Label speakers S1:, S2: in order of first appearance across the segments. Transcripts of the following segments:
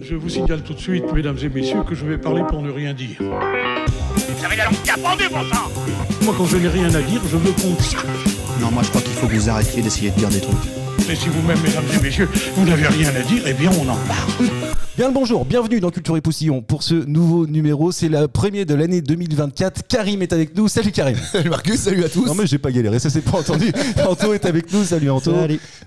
S1: Je vous signale tout de suite, mesdames et messieurs, que je vais parler pour ne rien dire.
S2: Vous avez la langue capendue, bon sang
S1: Moi, quand je n'ai rien à dire, je veux qu'on tire.
S3: Non, moi je crois qu'il faut que vous arrêtiez d'essayer de dire des trucs.
S1: Mais si vous-même, mesdames et messieurs, vous n'avez rien à dire, eh bien, on en parle.
S4: Bien le bonjour, bienvenue dans Culture et Poussillon pour ce nouveau numéro. C'est le premier de l'année 2024. Karim est avec nous. Salut Karim.
S5: Salut Marcus, salut à tous.
S4: Non mais j'ai pas galéré, ça c'est pas entendu. Anto est avec nous. Salut Anto.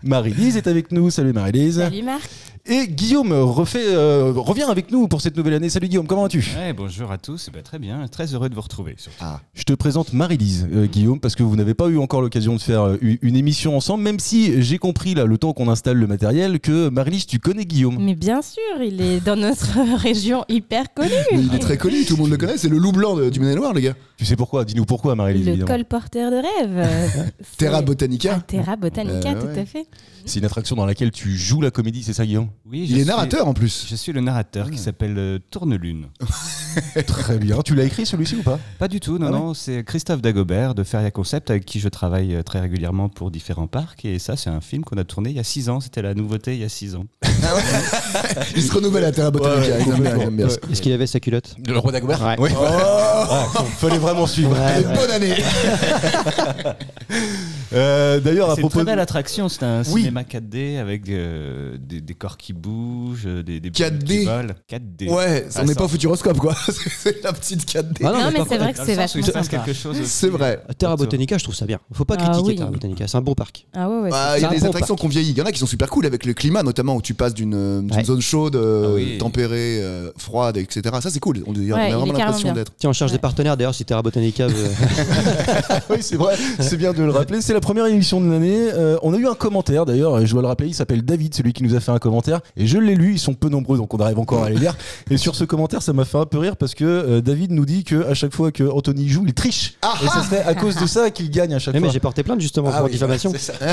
S4: Marie-Lise est avec nous. Salut Marie-Lise.
S6: Salut Marc.
S4: Et Guillaume refait, euh, revient avec nous pour cette nouvelle année. Salut Guillaume, comment vas-tu
S7: Ouais, bonjour à tous, Bah, très bien, très heureux de vous retrouver. surtout.
S5: Ah.
S4: Je te présente Marie-Lise, euh, Guillaume, parce que vous n'avez pas eu encore l'occasion de faire euh, une une émission ensemble, même si j'ai compris, là, le temps qu'on installe le matériel, que Marie-Lise, tu connais Guillaume.
S6: Mais bien sûr, il est dans notre région hyper connue.
S5: Mais il est très connu, tout le monde le connaît, c'est le loup blanc de- du Maine-et-Loire, les gars.
S4: Tu sais pourquoi Dis-nous pourquoi, Marie-Lise.
S6: Le
S4: évidemment.
S6: colporteur de rêve. C'est-
S5: Terra Botanica.
S6: Ah, Terra Botanica,
S5: Euh,
S6: tout
S5: ouais.
S6: à fait.
S4: C'est une attraction dans laquelle tu joues la comédie, c'est ça, Guillaume
S7: Oui, je
S5: Il est
S7: suis-
S5: narrateur en plus.
S7: Je suis le narrateur
S4: Ah.
S7: qui s'appelle euh, Tournelune.
S4: Très bien. Tu l'as écrit celui-ci ou pas
S7: Pas du tout, non,
S4: Ah ouais
S7: non, c'est Christophe Dagobert de Feria Concept avec qui je travaille euh, très régulièrement pour différents parcs. Et ça, c'est un film qu'on a tourné il y a six ans. C'était la nouveauté il y a six ans.
S5: Il se renouvelle à Terra Botanica. il aime bien, il aime bien ça.
S8: Est-ce qu'il avait sa culotte
S3: Le roi d'Agobert
S4: Oui. fallait vraiment suivre.
S5: Allez, Bonne année
S4: Euh, D'ailleurs, à
S7: C'est une
S4: propos.
S7: très
S4: de-
S7: belle attraction. C'est un
S4: Oui.
S7: cinéma 4D avec euh, des, des corps qui bougent, euh, des, des
S5: 4D.
S7: qui volent. 4D.
S5: Ouais,
S7: Ah,
S5: on n'est
S7: ça.
S5: pas au futuroscope quoi, C'est- c'est la petite 4D.
S8: Ah
S6: non, mais
S8: d'accord.
S6: c'est vrai que
S7: Dans le
S6: c'est
S7: sens où
S6: vachement
S7: il se passe
S6: sympa.
S7: quelque chose. aussi.
S5: C'est vrai.
S8: Terra Botanica, je trouve ça bien. Faut pas
S6: Ah
S8: critiquer
S6: oui.
S8: Terra Botanica, c'est un bon parc.
S6: Ah ouais, ouais.
S5: Bah,
S8: c'est
S5: il y a
S8: un
S5: des
S8: bon
S5: attractions
S8: parc.
S5: qu'on vieillit. Il y en a qui sont super cool avec le climat, notamment où tu passes d'une euh, d'une
S8: Ouais.
S5: zone chaude, euh,
S7: Ah oui.
S5: tempérée, euh, froide, etc. Ça c'est cool. On, on
S6: Ouais,
S5: a
S6: il est
S5: vraiment
S6: carrément
S5: l'impression
S6: bien.
S5: d'être.
S8: Tiens, on cherche
S6: Ouais.
S8: des partenaires d'ailleurs si Terra Botanica veut.
S4: Oui, c'est vrai. C'est bien de le rappeler. C'est la première émission de l'année. Euh, on a eu un commentaire d'ailleurs. et Je dois le rappeler. Il s'appelle David, celui qui nous a fait un commentaire. Et je l'ai lu. Ils sont peu nombreux, donc on arrive encore à les lire. Et sur ce commentaire, ça m'a fait un peu rire parce que euh, David nous dit que à chaque fois que Anthony joue, il triche. et ça serait à cause de ça qu'il gagne à chaque
S8: Ah Mais, mais
S4: fois.
S8: j'ai porté plainte justement
S5: Ah
S8: pour
S5: oui,
S8: diffamation.
S5: c'est ça.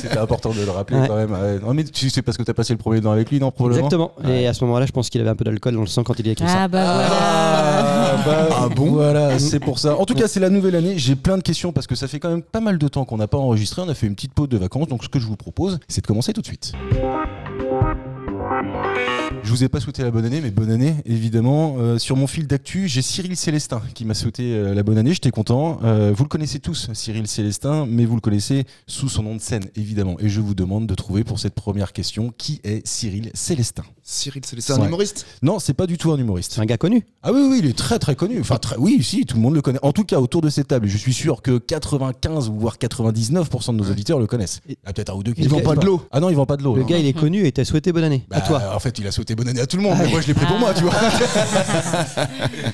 S4: C'était important de le rappeler
S8: Ouais.
S4: quand même. Ouais. Non, mais tu sais parce que t'as passé le premier temps avec lui, non probablement.
S8: Exactement. Et à ce moment-là, je pense qu'il avait un peu d'alcool dans le sang quand il a écrit ça.
S6: Ah bah voilà.
S4: Ah, bah,
S5: Ah bon
S4: Voilà, c'est pour ça. En tout cas, c'est la nouvelle année. J'ai plein de questions parce que ça fait quand même pas mal de temps qu'on n'a pas enregistré. On a fait une petite pause de vacances. Donc, ce que je vous propose, c'est de commencer tout de suite. Je vous ai pas souhaité la bonne année, mais bonne année, évidemment. Euh, sur mon fil d'actu, j'ai Cyril Célestin qui m'a souhaité euh, la bonne année. J'étais content. Euh, vous le connaissez tous, Cyril Célestin, mais vous le connaissez sous son nom de scène, évidemment. Et je vous demande de trouver pour cette première question qui est Cyril Célestin.
S5: Cyril Célestin, c'est un
S4: Ouais.
S5: humoriste.
S4: Non, c'est pas du tout un humoriste.
S8: C'est un gars connu.
S4: Ah oui, oui, il est très très connu. Enfin, très, oui, si, tout le monde le connaît. En tout cas, autour de cette table, je suis sûr que 95 ou voire 99% de nos auditeurs le connaissent. Il y a peut-être un ou deux qui
S5: Il
S4: le
S5: vend
S4: connaissent
S5: pas de l'eau.
S4: Ah non, il vend pas de l'eau.
S8: Le
S4: non.
S8: gars,
S6: Mmh.
S8: il est connu et t'as souhaité bonne année.
S4: Bah,
S8: à toi.
S4: En fait, il a souhaité bonne année à tout le monde. mais moi, je l'ai pris pour moi, tu vois.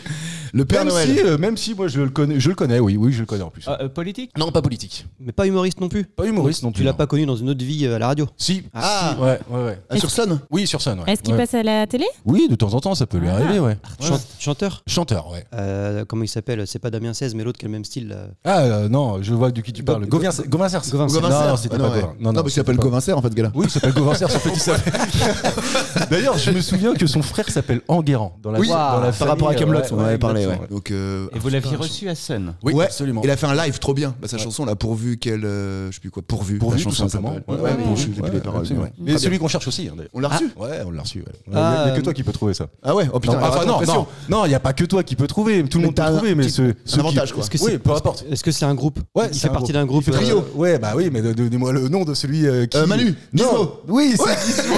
S5: Le Père
S4: Ah. même,
S5: Noël.
S4: si, euh, même si, moi, je le connais, je le connais. Oui, oui, je le connais en plus.
S7: Ah, euh, politique
S4: Non, pas politique.
S8: Mais pas humoriste non plus.
S4: Pas humoriste non plus.
S8: Tu l'as
S4: non.
S8: pas connu dans une autre vie euh, à la radio.
S4: Si.
S5: Ah,
S4: Ouais, ouais, ouais.
S5: Ah, sur scène.
S4: Oui, sur scène. Ouais.
S6: Est-ce qu'il
S4: Ouais.
S6: passe à la télé
S4: Oui, de temps en temps, ça peut lui
S6: Ah.
S4: arriver, ouais.
S8: Chan- chanteur.
S4: Chanteur, ouais.
S8: Euh, comment il s'appelle C'est pas Damien 16, mais l'autre qui a le même style. là.
S4: Ah euh, non, je vois de qui tu
S8: Go-
S4: parles.
S8: Go-
S4: Gauvin Gauvin Cers.
S8: Gauvin Cers.
S4: Non, non, c'était
S5: Ah,
S4: pas
S5: ouais.
S4: Gauvin.
S5: Non, parce qu'il
S4: c'était
S5: s'appelle
S4: pas-
S5: Gauvin Serre en fait, ce gars-là.
S4: Oui, il s'appelle Gauvin Serre, en fait, il s'appelle- D'ailleurs, je me souviens que son frère s'appelle Enguerrand dans la,
S5: Oui,
S4: dans la
S5: par
S4: famille,
S5: rapport à
S4: euh,
S5: Camelot,
S4: ouais,
S5: on en avait
S4: ouais,
S5: parlé.
S4: exactement,
S5: ouais. Donc, euh,
S7: Et vous l'aviez reçu à Sun.
S4: Oui,
S5: Ouais.
S4: absolument.
S5: Il a fait un live trop bien. Bah, sa chanson là, pourvu qu'elle, euh, je sais plus quoi, pourvu.
S4: Pourvu,
S5: la chanson
S4: tout simplement.
S5: s'appelle.
S4: Ouais,
S5: Ouais,
S4: ouais,
S5: pourvu.
S4: ouais,
S5: j'ai plus
S4: ouais,
S5: les paroles.
S4: absolument.
S5: mais ouais.
S4: Mais celui qu'on cherche aussi, hein, d'ailleurs.
S5: On l'a reçu.
S4: Ouais, on l'a reçu. ouais. Il n'y
S8: Ah,
S4: a, il y a que
S8: euh,
S4: toi qui peux trouver ça.
S5: Ah ouais. Oh putain.
S4: Non, enfin,
S5: attends,
S4: non,
S5: pression.
S4: non, non, il n'y a pas que toi qui peux trouver. Tout le
S5: Mais
S4: monde peut
S5: t'as un
S4: trouver, mais
S5: petit-
S4: ce.
S5: un avantage quoi.
S8: Est-ce que
S4: Oui,
S8: c'est-
S4: peu importe.
S8: Est-ce que c'est un groupe
S4: Ouais,
S8: Il
S4: c'est
S8: fait
S4: un
S8: partie d'un groupe.
S4: Il fait
S8: euh,
S4: trio. ouais, bah oui, mais donnez-moi le nom de celui euh, qui.
S5: Euh, Manu,
S4: Non.
S5: Gizmo.
S4: Oui, c'est Gizmo.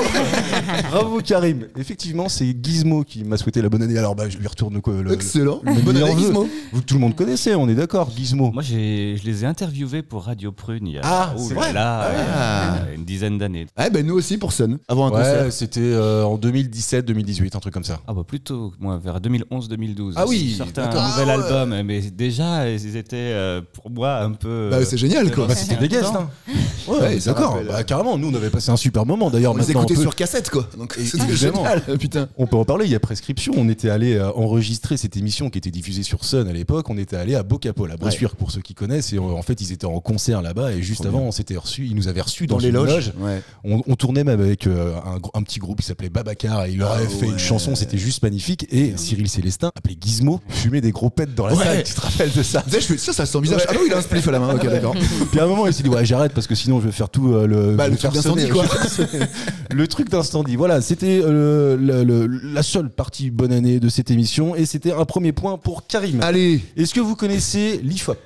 S4: Bravo Karim. Effectivement, c'est Gizmo qui m'a souhaité la bonne année. Alors bah, je lui retourne quoi. Le,
S5: Excellent.
S4: le
S5: Bonne
S4: meilleur
S5: année,
S4: vœu.
S5: Gizmo.
S4: Vous tout le monde connaissez, on est d'accord, Gizmo.
S7: Moi, j'ai- je les ai interviewés pour Radio Prune il y a
S4: Ah,
S7: oh
S4: c'est
S7: là
S4: vrai
S7: là,
S5: Ah.
S7: euh, une dizaine d'années.
S5: Eh ben nous aussi pour Sun. Avant un concert.
S4: ouais, c'était euh, en 2017-2018, un truc comme ça.
S7: Ah bah plutôt, moi, vers 2011-2012.
S4: Ah oui,
S7: Certains
S4: d'accord.
S7: nouvel
S5: Ah ouais.
S7: album, mais déjà, ils étaient euh, pour moi un peu...
S5: Bah, c'est génial quoi.
S4: Bah, c'était des guests. Hein. Ouais,
S5: Ouais, ça
S4: d'accord.
S5: rappelle. euh.
S4: Bah, carrément, nous on avait passé un super moment. D'ailleurs,
S5: On les
S4: maintenant on
S5: écoutait
S4: peut,
S5: sur cassette quoi. Donc
S4: Et-
S5: c'était
S4: évidemment.
S5: génial. Putain.
S4: on peut en parler. Il y a prescription. On était allé euh, enregistrer cette émission qui était diffusée sur Sun à l'époque. On était allé à Bocapol, à Bressuire pour ceux qui connaissent. Et euh, en fait, ils étaient en concert là-bas. Et juste
S5: Trop
S4: avant,
S5: bien.
S4: on s'était reçu. Ils nous avaient reçus dans,
S5: Dans les
S4: une
S5: loges.
S4: loge.
S5: Ouais.
S4: On, on tournait même avec euh, un, gr- un petit groupe qui s'appelait Babacar et il leur avait
S5: Ah
S4: fait une chanson, c'était juste magnifique. Et Cyril Célestin, appelé Gizmo, fumait des gros pets dans la
S5: Ouais.
S4: salle, tu te rappelles de ça
S5: Tu sais, je fais ça, ça sent bizarre. Ah non, il a un spliff à la main. Ok, d'accord.
S4: Puis à un moment, il s'est dit, ouais, j'arrête parce que sinon je vais faire tout euh, le.
S5: Bah,
S4: je vais
S5: le
S4: faire
S5: truc
S4: sonner,
S5: d'incendie,
S4: je vais faire sonner. le truc d'incendie, dit voilà, c'était euh, le- le- la seule partie bonne année de cette émission et c'était un premier point pour Karim.
S5: Allez,
S4: Est-ce que vous connaissez l'IFOP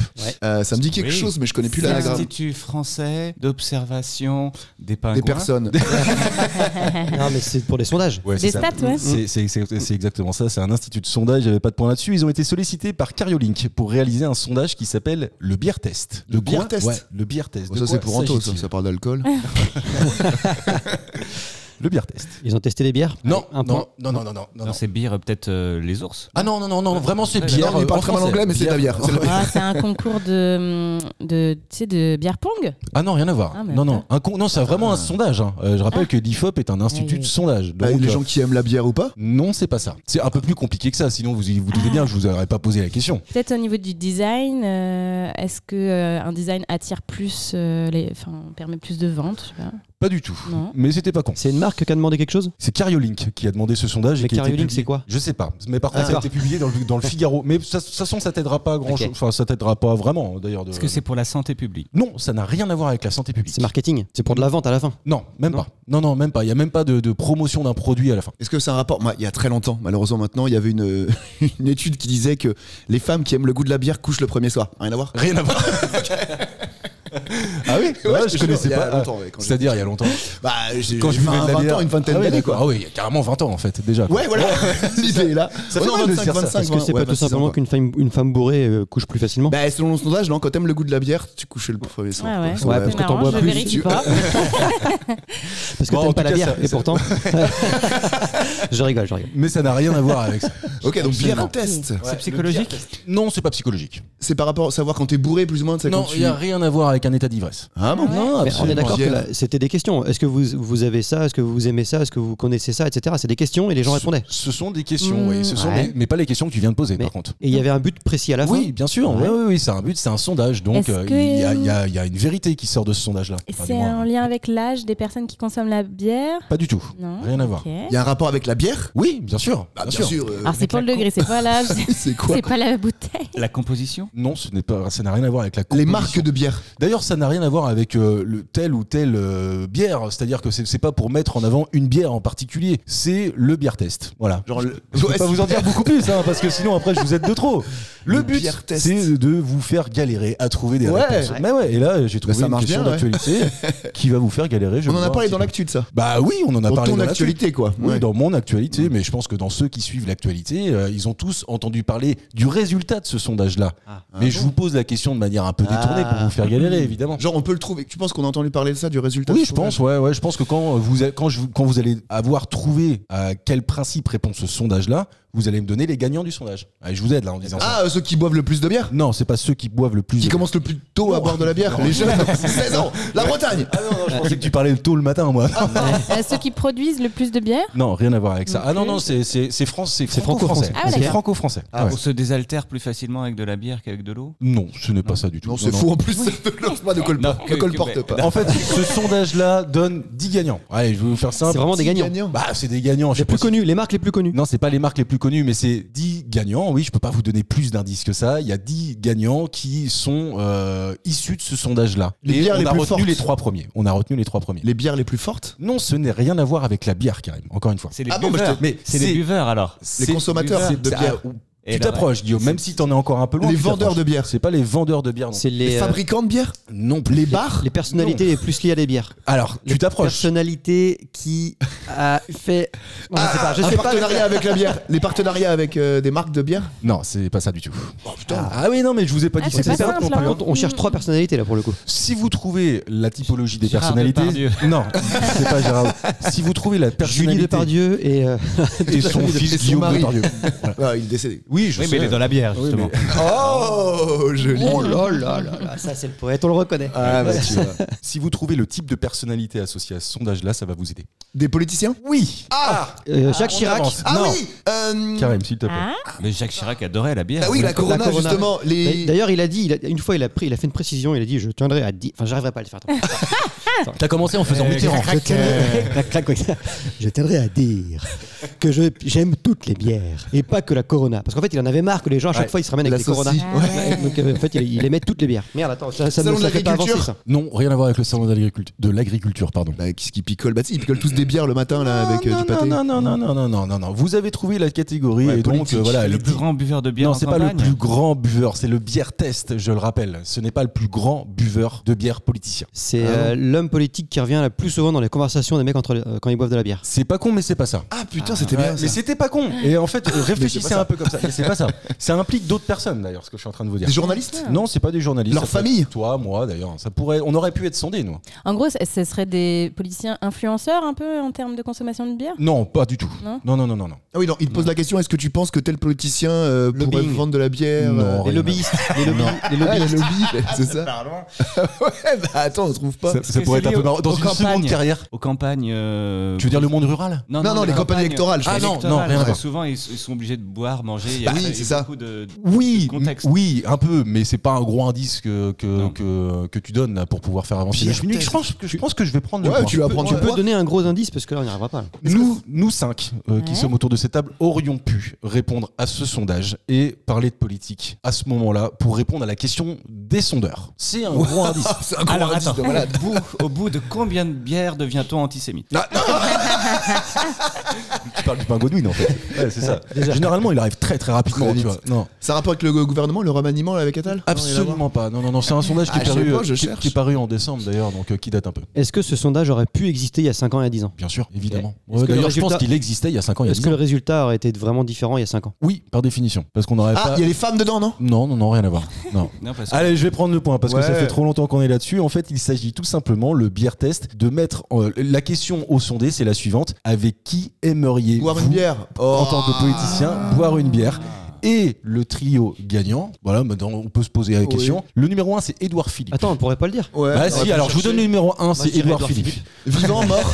S5: euh, ça me dit quelque
S7: Oui.
S5: chose, mais je connais plus
S6: C'est
S5: l'anagramme.
S7: Institut français d'observation des pingouins.
S5: Des personnes.
S8: Non, Ah, mais c'est pour les sondages.
S4: Ouais,
S6: Des stats, ouais.
S4: C'est- C'est c'est- c'est exactement ça, c'est un institut de sondage, j'avais pas de point là-dessus. Ils ont été sollicités par Cariolink pour réaliser un sondage qui s'appelle le Beer Test.
S5: Le
S4: quoi
S5: Beer Test
S4: Ouais, le Beer Test.
S5: Bon,
S4: De
S5: ça,
S4: quoi
S5: c'est pour Anto, ça,
S4: s'agit-il
S5: ça parle d'alcool.
S4: Le Beer Test.
S8: Ils ont testé les bières
S4: Non,
S8: Un
S4: non,
S8: point.
S4: non, non, non, non, non.
S7: Non, c'est bière euh, peut-être euh, les ours.
S4: Ah non, non, non, non, vraiment c'est
S7: Non,
S4: bière.
S5: il
S4: euh,
S5: parle
S4: en
S5: très mal
S4: français.
S5: anglais, mais c'est de la bière. C'est de la
S6: Ah, c'est un concours de, de, tu sais, de bière pong
S4: Ah non, rien à voir.
S6: Ah, mais
S4: non, non, un con... non, c'est vraiment
S5: Ah.
S4: un sondage. hein. Euh, je rappelle
S6: Ah.
S4: que l'IFOP est un institut
S6: Ah,
S4: de
S6: oui.
S4: sondage.
S5: Bah,
S4: donc,
S5: les
S4: euh,
S5: gens qui aiment la bière ou pas
S4: Non, c'est pas ça. C'est un peu plus compliqué que ça. Sinon, vous vous doutez bien que je vous aurais pas posé la question.
S6: Peut-être au niveau du design, euh, est-ce que euh, un design attire plus, euh, les, enfin, permet plus de ventes je sais pas.
S4: Pas du tout.
S6: Non.
S4: Mais c'était pas con.
S8: C'est une marque qui a demandé quelque chose
S4: C'est Cariolink qui a demandé ce sondage. et
S8: Mais
S4: qui a été
S8: Cariolink,
S4: publié.
S8: c'est quoi
S4: Je sais pas. Mais par contre,
S8: Ah,
S4: ça a été publié dans le, dans le Figaro. Mais ça- de toute façon, ça t'aidera pas à grand chose.
S8: Ok.
S4: Enfin, ça t'aidera pas vraiment, d'ailleurs. de-
S7: Est-ce que c'est pour la santé publique
S4: Non, ça n'a rien à voir avec la santé publique.
S8: C'est marketing. C'est pour de la vente à la fin.
S4: Non, même
S8: Non.
S4: pas. Non, non, même pas. Il y a même pas de, de promotion d'un produit à la fin.
S5: Est-ce que c'est un rapport Moi, Il y a très longtemps, malheureusement maintenant, il y avait une, une étude qui disait que les femmes qui aiment le goût de la bière couchent le premier soir. Rien à voir
S4: Rien à voir. ah oui,
S5: Ouais,
S4: Ouais,
S5: je te
S4: je
S5: jure,
S4: connaissais
S5: il y a
S4: pas. Ah,
S5: longtemps, ouais, quand
S4: C'est-à-dire il y a longtemps.
S5: Bah, j'ai
S4: Quand je buvais de la
S5: 20
S4: bière,
S5: ans, une vingtaine
S4: ah oui,
S5: d'années
S4: d'accord.
S5: quoi.
S4: Ah oui, il y a carrément 20 ans en fait déjà.
S5: Ouais, voilà, l'idée est là.
S4: Ça
S5: Ouais,
S4: fait
S5: non,
S4: mal de
S5: 25,
S4: dire ça,
S5: 25,
S4: parce
S8: Est-ce que c'est
S5: ouais,
S8: pas tout
S5: 26 ans,
S8: simplement
S5: quoi.
S8: qu'une femme, une femme bourrée euh, couche plus facilement
S5: Bah, selon le sondage, non, quand t'aimes le goût de la bière, tu couches le premier soir.
S6: Ah ouais.
S5: quoi.
S8: Ouais,
S5: Ouais,
S8: parce
S6: C'est
S8: que t'en
S6: marrant,
S8: bois
S6: je
S8: plus,
S6: vérifie
S5: tu-
S6: pas.
S8: Parce que
S4: Bon, en tout
S8: t'aimes pas la
S4: cas,
S8: bière,
S4: ça-
S8: et
S4: ça-
S8: pourtant. je rigole, je rigole.
S4: Mais ça n'a rien à voir avec ça.
S5: Ok, donc bière
S6: Absolument.
S5: test.
S7: C'est psychologique
S4: Non, c'est pas psychologique.
S5: C'est par rapport à savoir quand t'es bourré plus ou moins, tu sais, quand
S4: Non, il
S5: tu.
S4: n'y a rien à voir avec un état d'ivresse.
S5: Ah bon
S4: Non,
S8: Mais on est
S4: absolument.
S8: d'accord que
S5: Bière.
S8: là, c'était des questions. Est-ce que vous, vous avez ça Est-ce que vous aimez ça Est-ce que vous connaissez ça Etc. C'est des questions et les gens répondaient.
S4: Ce sont des questions,
S6: Mmh,
S4: oui. Ce sont
S8: ouais.
S4: des- mais pas les questions que tu viens de poser,
S8: Mais-
S4: par contre.
S8: Et il y avait un but précis à la
S4: Oui,
S8: fin.
S4: bien sûr.
S8: Ouais.
S4: ouais, Oui, oui, c'est un but, c'est un sondage. Donc,
S6: Est-ce
S4: euh,
S6: que-
S4: il y, a- il y a- il y a une vérité qui sort de ce sondage-là.
S6: Et
S4: Enfin, du
S6: c'est
S4: moins,
S6: en lien avec l'âge des personnes qui consomment la bière
S4: Pas du tout.
S6: Non.
S4: Rien à voir.
S6: ok.
S5: Il y a un rapport avec la bière
S4: Oui, bien sûr.
S5: Bah,
S4: bien
S5: bien
S4: sûr.
S5: sûr. euh,
S6: Alors c'est pas le degré, c'est pas l'âge, c'est-
S5: C'est quoi
S6: c'est pas la bouteille.
S7: La composition
S4: Non, ce n'est pas, ça n'a rien à voir avec la
S5: Les
S4: composition.
S5: marques de bière.
S4: D'ailleurs, ça n'a rien à voir avec euh, le telle ou telle euh, bière. C'est-à-dire que c'est c'est pas pour mettre en avant une bière en particulier. C'est le bière test. Voilà.
S5: Genre le.
S4: Je peux
S5: Ouais,
S4: pas vous en dire beaucoup plus, hein, parce que sinon après je vous aide de trop. Le
S5: Le
S4: but,
S5: beer test.
S4: c'est de vous faire galérer à trouver des
S5: Ouais. Bah,
S4: réponses. Mais ouais, et là j'ai trouvé
S5: ça
S4: une
S5: marche
S4: question
S5: bien, ouais.
S4: d'actualité qui va vous faire galérer. je
S5: On en a
S4: crois,
S5: parlé
S4: un
S5: dans
S4: petit
S5: l'actu de ça.
S4: peu. Bah oui, on en a
S5: Dans
S4: parlé
S5: ton
S4: dans l'actu.
S5: actualité, quoi.
S4: Oui,
S5: Ouais.
S4: dans mon actualité, mais je pense que dans ceux qui suivent l'actualité, euh, ils ont tous entendu parler du résultat de ce sondage-là. mais je vous pose la question de manière un peu détournée pour vous faire galérer, évidemment.
S5: Genre, on peut le trouver. Tu penses qu'on a entendu parler de ça, du résultat
S4: Oui,
S5: de
S4: je
S5: ce
S4: pense, ouais, ouais, je pense que quand euh, vous, a- quand, je, vous- quand vous allez avoir trouvé à quel principe répond ce sondage-là, vous allez me donner les gagnants du sondage. Allez, je vous aide là en disant ça.
S5: Ah, euh, ceux qui boivent le plus de bière
S4: Non, c'est pas ceux qui boivent le plus.
S5: Qui
S4: de-
S5: commencent le plus tôt à boire de la bière Les jeunes 16 ans La Bretagne
S4: Ah non, non, je pensais que tu parlais le tôt le matin, moi.
S6: Euh, ceux qui produisent le plus de bière
S4: Non, rien à voir avec ça.
S6: Non
S4: Ah non,
S6: plus.
S4: non, c'est c'est- c'est France- c'est franco-français.
S8: franco-français.
S6: Ah ouais,
S4: c'est
S6: d'accord.
S4: franco-français.
S7: Ah,
S4: Ouais.
S7: On se désaltère plus facilement avec de la bière qu'avec de l'eau
S4: Non, ce n'est pas ça du tout.
S5: Non, c'est faux en plus, ça ne lance pas, ne colle pas.
S7: Non,
S5: Ne
S7: que-
S5: colporte
S7: que-
S5: pas.
S4: Euh, En fait, ce sondage-là donne 10 gagnants. Allez, je vais vous faire simple.
S8: C'est vraiment des
S5: Petit
S8: gagnants.
S5: gagnant.
S4: Bah, c'est des gagnants. je
S8: Les
S4: sais pas
S8: plus
S4: si-
S8: connus, les marques les plus connues.
S4: Non, c'est pas les marques les plus connues, mais c'est 10 gagnants. Oui, je peux pas vous donner plus d'indices que ça. Il y a 10 gagnants qui sont euh, issus de ce sondage-là.
S5: Les
S4: Et
S5: bières
S4: on
S5: les
S4: a
S5: plus
S4: retenu
S5: fortes.
S4: les trois premiers. On a retenu les trois premiers.
S5: Les bières les plus fortes
S4: Non, ce n'est rien à voir avec la bière, Karim. Encore une fois.
S7: C'est les
S5: Ah bon, bah, je
S7: buveurs.
S5: te-
S4: Mais
S7: C'est les buveurs alors.
S5: Les
S4: c'est-
S5: consommateurs
S4: c'est-
S5: de
S4: c'est-
S5: bière
S4: ah,
S8: Eh
S7: Et
S4: Tu
S8: ben
S7: là,
S4: t'approches, Guillaume, même si t'en es encore un peu loin.
S5: Les
S4: tu
S5: vendeurs
S4: t'approches.
S5: de bière
S4: C'est pas les vendeurs de bière. Non.
S8: C'est les,
S5: Les
S8: euh,
S5: fabricants de bière
S4: Non plus.
S5: Les bars
S8: les personnalités les plus liées à les bières.
S4: Alors, tu t'approches.
S8: Personnalité qui a fait. Non, je sais pas. Je
S5: Un
S8: sais pas.
S5: partenariat avec la bière Les partenariats avec euh, des marques de bière
S4: Non, c'est pas ça du tout.
S5: Oh putain
S4: Ah oui, non, mais je vous ai pas
S6: Ah,
S4: dit que
S6: c'est
S4: c'était
S6: pas
S4: ça.
S6: simple,
S8: Par
S6: hein.
S8: contre, on cherche trois personnalités là pour le coup.
S4: Si vous trouvez la typologie des
S7: Gérard
S4: personnalités, non, c'est pas Gérard. Si vous trouvez la
S8: Julie
S4: personnalité
S8: Depardieu et. euh,
S4: et son
S5: Depardieu et
S4: fils
S5: son
S4: Guillaume
S5: mari.
S4: Depardieu.
S5: Ah, il est décédé.
S4: Oui, je
S7: Oui,
S4: sais.
S7: mais il est dans la bière
S4: Oui, mais-
S7: justement.
S5: Oh Joli
S8: Oh là là là Euh, là, ça c'est le poète, on le reconnaît.
S5: Ah bah tu vois.
S4: Si vous trouvez le type de personnalité associée à ce sondage-là, ça va vous aider.
S5: Des politiciens
S4: Oui.
S5: Ah
S8: Euh, Jacques
S4: on
S8: Chirac.
S4: avance.
S5: Ah
S4: Non.
S5: oui euh,
S4: Karim, s'il te plaît.
S6: Ah,
S7: Mais Jacques Chirac adorait la bière. Euh,
S5: Ah oui, la corona,
S8: Corona.
S5: justement. Les...
S8: Euh, D'ailleurs, il a dit, il a- une fois, il a pris, il a fait une précision. Il a dit, je tiendrai à 10 Enfin, j'arriverai pas à le faire. attends.
S4: T'as commencé en
S7: euh,
S4: faisant Mitterrand.
S9: Je tiendrai- Clac, clac, clac, clac. Je tiendrai à dire que je- j'aime toutes les bières et pas que la Corona.
S8: Parce qu'en fait, il en avait marre que les gens, à chaque
S5: Ouais.
S8: fois, ils se ramènent avec
S5: La
S8: les Corona.
S5: saucisse.
S6: Ah ouais.
S8: Ouais, Donc, euh, en fait, il, il aimait toutes les bières. Merde, attends, ça, ça,
S5: Salon
S8: me,
S5: de
S8: ça fait pas
S5: l'agriculture.
S8: avancer, ça.
S4: Non, rien à voir avec le salon d'agriculture- de l'agriculture, pardon.
S5: Bah, Qu'est-ce qu'ils picolent bah, si, Ils picolent tous des bières le matin là, avec euh,
S4: non,
S5: du pâté.
S4: non, non, non, non, non, non, non, non. Vous avez trouvé la catégorie
S5: Ouais,
S4: et donc
S5: politique.
S4: euh, voilà.
S7: le
S4: les
S7: plus
S4: dix-
S7: grand buveur de bière
S4: non,
S7: en
S4: c'est pas le
S7: campagne.
S4: plus grand buveur, c'est le bière test, je le rappelle. Ce n'est pas le plus grand buveur de bière politicien.
S8: C'est euh, l'homme politique qui revient le plus souvent dans les conversations des mecs entre, euh, quand ils boivent de la bière.
S4: C'est pas con, mais c'est pas ça.
S5: Ah putain, c'était
S4: Ouais,
S5: bien. ça.
S4: mais c'était pas con. Et en fait, euh,
S5: c'est
S4: réfléchissez
S5: pas ça.
S4: un peu comme ça. Mais c'est pas ça. Ça implique d'autres personnes d'ailleurs, ce que je suis en train de vous dire.
S5: Des journalistes
S7: Ah.
S4: Non, c'est pas des journalistes.
S5: Leur
S4: Ça pourrait être
S5: famille
S4: Toi, moi d'ailleurs. Ça pourrait. On aurait pu être sondés, nous.
S6: En gros, ce- ce seraient des politiciens influenceurs un peu en termes de consommation de bière
S4: Non, pas du tout.
S6: Non
S4: non, non, non, non. non.
S5: Ah oui, non, ils te posent la question est-ce que tu penses que tel politicien euh, pourrait
S8: Lobbying.
S5: vendre de la bière
S4: Non,
S5: euh,
S4: rien.
S8: Les lobbyistes. Les lobbyistes.
S5: Ah,
S8: les lobbyistes.
S5: les lobbies, c'est ça
S2: Pardon.
S5: Ouais, bah attends, on trouve pas.
S4: Ça,
S7: que
S4: pourrait
S7: c'est
S4: être un peu
S7: lié
S4: marrant.
S7: aux-
S4: Dans
S7: aux
S4: une seconde
S7: campagnes
S4: carrière.
S7: Aux campagnes. euh,
S4: Tu veux dire le monde rural
S5: Non, non, les campagnes électorales, je
S4: Ah
S5: pense.
S4: non,
S7: électorales,
S4: non, rien
S7: parce
S4: à
S7: que
S4: voir.
S7: Souvent, ils, ils sont obligés de boire, manger. Il y
S5: Bah
S7: a
S5: oui,
S7: il y a
S5: c'est ça.
S7: beaucoup de.
S4: Oui,
S7: contexte.
S4: m- oui, un peu, mais c'est pas un gros indice que, que,
S7: Non.
S4: que, que tu donnes là, pour pouvoir faire avancer.
S5: Pierre
S4: Je, je pense que je pense que je vais prendre le
S5: Ouais,
S4: point.
S5: tu vas prendre
S8: Tu
S5: du
S8: peux
S5: poids.
S8: donner un gros indice parce que là, on n'y arrivera pas.
S4: Nous, nous cinq euh, qui
S6: Ouais.
S4: sommes autour de cette table aurions pu répondre à ce sondage et parler de politique à ce moment-là pour répondre à la question des sondeurs. C'est un gros indice.
S5: C'est un gros
S7: Alors,
S5: indice de
S7: attends.
S5: malade.
S7: Au bout, au bout de combien de bières devient-on antisémite
S4: tu parles du pingouin de Wynne, en fait. Ouais, c'est ça. Généralement, il arrive très très rapidement.
S5: Très vite.
S4: tu vois. Non.
S5: Ça a rapport avec le gouvernement, le remaniement là, avec Attal
S4: Absolument pas. Non, non, non. C'est un sondage qui,
S5: Ah,
S4: est
S5: je sais
S4: paru,
S5: pas,
S4: euh,
S5: je
S4: qui-
S5: cherche.
S4: qui est paru en décembre d'ailleurs, donc euh, qui date un peu.
S8: Est-ce que ce sondage aurait pu exister il y a 5 ans et il y a 10 ans
S4: Bien sûr, évidemment.
S8: Est-ce
S4: Ouais,
S8: que le
S4: D'ailleurs, je pense
S8: résultat-
S4: qu'il existait il y a 5 ans, il y a
S8: Est-ce
S4: 10
S8: que
S4: ans.
S8: le résultat aurait été vraiment différent il y a 5 ans
S4: Oui, par définition. Parce qu'on n'aurait
S5: Ah,
S4: pas.
S5: il y a les femmes dedans, non
S4: Non, non, non, rien à voir. Non.
S7: Non, parce
S5: Ah,
S7: que-
S4: Allez, je vais prendre le point parce que ça
S5: Ouais.
S4: fait trop longtemps qu'on est là-dessus. En fait, il s'agit tout simplement, le beer test, de mettre euh, la question au sondé, c'est la suivante avec qui aimeriez
S5: Boire une
S4: vous,
S5: bière.
S4: en
S5: Oh.
S4: tant que politicien, boire une bière Et le trio gagnant, voilà, maintenant on peut se poser la
S5: Oui.
S4: question. Le numéro 1, c'est Édouard Philippe.
S8: Attends, on pourrait pas le dire.
S5: Ouais,
S4: Bah,
S5: on aurait
S4: si,
S5: pu
S4: alors je vous
S5: chercher.
S4: donne le numéro 1, c'est
S8: dirais
S4: Édouard
S8: Édouard
S4: Philippe.
S5: Vivant, mort.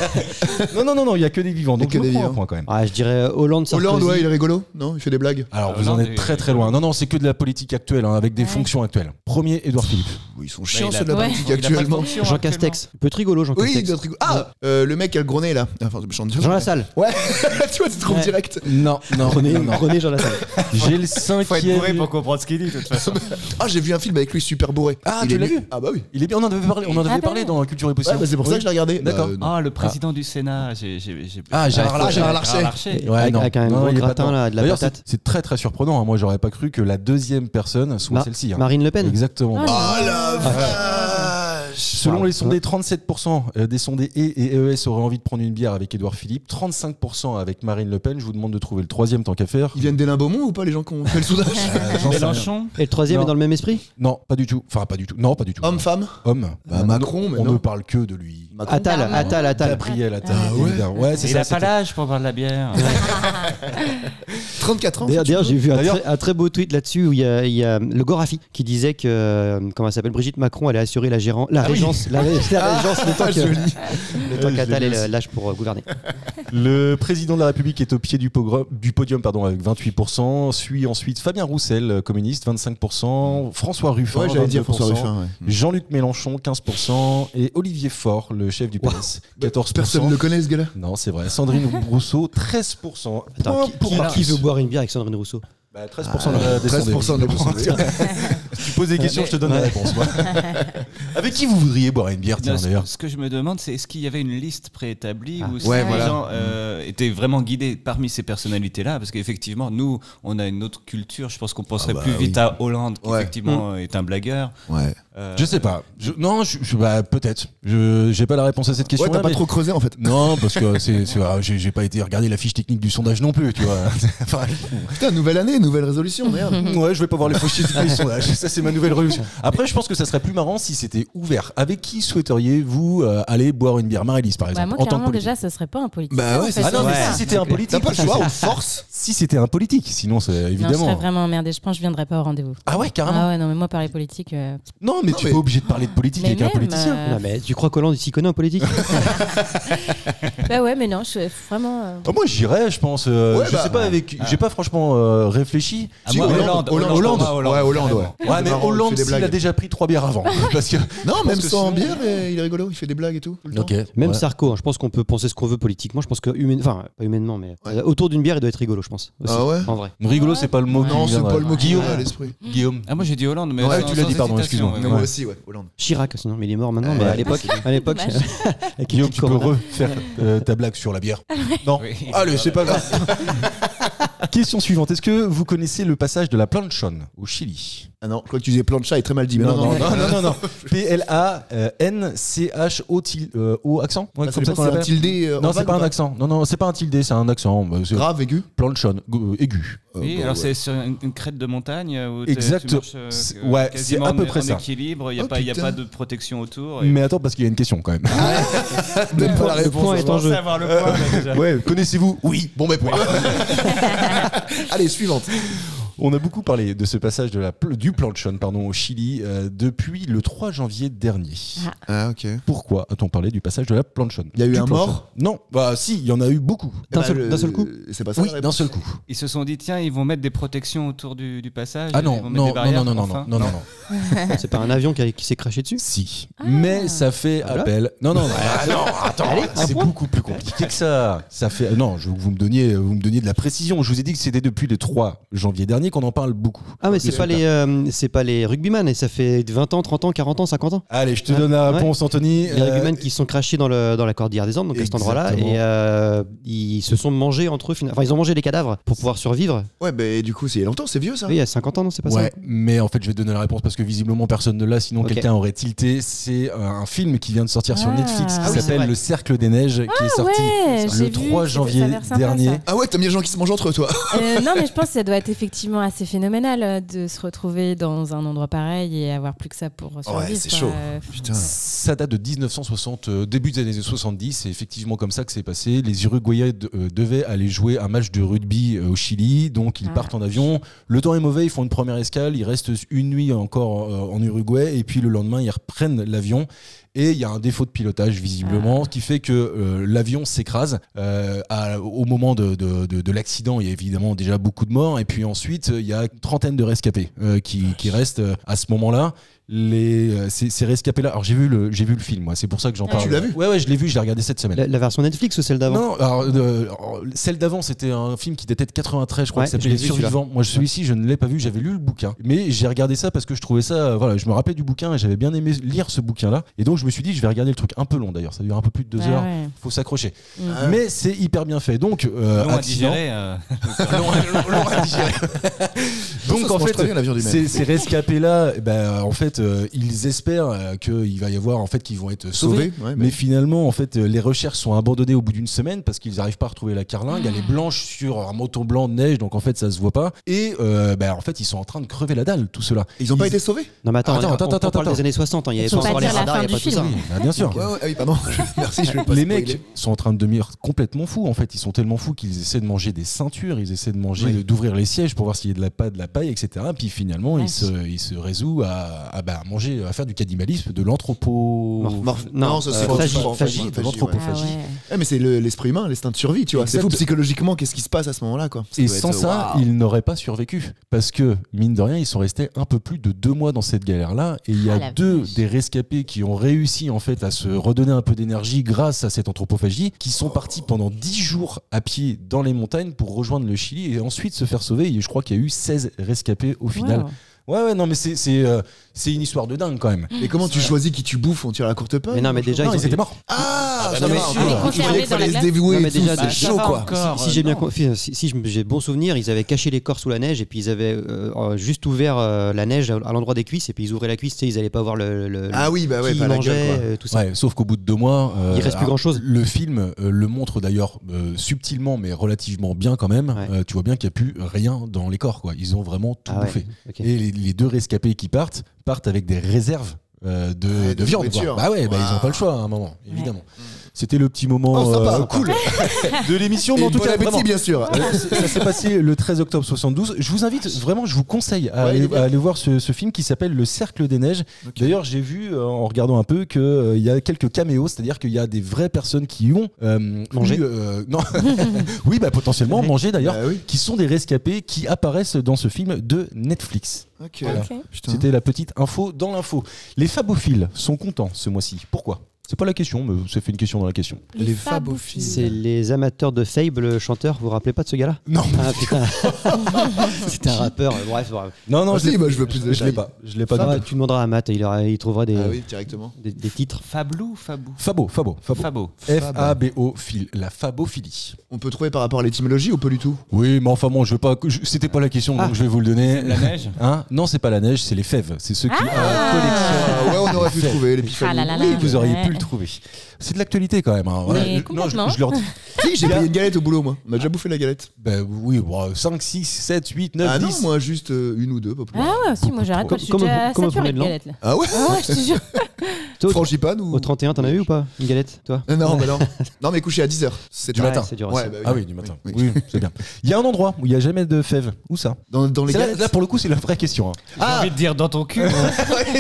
S4: Non, non, non, non, il n'y a que des vivants, donc
S5: Que
S4: je me
S5: des
S4: prends un
S5: vivants.
S4: point quand même.
S8: Ah, je dirais Hollande, Sarkozy.
S5: Hollande, ouais, il est rigolo, non Il fait des blagues.
S4: Alors
S7: Euh,
S4: vous
S7: non,
S4: en
S7: des-
S4: êtes très très loin. Non, non, c'est que de la politique actuelle, hein, avec des
S6: Ouais.
S4: fonctions actuelles. Premier, Édouard Philippe.
S5: Ils sont chiants
S7: il a-
S5: ceux de la
S6: Ouais.
S5: politique
S7: il a pas de
S5: actuellement.
S7: fonction hein,
S8: Jean
S7: actuellement.
S8: Castex. Un peu rigolo, Jean
S5: Oui,
S8: Castex.
S5: d'autres rigolos. Ah, euh, le mec a le gros nez là. Enfin, je chante
S8: Jean Lassalle.
S5: Ouais, tu vois, tu te trompes
S8: Ouais.
S5: direct.
S4: Non, non,
S8: Prenez,
S4: non, non.
S8: prenez Jean Lassalle.
S4: J'ai le
S7: Faut être bourré
S4: cinquième.
S7: pour comprendre ce qu'il dit, de toute façon.
S5: Ah, j'ai vu un film avec lui super bourré.
S4: Ah,
S5: Il
S4: tu
S5: est
S4: l'as
S5: nu.
S4: vu
S5: Ah, bah oui.
S4: Il est bien, on en avait parlé, on en
S6: Ah,
S4: avait
S6: bah
S4: parlé
S6: oui.
S4: dans Culture et
S5: Ouais,
S4: Possible.
S5: bah, c'est pour ça que je l'ai regardé.
S4: D'accord.
S5: Bah, euh, non.
S7: Ah, le président du Sénat. j'ai- j'ai- j'ai-
S4: Ah, Gérard
S5: Ah,
S4: Larcher.
S5: Gérard Larcher.
S8: Et-
S4: Ouais,
S8: avec,
S4: non.
S8: avec un
S4: Non,
S8: gros
S4: il est pas
S8: gratin
S4: dedans.
S8: là, de la
S4: D'ailleurs,
S8: patate.
S4: c'est- C'est très très surprenant. hein. Moi, j'aurais pas cru que la deuxième personne soit
S8: Ma-
S4: celle-ci. hein.
S8: Marine Le Pen.
S4: Exactement. Bah,
S6: Ah,
S5: Oh la vache
S4: Selon
S8: Wow.
S4: les sondés, 37% euh, des sondés E et et EES auraient envie de prendre une bière avec Édouard Philippe, 35% avec Marine Le Pen. Je vous demande de trouver le troisième tant qu'à faire.
S5: Ils viennent d'Hélène Beaumont ou pas, les gens qui ont fait le sondage
S4: Euh, j'en sais rien.
S7: Mélenchon.
S8: Et le troisième
S4: Non.
S8: est dans le même esprit
S4: Non, pas du tout. Enfin, pas du tout. Non, pas du tout.
S5: Homme, femme
S4: Homme.
S5: Bah, Macron,
S4: on,
S5: mais
S4: on
S5: non.
S4: ne parle que de lui.
S8: Attal,
S6: Darmanin.
S8: Attal, Attal.
S4: Gabriel Attal.
S6: Ah
S5: ouais.
S4: évidemment. ouais c'est
S7: Il a
S4: ça.
S7: pas
S4: c'était-
S7: l'âge pour boire de la bière.
S5: 34 ans
S8: D'ailleurs, d'ailleurs, j'ai vu un
S4: D'ailleurs-
S8: très, un très beau tweet là-dessus où il y, a- il y a le Gorafi qui disait que, euh, comment elle s'appelle, Brigitte Macron allait assurer la, gérant, la régence, la, ré- la régence le temps que- le temps
S4: Ouais,
S8: qu'Attal
S4: j'ai
S8: ait
S4: vu
S8: le- l'âge pour euh, gouverner.
S4: Le président de la République est au pied du, pogre- du podium pardon, avec 28%. Suit ensuite Fabien Roussel, euh, communiste, 25%. François Ruffin,
S5: Mm. Ouais, j'allais dire Bah,
S4: 22%,
S5: François Ruffin. ouais.
S4: Mm. Jean-Luc Mélenchon, 15%. Et Olivier Faure, le chef du PS, 14%.
S5: Personne ne le connaît, ce gars-là.
S4: Non, c'est vrai. Sandrine Rousseau, 13%.
S8: Attends,
S4: Point
S8: qui,
S4: Oh, pour
S8: qui-
S4: Marx.
S8: qui veut boire une bière avec Sandrine Rousseau
S4: Bah, 13% de la des
S5: 13% de la
S4: sondés. Si tu poses des questions, je te donne la réponse. moi. Avec qui vous voudriez boire une bière, tiens,
S7: Non, ce-
S4: d'ailleurs
S7: ce que je me demande, c'est est-ce qu'il y avait une liste préétablie
S8: Ah.
S7: ou si
S5: Ouais,
S7: les
S5: voilà. Mm.
S7: gens euh, étaient vraiment guidés parmi ces personnalités-là Parce qu'effectivement, nous, on a une autre culture. Je pense qu'on penserait
S5: Ah bah
S7: plus
S5: oui.
S7: vite à Hollande, qui
S5: Ouais. Mm.
S7: effectivement est un blagueur.
S5: Ouais.
S7: Euh,
S4: Je sais pas. Je- non, je, je- bah, peut-être. Je j'ai pas la réponse à cette question.
S5: Ouais, t'as pas trop creusé en fait.
S4: Non, parce que c'est, c'est- ah, j'ai, j'ai pas été regarder la fiche technique du sondage non plus, tu vois. Enfin,
S5: Putain, nouvelle année, nouvelle résolution, Oh, merde.
S4: ouais, je vais pas voir les fiches techniques du sondage. Ça, c'est ma nouvelle révolution. Après, je pense que ça serait plus marrant si c'était ouvert. Avec qui souhaiteriez-vous euh, aller boire une bière Marie-Lise, par
S6: Bah,
S4: exemple,
S6: moi,
S4: en tant que
S6: clairement,
S4: politique
S6: déjà, ce serait pas un politique.
S5: Bah ouais, c'est ça.
S4: Ah non, Non, mais
S8: Ouais.
S4: si c'était un
S5: T'as
S4: politique.
S5: pas le choix, on force.
S4: Si c'était un politique, sinon, c'est
S6: Non, je
S4: évidemment.
S6: serais vraiment emmerdée. Je pense que je viendrais pas au rendez-vous.
S4: ah ouais, carrément.
S6: Ah ouais, non, mais moi, parler politique. euh,
S4: Non, mais
S5: Non,
S4: tu
S5: mais-
S4: es pas obligé de parler de politique
S6: mais
S4: avec un
S6: même,
S4: politicien.
S6: euh,
S8: Non, mais tu crois qu'Hollande il s'y connaît en politique
S6: Bah ouais, mais non, je vraiment. euh,
S4: Ah, moi, j'irais, je pense. euh,
S5: Ouais,
S4: je
S5: bah,
S4: sais pas avec. J'ai pas franchement euh, réfléchi.
S5: Si,
S7: moi,
S5: Hollande,
S7: Hollande,
S5: Hollande,
S7: Hollande,
S5: je t'en- Ouais, Hollande, ouais.
S4: Ouais, mais
S5: marrant, il fait
S4: Hollande,
S5: des
S4: s'il a
S5: blagues.
S4: déjà pris trois bières avant. parce que.
S5: Non, même
S4: que
S5: sans
S4: sinon-
S5: bière, euh, il est rigolo, il fait des blagues et tout. tout le temps.
S8: Même
S4: Ouais.
S8: Sarko, hein, je pense qu'on peut penser ce qu'on veut politiquement. Je pense que humaine- enfin pas humainement, mais
S5: Ouais.
S8: euh, autour d'une bière, il doit être rigolo, je pense. aussi,
S5: Ah ouais
S8: En vrai.
S4: Rigolo, c'est pas le mot. qui
S5: Non,
S4: me
S5: c'est
S4: vient,
S5: pas le mot qui
S4: Guillaume.
S5: vient à l'esprit.
S4: Guillaume.
S7: Ah, moi j'ai dit Hollande, mais
S4: Ouais,
S7: sans-
S4: tu l'as
S7: sans
S4: dit, pardon,
S7: hésitation,
S4: excuse-moi.
S7: ouais.
S5: Non,
S4: Ouais.
S5: Moi aussi, Ah, ouais, Hollande.
S8: Chirac, sinon, mais il est mort maintenant. Mais
S5: Ouais. Ah,
S8: à l'époque, à l'époque,
S6: Dommage.
S8: avec
S4: Guillaume, tu peux
S8: Corona.
S4: refaire euh, ta blague sur la bière. Non.
S7: Oui.
S4: Allez, c'est pas grave. Question suivante. Est-ce que vous connaissez le passage de la planchon au Chili
S5: Ah non, je crois que tu disais plancha est très mal dit. mais
S4: non, non, non, non. P-L-A-N-C-H-O euh, accent Ouais,
S5: Ah, c'est
S4: comme
S5: pas-
S4: ça qu'on
S5: c'est un
S4: l'appelle.
S5: tilde. euh,
S4: Non,
S5: orval
S4: c'est
S5: ou
S4: pas un accent. Non, non, c'est pas un tilde, c'est un accent. Bah, C'est
S5: Grave, aigu.
S4: planchon, go- aigu.
S5: Euh,
S7: Oui,
S5: bah,
S7: alors
S5: ouais.
S7: c'est sur une, une crête de montagne euh, où t'es-
S4: Exact.
S7: tu marches, euh,
S4: C'est-
S7: euh,
S4: ouais,
S7: quasiment
S4: c'est à peu
S7: en-
S4: près
S7: en
S4: ça.
S7: équilibre, il n'y a,
S5: Oh,
S7: pas- y a
S5: putain.
S7: pas de protection autour. et-
S4: Mais attends, parce qu'il y a une question quand même.
S5: Même pas la
S8: Le
S5: réponse.
S8: point est en jeu.
S7: avoir le point, là, déjà.
S4: Ouais, connaissez-vous
S5: Oui, bon, mais point. Allez, suivante.
S4: On a beaucoup parlé de ce passage de la, pl- du planchon pardon, au Chili euh, depuis le 3 janvier dernier.
S6: Ah.
S5: Ah, ok.
S4: Pourquoi a-t-on parlé du passage de la planchon
S5: Il y a eu
S4: Du
S5: un
S4: planchon.
S5: mort
S4: Non, bah si, il y en a eu beaucoup.
S5: Eh
S4: Bah,
S8: D'un
S5: ben,
S8: seul-
S5: le-
S8: d'un seul coup
S5: C'est pas ça
S4: Oui,
S5: la réponse.
S4: d'un seul coup.
S7: Ils se sont dit, tiens, ils vont mettre des protections autour du, du passage.
S4: Ah
S7: ils
S4: non,
S7: vont mettre
S4: non,
S7: des
S4: non, non,
S7: barrières,
S4: non, non,
S7: enfin.
S4: non, non, non.
S8: C'est pas un avion qui, a- qui s'est craché dessus
S4: Si. Mais ça fait appel. Non, Ah. non, non. attends. c'est beaucoup plus compliqué que ça. Ça fait. Non, je, vous me donniez, vous me donniez de la précision. Je vous ai dit que c'était depuis le 3 janvier dernier qu'on en parle beaucoup.
S8: Ah, mais c'est
S4: Le
S8: pas,
S4: soldat.
S8: les, euh, c'est pas les rugbyman, et ça fait 20 ans, 30 ans, 40 ans, 50 ans.
S4: Allez, je te
S8: Ouais.
S4: donne la réponse, Anthony.
S8: Les
S4: Euh,
S8: rugbyman qui se sont crachés dans, le, dans la cordillère des Andes, donc à cet endroit-là,
S4: Exactement.
S8: et euh, ils se sont mangés entre eux, fina- enfin ils ont mangé des cadavres pour pouvoir survivre.
S5: Ouais, bah du coup, c'est il y a longtemps, c'est vieux ça.
S8: Oui, il y a 50 ans, non, c'est pas
S4: ouais, mais en fait, je vais donner la réponse parce que visiblement personne ne l'a, sinon
S8: hein. Ok.
S4: quelqu'un aurait tilté. C'est euh, un film qui vient de sortir sur
S6: Ah.
S4: Netflix qui
S8: Ah oui, c'est
S4: s'appelle
S8: vrai. Ah
S4: Le Cercle des Neiges, qui est sorti
S6: ouais, j'ai
S4: le
S6: vu,
S4: 3
S6: ça- ça
S4: janvier
S6: a l'air sympa,
S4: dernier.
S6: ça.
S5: Ah ouais, t'as mis les gens qui se mangent entre eux, toi.
S6: Euh, non, mais je pense que ça doit être effectivement assez phénoménal euh, de se retrouver dans un endroit pareil et avoir plus que ça pour survivre.
S5: Ouais, c'est
S6: quoi.
S5: chaud.
S6: Euh,
S5: Putain.
S4: Ça date de 1960, euh, début des années 70. C'est effectivement comme ça que c'est passé. Les Uruguayens de- euh, devaient aller jouer un match de rugby euh, au Chili, donc ils
S6: Ah.
S4: partent en avion. Le temps est mauvais, ils font une première escale, ils restent une nuit encore euh, en Uruguay, et puis le lendemain, ils reprennent l'avion. Et il y a un défaut de pilotage visiblement,
S5: Ah.
S4: ce qui fait que euh, l'avion s'écrase. Euh, à- au moment de, de- de- de l'accident, il y a évidemment déjà beaucoup de morts. Et puis ensuite, il y a une trentaine de rescapés euh, qui, qui restent euh, à ce moment-là. Les, euh, ces, ces rescapés-là. Alors j'ai vu le, j'ai vu le film, moi. C'est pour ça que j'en
S6: Ah
S4: parle.
S5: Tu l'as vu
S4: Ouais, ouais, je l'ai vu. Je l'ai regardé cette semaine.
S8: ça La, la version Netflix ou celle d'avant
S4: Non, alors, euh, alors, celle d'avant, c'était un film qui datait de 93, je crois,
S8: Ouais,
S4: qui s'appelait
S8: je l'ai
S4: Les
S8: vu, celui-là.
S4: Survivants. Moi, celui-ci, je ne l'ai pas vu, j'avais lu le bouquin. Mais j'ai regardé ça parce que je trouvais ça, euh, voilà, je me rappelais du bouquin et j'avais bien aimé lire ce bouquin-là. Et donc, je me suis dit, je vais regarder le truc un peu long d'ailleurs, ça dure un peu plus de deux
S6: ouais,
S4: heures.
S6: ouais.
S4: Faut s'accrocher.
S6: Mm.
S8: Ah.
S4: Mais c'est hyper bien fait. Donc, euh,
S7: Non, à
S4: accident.
S7: digérer, euh,
S4: Donc, en fait, euh,
S5: l'avion du
S4: Ces, ces rescapés-là, eh ben, en fait, euh, ils espèrent euh, qu'il va y avoir, en fait, qu'ils vont être sauvés.
S5: Sauvé, ouais,
S4: Mais
S5: mais
S4: finalement, en fait, euh, les recherches sont abandonnées au bout d'une semaine parce qu'ils n'arrivent pas à retrouver la carlingue. Elle est blanche sur un moton blanc de neige, donc en fait, ça se voit pas. Et euh, bah, en fait, ils sont en train de crever la dalle, tout cela.
S5: ils ont pas
S4: ils-
S5: été sauvés
S8: Non, mais attends,
S4: Attends,
S8: on-
S4: attends,
S8: on, on
S4: attends,
S8: parle
S4: attends.
S8: des années 60, hein, il y avait
S6: Faut
S8: pas
S6: pas
S8: encore les
S6: dire la
S8: radars, il
S6: fin du
S8: y avait pas tout
S6: film.
S8: ça.
S4: Ah, bien sûr.
S5: Ouais, ouais, ah oui, pardon. Merci, je vais pas
S4: Les
S5: spoiler.
S4: mecs sont en train de devenir complètement fous. En fait, ils sont tellement fous qu'ils essaient de manger des ceintures, ils essaient de manger,
S5: Oui.
S4: de- d'ouvrir les sièges pour voir s'il y a de la paille, de la paille, etc. Puis finalement,
S6: Ouais.
S4: ils, se, ils se résout à, à, bah, à manger, à faire du cannibalisme, de l'anthropo.
S8: Mor- mor-
S5: Non,
S8: non,
S5: ça,
S8: euh,
S5: c'est pas-
S8: phagie,
S5: c'est pas-
S8: phagie.
S5: phagie.
S4: de l'anthropophagie.
S6: Ah ouais.
S5: Eh, mais c'est le- l'esprit humain, l'instinct de survie, tu vois. C'est fou
S4: Exact.
S5: psychologiquement, qu'est-ce qui se passe à ce moment-là, quoi. Ça
S4: Et
S5: doit
S4: sans
S5: être, euh,
S4: ça,
S5: waouh.
S4: ils n'auraient pas survécu. Parce que, mine de rien, ils sont restés un peu plus de deux mois dans cette galère-là. Et il y
S6: Ah,
S4: a
S6: la
S4: deux
S6: vache.
S4: des rescapés qui ont réussi, en fait, à se redonner un peu d'énergie grâce à cette anthropophagie, qui sont partis pendant dix jours à pied dans les montagnes pour rejoindre le Chili et ensuite se faire sauver. Et je crois qu'il y a eu 16 rescapés au final.
S6: Wow.
S4: Ouais, ouais, non, mais c'est c'est, euh, c'est une histoire de dingue quand
S6: Ah,
S4: même.
S5: Mais comment tu choisis qui tu bouffes On tire la courte paille
S8: Mais non, mais déjà,
S4: Non,
S8: ils
S4: ils étaient
S8: ont.
S4: morts.
S5: Ah, ça
S4: bien
S5: va,
S4: sûr.
S5: encore. Je
S4: Ils
S5: croyais
S6: conservaient
S5: qu'il
S6: dans la
S5: fallait se
S6: glace.
S5: dévouer
S8: Non,
S5: et
S8: mais
S5: tout.
S8: déjà,
S5: Bah,
S8: c'est
S5: chaud, quoi.
S7: encore,
S8: si
S7: euh,
S8: si j'ai bien
S7: non.
S8: compris, enfin, si, si je- j'ai bon souvenir, ils avaient caché les corps sous la neige et puis ils avaient euh, euh, juste ouvert euh, la neige à, à l'endroit des cuisses et puis ils ouvraient la cuisse, tu sais, ils allaient pas voir le, le-
S5: Ah oui, bah
S8: le-
S5: ouais,
S8: qui
S5: pas la
S8: mangeait,
S5: gueule, quoi.
S8: euh, tout ça.
S4: Ouais, sauf qu'au bout de deux mois, euh,
S8: Il reste plus
S4: alors,
S8: grand-chose.
S4: Le film euh, le montre d'ailleurs euh, subtilement, mais relativement bien quand même.
S8: Ouais.
S4: Euh, tu vois bien qu'il n'y a plus rien dans les corps, quoi. Ils ont vraiment tout
S8: Ah ouais,
S4: bouffé.
S8: ok.
S4: Et les, les deux rescapés qui partent partent avec des réserves euh, de,
S5: Ouais,
S4: de
S5: de
S4: viande.
S5: nourriture.
S4: quoi. Bah ouais, bah,
S5: Waouh.
S4: ils n'ont pas le choix à un moment, évidemment. C'était le petit moment
S5: Oh, sympa,
S4: euh,
S5: cool.
S4: de l'émission. Mais
S5: Et
S4: en tout
S5: bon
S4: cas,
S5: appétit,
S4: vraiment,
S5: bien sûr.
S4: euh, ça ça s'est passé le 13 octobre 72. Je vous invite vraiment, je vous conseille à,
S5: Ouais, il est
S4: aller,
S5: bien.
S4: à aller voir ce, ce film qui s'appelle Le Cercle des Neiges. D'ailleurs, j'ai vu euh, en regardant un peu que euh, il y a quelques caméos, c'est-à-dire qu'il y a des vraies personnes qui ont euh,
S8: Mangé.
S4: eu, euh, non, oui, bah potentiellement mangé d'ailleurs,
S5: Bah oui.
S4: qui sont des rescapés qui apparaissent dans ce film de Netflix.
S5: Ok.
S4: Voilà.
S6: Ok.
S5: Putain.
S4: C'était la petite info dans l'info. Les fabophiles sont contents ce mois-ci. Pourquoi C'est pas la question, mais ça fait une question dans la question.
S6: Les,
S5: Les
S6: fabophiles.
S8: C'est les amateurs de Fable, le chanteur, vous vous rappelez pas de ce gars-là
S4: Non.
S8: Ah putain C'était un rappeur, euh, bref, bref.
S4: Non, non,
S5: Ah,
S4: je l'ai
S5: si, bah, je veux plus de
S4: je l'ai
S5: détails.
S4: pas. Je l'ai pas.
S8: Ah,
S4: du tout.
S8: tu demanderas à Matt, il, aura- il trouvera des,
S5: Ah oui, directement.
S8: des, des titres.
S7: Fablou ou Fabou
S4: Fabo, Fabo, Fabo.
S7: Fabo.
S4: F-A-B-O, phile, la fabophilie.
S5: On peut trouver par rapport à l'étymologie ou pas du tout
S4: Oui, mais enfin bon, je veux pas. je- C'était pas la question,
S6: Ah.
S4: donc je vais vous le donner.
S7: La neige
S4: Hein non, c'est pas la neige, c'est les fèves. C'est ceux qui.
S6: Ah.
S5: Ah, Ouais, on aurait pu
S4: Fait.
S5: trouver
S6: Ah là
S5: l'épiphanie.
S6: là là.
S4: oui, vous auriez
S6: Ouais.
S4: pu le trouver. C'est de l'actualité quand même. hein, voilà.
S6: Mais
S4: Je-
S6: complètement.
S4: Non, je, je leur dis.
S5: Si, j'ai payé une galette au boulot, moi. On m'a déjà bouffé la galette.
S4: Ben oui, bon, 5, 6, 7, 8, 9,
S5: Ah
S4: 10.
S5: non, moi, juste euh, une ou deux, pas plus.
S6: Ah ouais, si, moi j'arrête,
S8: Comme-
S6: moi, je suis
S8: comme-
S6: déjà
S8: comme vous
S6: saturée de
S8: prenez le nom.
S6: galettes là.
S5: Ah ouais
S6: Ah ouais, je te jure.
S8: Toi, au-
S5: Frangipane ou
S8: au 31, t'en as eu ou pas Une galette, toi
S5: Ah Non, bah non. Non, mais couché à 10h. C'est
S4: Du
S5: tard.
S4: matin.
S8: c'est dur.
S5: Ouais,
S8: ça.
S5: bah
S4: Ah oui, du matin.
S5: Oui,
S4: Oui,
S5: oui.
S4: c'est bien. Il y a un endroit où il n'y a jamais de fèves. Où ça
S5: Dans, dans les
S4: C'est là,
S5: galettes.
S4: là, pour le coup, c'est la vraie question. hein.
S7: J'ai
S5: Ah
S7: envie de dire dans ton cul.
S5: ouais,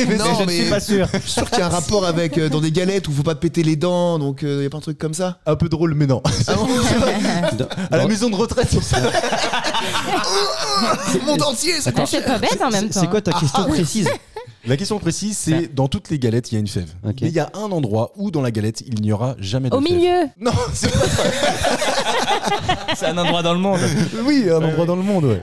S5: mais non, mais
S7: sûr.
S5: je suis sûr qu'il y a un rapport avec euh, dans des galettes où faut pas te péter les dents, donc euh, y a pas un truc comme ça.
S4: Un peu drôle, mais non.
S5: Ah bon
S8: Dans-
S4: À la maison de retraite, c'est ça.
S5: Mon dentier, ça
S6: Ah, C'est pas bête en même temps.
S8: C'est quoi
S4: Ah,
S8: ta question précise
S4: La question précise, c'est dans toutes les galettes, il y a une fève.
S8: Ok.
S4: Mais il y a un endroit où dans la galette, il n'y aura jamais de
S6: Au
S4: fève.
S6: milieu.
S4: Non, c'est pas
S7: C'est un endroit dans le monde.
S4: Oui, un endroit dans le monde, ouais.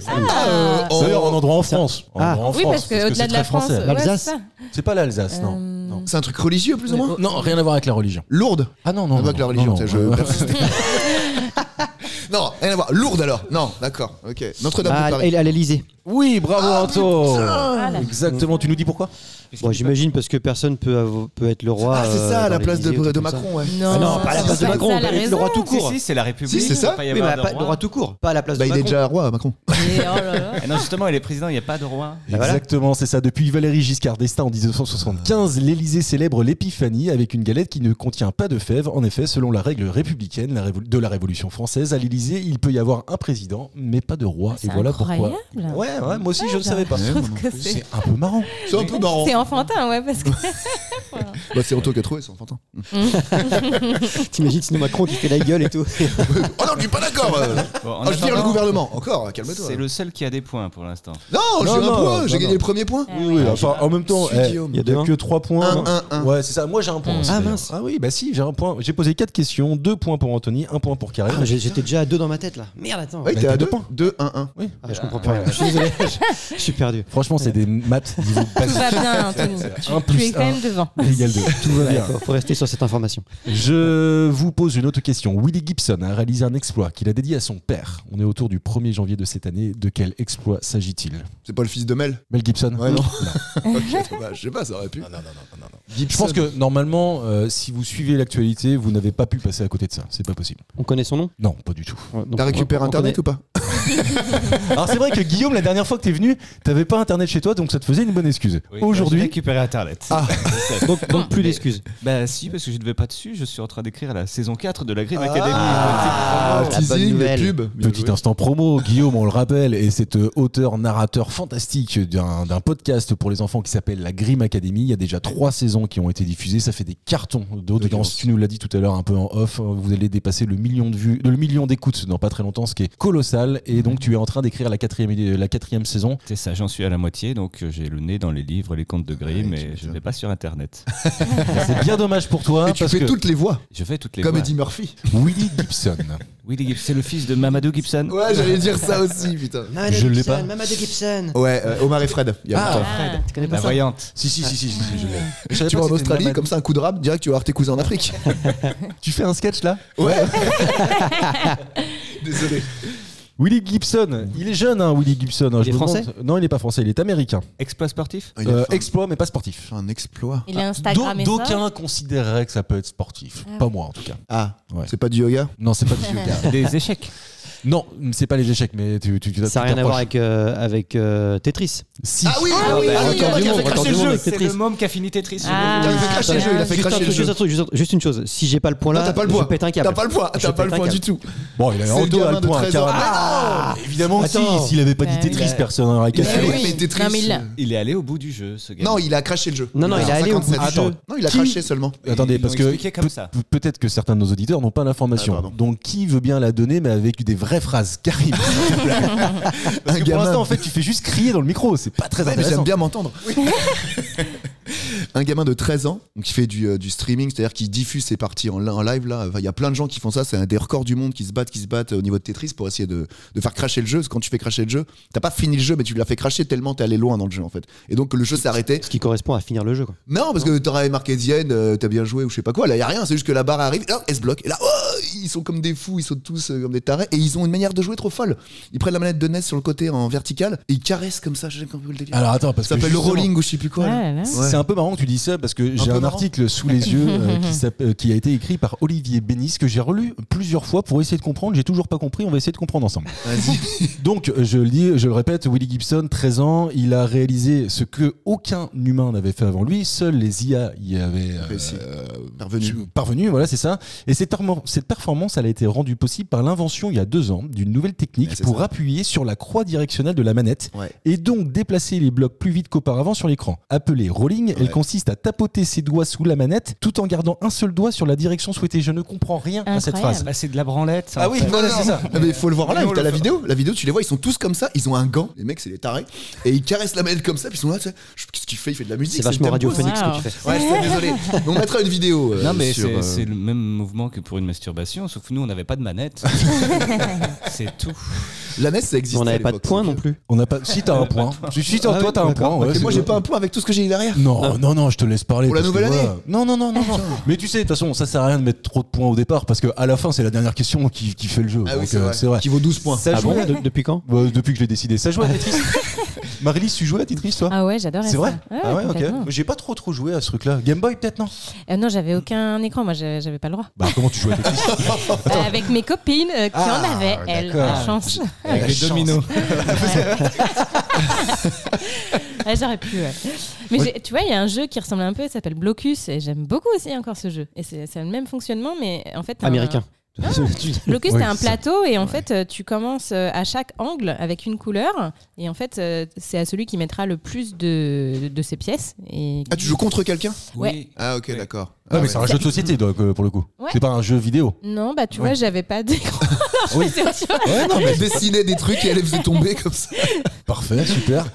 S5: oh.
S4: D'ailleurs, un endroit en France. Un
S8: Ah.
S4: endroit en
S6: Ah. Oui,
S4: France,
S6: parce que
S4: c'est
S6: au-delà de
S4: très
S6: la France,
S4: français.
S6: ouais,
S8: L'Alsace.
S6: c'est ça.
S4: C'est pas l'Alsace, non.
S6: Euh,
S4: non.
S5: C'est un truc religieux plus ou moins
S4: Non, rien à voir avec la religion.
S5: Lourde
S4: Ah non, non.
S5: Ah, pas
S4: non,
S5: que la religion,
S4: non,
S5: ça,
S4: non.
S5: je persiste. Non, rien à voir. Lourde alors Non, d'accord, ok. Notre-Dame
S8: Ah,
S5: de Paris.
S8: elle- À l'Elysée.
S4: Oui, bravo
S6: Ah,
S4: Anto
S5: euh.
S6: Voilà.
S4: Exactement, tu nous dis pourquoi
S8: Bon, j'imagine parce que personne peut, avo- peut être le roi.
S5: Ah, c'est
S8: euh,
S5: ça, à
S8: dans
S5: la place de,
S8: l'Élysée
S5: de
S8: ou tout ça.
S5: Macron, ouais.
S6: Non,
S8: non, pas à la place de
S6: c'est
S8: Macron,
S6: ça, la
S8: on va être le roi
S6: raison.
S8: tout court.
S7: Si, si, c'est la République.
S5: Si, c'est
S7: il
S5: ça.
S7: peut pas y
S8: Oui, mais
S7: avoir
S8: à
S7: de
S8: la pla- le roi tout court, pas à la place
S5: Bah,
S8: de
S5: il est
S8: Macron.
S5: déjà roi, Macron.
S6: Et oh là là.
S7: Ah non, justement, il est président, il n'y a pas de roi.
S8: Ah, voilà.
S4: Exactement, c'est ça. Depuis Valéry Giscard d'Estaing en 1975, l'Élysée célèbre l'épiphanie avec une galette qui ne contient pas de fèves. En effet, selon la règle républicaine la révol- de la Révolution française, à l'Élysée, il peut y avoir un président, mais pas de roi.
S6: C'est
S4: Et voilà
S6: incroyable. Ah,
S4: pourquoi. Ouais, ouais, moi aussi, je ne savais pas.
S6: Je trouve que c'est
S4: C'est un peu marrant.
S5: C'est un peu marrant.
S6: c'est enfantin, ouais, parce que
S5: Bah, c'est Anto qui a trouvé, c'est enfantin.
S8: T'imagines sinon Macron qui fait la gueule et tout.
S5: Oh non, je suis pas d'accord euh.
S7: Bah Bon, en
S5: Ah, je vire le
S7: attendant,
S5: gouvernement. Encore, calme-toi. hein.
S7: C'est le seul qui a des points pour l'instant.
S5: Non, j'ai
S4: Non,
S5: un
S4: non,
S5: point,
S4: non,
S5: j'ai gagné
S4: non.
S5: le premier point.
S6: Ah oui,
S4: enfin, en même temps,
S5: Suis
S4: eh, il
S5: Guillaume.
S4: n'y a
S8: Il y a
S4: que 3 points.
S5: Un, un, un.
S4: Ouais, c'est ça. Moi, j'ai un point. aussi,
S8: Ah,
S4: d'ailleurs.
S8: mince.
S4: Ah oui, bah si, j'ai un point. J'ai posé 4 questions 2 points pour Anthony, 1 point pour Karim.
S8: Ah, j'ai- J'étais déjà à deux dans ma tête là. Merde, attends.
S5: Oui,
S4: Mais
S5: t'es à
S4: t'as deux
S5: 2
S4: points.
S5: 2, 1, 1.
S8: Ah, je comprends pas rien. Je suis désolé. Je suis perdu.
S4: Franchement, c'est des maths niveau
S6: tout
S4: basique.
S6: va bien, Anthony. Tu,
S4: un
S6: tu
S4: plus
S6: es quand
S4: un.
S6: même devant.
S4: Égale deux. Tout va bien.
S8: Faut, faut rester sur cette information.
S4: Je vous pose une autre question. Willie Gibson a réalisé un exploit qu'il a dédié à son père. On est autour du 1er janvier de cette année. De quel exploit s'agit-il
S5: C'est pas le fils de Mel
S4: Mel Gibson
S5: Ouais, non. ok, dommage. Je sais pas, ça aurait pu.
S4: Je pense que normalement, euh, si vous suivez l'actualité, vous n'avez pas pu passer à côté de ça. C'est pas possible.
S8: On connaît son nom
S4: Non, pas du tout.
S5: T'as récupéré internet ou pas
S4: Alors c'est vrai que Guillaume, la dernière fois que t'es venu, t'avais pas internet chez toi, donc ça te faisait une bonne excuse.
S7: J'ai
S4: Aujourd'hui,
S7: récupéré Internet.
S4: Ah.
S7: C'est ça.
S8: Donc, donc plus d'excuses.
S7: bah si, parce que je ne vais pas dessus. Je suis en train d'écrire la saison 4 de la Green Academy.
S5: Ah,
S8: la bonne
S5: teasing, les
S8: nouvelle.
S5: pubs. Bien
S4: Petit
S5: joué.
S4: instant promo, Guillaume, on le rappelle, est cet euh, auteur, narrateur fantastique d'un d'un podcast pour les enfants qui s'appelle La Grim Academy. Il y a déjà trois saisons qui ont été diffusées, ça fait des cartons d'audience.
S5: D'audience.
S4: Tu nous l'as dit tout à l'heure un peu en off, euh, vous allez dépasser le million de vues, le million d'écoutes dans pas très longtemps, ce qui est colossal. Et donc tu es en train d'écrire la quatrième, euh, la quatrième saison.
S7: C'est ça, j'en suis à la moitié, donc euh, j'ai le nez dans les livres, les contes de Grimm,
S5: Ouais, tu
S7: et je
S5: m'étonnes.
S7: ne vais pas sur Internet.
S4: C'est bien dommage pour toi
S5: Et tu
S4: parce
S5: fais
S4: que
S5: toutes les voix,
S7: Je fais toutes les
S5: comme
S7: voix.
S5: Eddie Murphy.
S4: Willie Gibson,
S7: Willie Gibson, c'est le fils de Mamadou Gibson.
S5: Ouais, j'allais dire ça aussi, putain.
S4: Je l'ai pas.
S8: Mamadou Gibson.
S5: Ouais, euh, Omar et Fred. il y a longtemps.
S6: Ah,
S8: Tu connais
S7: La
S8: pas ça
S7: voyante.
S4: si si si si, si, je l'ai. Je savais
S5: Tu
S4: pas
S5: vas en
S4: que c'était
S5: Australie,
S4: Mamadou.
S5: comme ça, un coup de rap, direct, tu vas voir tes cousins en Afrique.
S4: tu fais un sketch là
S5: Ouais. Désolé.
S4: Willie Gibson, il est jeune, hein, Willie Gibson. hein,
S8: Il
S4: je
S8: est
S4: me demande-
S8: français Ah,
S4: Non, il n'est pas français, il est américain.
S7: Exploit sportif
S5: ah, Il a
S4: Euh,
S5: fait un-
S4: exploit, mais pas sportif.
S5: un exploit.
S6: Il est
S4: D'au-
S6: Instagram et ça.
S4: D'aucuns considéreraient que ça peut être sportif.
S6: Ah
S4: Pas
S6: ouais.
S4: moi, en tout cas.
S5: Ah,
S4: Ouais.
S5: c'est pas du yoga
S4: Non, c'est pas du yoga.
S7: Des échecs.
S4: Non, c'est pas les échecs, mais tu, tu, tu
S8: Ça n'a rien à voir avec, euh, avec euh, Tetris.
S4: Si.
S5: Ah oui, ah oui,
S8: bah,
S5: ah oui,
S8: record
S5: il y en a qui
S8: du
S5: a fait
S8: monde, record
S5: cracher
S8: du
S5: le
S8: monde
S5: jeu.
S8: avec Tetris.
S7: môme qui a fini Tetris.
S6: Ah.
S5: Il a fait cracher le jeu, il a fait
S8: Juste un
S5: cracher
S8: truc,
S5: le
S8: juste
S5: jeu.
S8: un truc, juste un truc, juste une chose. Si j'ai pas le point là,
S5: Non, t'as pas le
S8: je
S5: point.
S8: pète un câble.
S5: T'as pas le point,
S8: Je
S5: t'as pas
S8: pète
S5: le
S8: un
S5: point du
S8: câble.
S5: tout.
S4: Bon, il a
S5: C'est le
S4: honteux à
S5: gamin
S4: le
S5: de
S4: point,
S5: 13 ans.
S4: carrément.
S5: Ah
S4: Évidemment, si,
S8: Attends.
S4: s'il avait pas dit
S6: Ouais,
S4: Tetris,
S8: oui.
S4: personne n'aurait
S5: Il a
S4: caché.
S6: oui.
S5: fait- mais Tetris.
S6: Non, mais il l'a.
S4: euh,
S7: Il est allé au bout du jeu, ce gars.
S5: Non, il a craché le jeu.
S8: Non, non, il est allé au bout du
S5: 57.
S4: jeu.
S5: Non, il a
S4: Qui-
S5: craché seulement.
S4: Attendez,
S7: ils
S4: parce
S7: l'ont
S4: que
S7: expliqué comme
S4: peut-
S7: ça.
S4: peut- peut-être que certains de nos auditeurs n'ont pas l'information.
S5: Ah, pardon.
S4: Donc, qui veut bien la donner, mais avec des vraies phrases Karim s'il te plaît. Parce
S5: Un
S4: que pour
S5: gamin.
S4: l'instant, en fait, tu fais juste crier dans le micro. C'est pas très
S5: Ouais, mais
S4: intéressant.
S5: j'aime bien m'entendre. un gamin de 13 ans donc, qui fait du, euh, du streaming, c'est-à-dire qui diffuse ses parties en, li- en live. là. Enfin, Il y a plein de gens qui font ça. C'est un des records du monde qui se battent, qui se battent euh, au niveau de Tetris pour essayer de, de faire cracher le jeu. Parce que quand tu fais cracher le jeu, t'as pas fini le jeu, mais tu l'as fait cracher tellement t'es allé loin dans le jeu en fait. Et donc le jeu s'est arrêté.
S8: Ce qui correspond à finir le jeu. Quoi.
S5: Non, parce que t'aurais marqué The End, euh, t'as bien joué ou je sais pas quoi. Là, y a rien. C'est juste que la barre arrive. Là, elle se bloque. Et là, oh, ils sont comme des fous. Ils sont tous euh, comme des tarés. Et ils ont une manière de jouer trop folle. Ils prennent la manette de NES sur le côté en vertical. Et ils caressent comme ça. J'ai compris le délire.
S4: Alors, attends, Ah, parce
S5: Ça
S4: que.
S5: s'appelle le
S4: justement-
S5: rolling ou je sais plus quoi. là.
S6: Ah là là.
S5: Ouais.
S4: C'est un peu marrant que tu dis ça parce que j'ai
S5: peu
S4: un,
S5: marrant.
S4: article sous les yeux euh, qui, s'appelle- euh, qui a été écrit par Olivier Bénis que j'ai relu plusieurs fois pour essayer de comprendre. J'ai toujours pas compris. On va essayer de comprendre ensemble. Donc euh, je le dis, je le répète, Willie Gibson, 13 ans, il a réalisé ce que aucun humain n'avait fait avant lui. Seuls les IA y avaient euh,
S5: Réussi.
S4: je-
S5: Parvenu.
S4: parvenu, voilà, c'est ça. Et cette, permo- cette performance, elle a été rendue possible par l'invention, il y a deux ans, d'une nouvelle
S5: Ouais,
S4: technique
S5: c'est
S4: pour
S5: ça.
S4: appuyer sur la croix directionnelle de la manette
S5: Ouais.
S4: et donc déplacer les blocs plus vite qu'auparavant sur l'écran. Appelée rolling,
S5: Ouais.
S4: elle consiste à tapoter ses doigts sous la manette tout en gardant un seul doigt sur la direction souhaitée. Je ne comprends rien à cette
S6: Incroyable.
S4: phrase.
S7: Bah, c'est de la branlette.
S5: Ah
S7: ça, en fait.
S4: voilà, c'est ça.
S5: Mais faut le voir en
S7: Mais
S5: live,
S7: on
S5: t'as
S7: le
S5: la
S7: fait.
S5: vidéo, la vidéo tu les vois, ils sont tous comme ça, ils ont un gant, les mecs c'est des tarés, et ils caressent la manette comme ça, puis ils sont là, tu sais, je- qu'est-ce qu'il fait, il fait de la musique.
S8: C'est vachement
S5: le tempo,
S8: radiophonique ce que tu
S6: Wow.
S8: fais.
S5: c'est- Ouais, je suis désolé. Mais on mettra une vidéo. euh,
S7: Non, mais
S5: sur,
S7: c'est
S5: euh,
S7: c'est le même mouvement que pour une masturbation, sauf que nous, on n'avait pas de manette. c'est tout.
S5: La NES ça
S8: Mais
S5: existe.
S8: on n'avait pas de points non plus.
S4: On n'a pas. Si t'as un point. Si, si, toi,
S8: Ah
S4: toi,
S8: oui,
S4: t'as un
S8: d'accord.
S4: point. ouais,
S5: Et
S4: c'est
S5: moi
S4: bon.
S5: j'ai pas un point avec tout ce que j'ai derrière.
S4: Non, non, non, je te laisse parler.
S5: Pour la
S4: parce
S5: nouvelle
S4: que,
S5: année.
S4: voilà. Non, non, non, non. non. Mais tu sais, de toute façon, ça sert à rien de mettre trop de points au départ parce que à la fin, c'est la dernière question qui, qui fait le jeu.
S5: Ah oui,
S4: Donc,
S5: c'est
S4: euh,
S5: vrai.
S4: c'est vrai.
S5: Qui vaut 12 points.
S4: Ça
S8: Ah
S4: joue
S8: bon
S4: à-
S8: De- Depuis quand
S4: Bah, Depuis que je l'ai décidé, ça joue à Tetris. Marilys, tu jouais à Tetris, toi
S6: Ah ouais, j'adorais ça.
S4: C'est vrai
S6: Ouais,
S4: Ah ouais,
S6: complètement.
S4: ok. J'ai pas trop trop joué à ce truc-là. Game Boy, peut-être, non
S6: Euh, non, j'avais aucun écran, moi j'ai- j'avais pas le droit.
S4: Bah, comment tu jouais à Tetris
S6: Euh, avec mes copines euh, qui
S4: Ah,
S6: en avaient, elles,
S4: d'accord.
S6: la chance.
S4: Avec les dominos.
S6: Ouais, J'aurais pu. ouais. Mais j'ai- tu vois, il y a un jeu qui ressemble un peu, ça s'appelle Blocus, et j'aime beaucoup aussi encore ce jeu. Et c'est c'est le même fonctionnement, mais en fait. t'as un-
S8: Américain.
S6: Blocus,
S4: Ouais,
S6: t'as un
S4: c'est ça.
S6: plateau et en fait, euh, tu commences euh, à chaque angle avec une couleur. Et en fait, euh, c'est à celui qui mettra le plus de, de ses pièces. Et...
S5: Ah tu joues contre quelqu'un
S6: Ouais.
S5: Ah ok d'accord. Ah,
S4: Non, mais
S5: ouais.
S4: c'est un jeu de société, donc, euh, pour le coup.
S6: Ouais.
S4: C'est pas un jeu vidéo.
S6: Non, bah tu vois, j'avais pas d'écran. Non, je
S4: Oui.
S6: faisais autre chose.
S4: Ouais, non, mais
S5: Elle dessinait des trucs et elle les faisait tomber comme ça.
S4: parfait, super.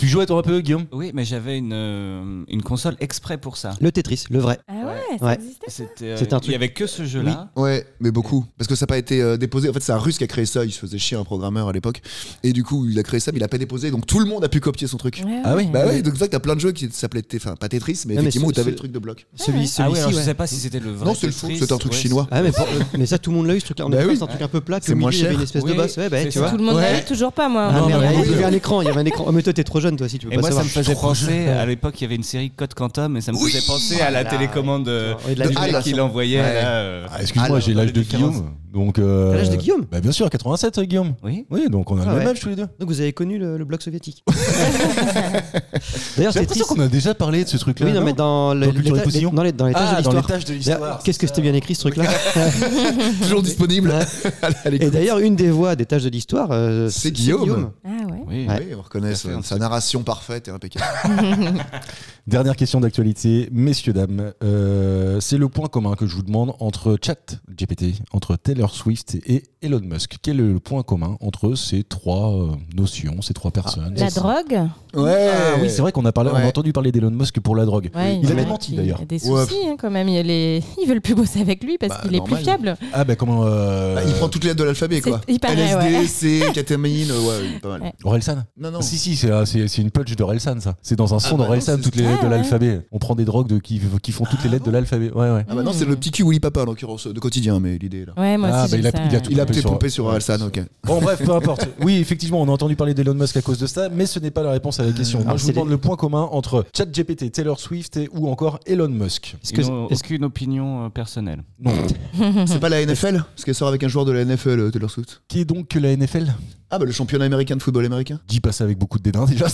S4: Tu jouais toi un peu, Guillaume
S7: Oui, mais j'avais une, euh, une console exprès pour ça.
S8: Le Tetris, le vrai.
S6: Ah ouais, ça
S8: Ouais.
S6: existait.
S7: C'était euh,
S8: C'était un
S7: Il
S8: truc-
S7: n'y avait que ce jeu-là.
S5: Ouais, mais beaucoup. Parce que ça n'a pas été euh, déposé. En fait, c'est un russe qui a créé ça. Il se faisait chier un programmeur à l'époque. Et du coup, il a créé ça, mais il a pas déposé. Donc tout le monde a pu copier son truc.
S6: Ouais,
S4: Ah oui,
S6: ouais.
S5: Bah ouais, donc c'est vrai que t'as plein de jeux qui s'appelaient. T- Enfin, pas Tetris, mais
S8: Ah, mais
S5: effectivement,
S8: ce-
S5: où t'avais
S8: ce-
S5: le truc de bloc.
S8: Celui,
S7: Ah oui,
S8: celui-ci.
S7: alors je
S8: ouais.
S7: sais pas si c'était le vrai.
S5: Non, c'est le faux,
S7: Tetris,
S5: c'est un truc
S7: ouais,
S5: chinois.
S8: Ah, mais, pour- mais ça, tout le monde l'a eu ce truc-là. On
S5: Bah
S8: avait
S5: oui.
S8: fait un truc un peu plat,
S5: C'est
S8: que au
S5: moins
S8: milieu, il y avait
S5: cher.
S8: une espèce de
S7: Oui,
S8: basse. Ouais, bah,
S7: c'est
S8: tu
S7: ça.
S8: vois.
S6: Tout le monde l'a
S5: Ouais.
S6: eu, toujours pas moi. Hein.
S8: Ah,
S4: Non,
S8: merde,
S4: mais
S8: il
S4: oui.
S8: y avait un écran, il y avait un écran. Oh, mais toi, t'es trop jeune, toi aussi, tu peux
S7: Et
S8: pas
S7: moi, ça
S8: savoir.
S7: me faisait penser, à l'époque, il y avait une série Code Quantum, et ça me
S5: Oui Ah
S7: faisait penser à la
S8: Voilà.
S7: télécommande euh,
S5: Oh,
S8: Et de la
S7: du mec
S5: génération.
S7: qui l'envoyait.
S5: Ouais.
S7: là, euh,
S4: Ah, Excuse-moi,
S7: Ah,
S4: j'ai
S7: la-
S4: l'âge
S7: la
S4: de
S7: différence.
S4: Guillaume. Donc, euh,
S8: T'as l'âge de Guillaume
S4: bah, Bien sûr, 87, euh, Guillaume.
S7: Oui.
S4: Oui, donc on a
S8: Ah
S4: le même
S8: ouais.
S4: âge tous les deux.
S8: Donc, vous avez connu le, le bloc soviétique. D'ailleurs,
S4: J'ai
S8: Tetris.
S4: l'impression qu'on a déjà parlé de ce truc-là.
S8: Oui, non, mais dans le-
S4: Dans Culture et
S8: l'éta-
S4: Position.
S8: dans les dans les tâches
S4: Ah,
S8: de
S4: dans les
S8: l'histoire.
S4: tâches de l'histoire.
S8: Qu'est-ce que c'était bien écrit ce truc-là
S5: Toujours disponible. Allez,
S8: Et d'ailleurs, une des voix des tâches de l'histoire, euh,
S5: C'est Guillaume.
S6: Ah ouais.
S7: Oui.
S8: Ouais.
S5: Oui, on reconnaît
S7: Tout à fait,
S5: ça.
S7: on
S5: sa narration parfaite et impeccable.
S4: Dernière question d'actualité, messieurs, dames. Euh, c'est le point commun que je vous demande entre chat GPT, entre Taylor Swift et Elon Musk. Quel est le point commun entre ces trois euh, notions, ces trois personnes
S6: La
S4: Ces-
S6: drogue
S5: Ouais.
S4: Ah oui, c'est vrai qu'on a, parlé, on
S5: Ouais.
S4: a entendu parler d'Elon Musk pour la drogue.
S6: Ouais,
S4: il
S6: y en
S4: avait
S6: a
S4: menti
S6: qui-
S4: d'ailleurs.
S6: il y a Des
S5: Ouais.
S6: soucis hein, quand même. Il y a les... Ils veulent plus bosser avec lui parce
S5: Bah,
S6: qu'il est
S5: normal.
S6: plus fiable.
S4: Ah ben comment... euh,
S5: Bah, il prend toutes les lettres de l'alphabet,
S6: C'est-
S5: quoi.
S6: il paraît,
S5: LSD,
S6: ouais.
S5: C, catémine, ouais, pas mal.
S6: Ouais.
S4: Orelsan
S5: Non, non.
S4: Si, si, c'est euh, c'est- c'est une punch d'Orelsan, ça. C'est dans un son
S5: bah non,
S4: d'Orelsan,
S5: c'est-
S4: toutes les lettres
S6: Ah,
S4: de
S6: ouais.
S4: l'alphabet. On prend des drogues de- qui, qui font toutes les lettres de l'alphabet. Ouais, ouais.
S5: Ah bah non, c'est le petit cul Willy Papa, en l'occurrence, de quotidien, mais l'idée est là.
S6: Ouais, moi
S4: Ah,
S6: aussi.
S4: bah,
S6: j'ai
S4: il a-
S6: ça,
S4: il a
S6: ouais.
S4: tout
S5: Il a
S4: Pompé
S5: peut-être
S4: sur-
S5: pompé sur Alsan, ok.
S4: Bon, bref, peu importe. Oui, effectivement, on a entendu parler d'Elon Musk à cause de ça, mais ce n'est pas la réponse à la question. Moi,
S8: alors,
S4: je vous
S8: c'est
S4: demande
S8: les-
S4: le point commun entre ChatGPT, Taylor Swift et, ou encore Elon Musk.
S8: Est-ce que-
S7: Ils n'ont
S8: est-ce-
S7: aucune opinion euh, personnelle
S4: Non.
S5: C'est pas la NFL Parce qu'elle sort avec un joueur de la NFL, euh, Taylor Swift.
S4: Qui est donc que la NFL
S5: Ah bah le championnat américain de football américain
S4: Dis pas ça avec beaucoup de dédain déjà.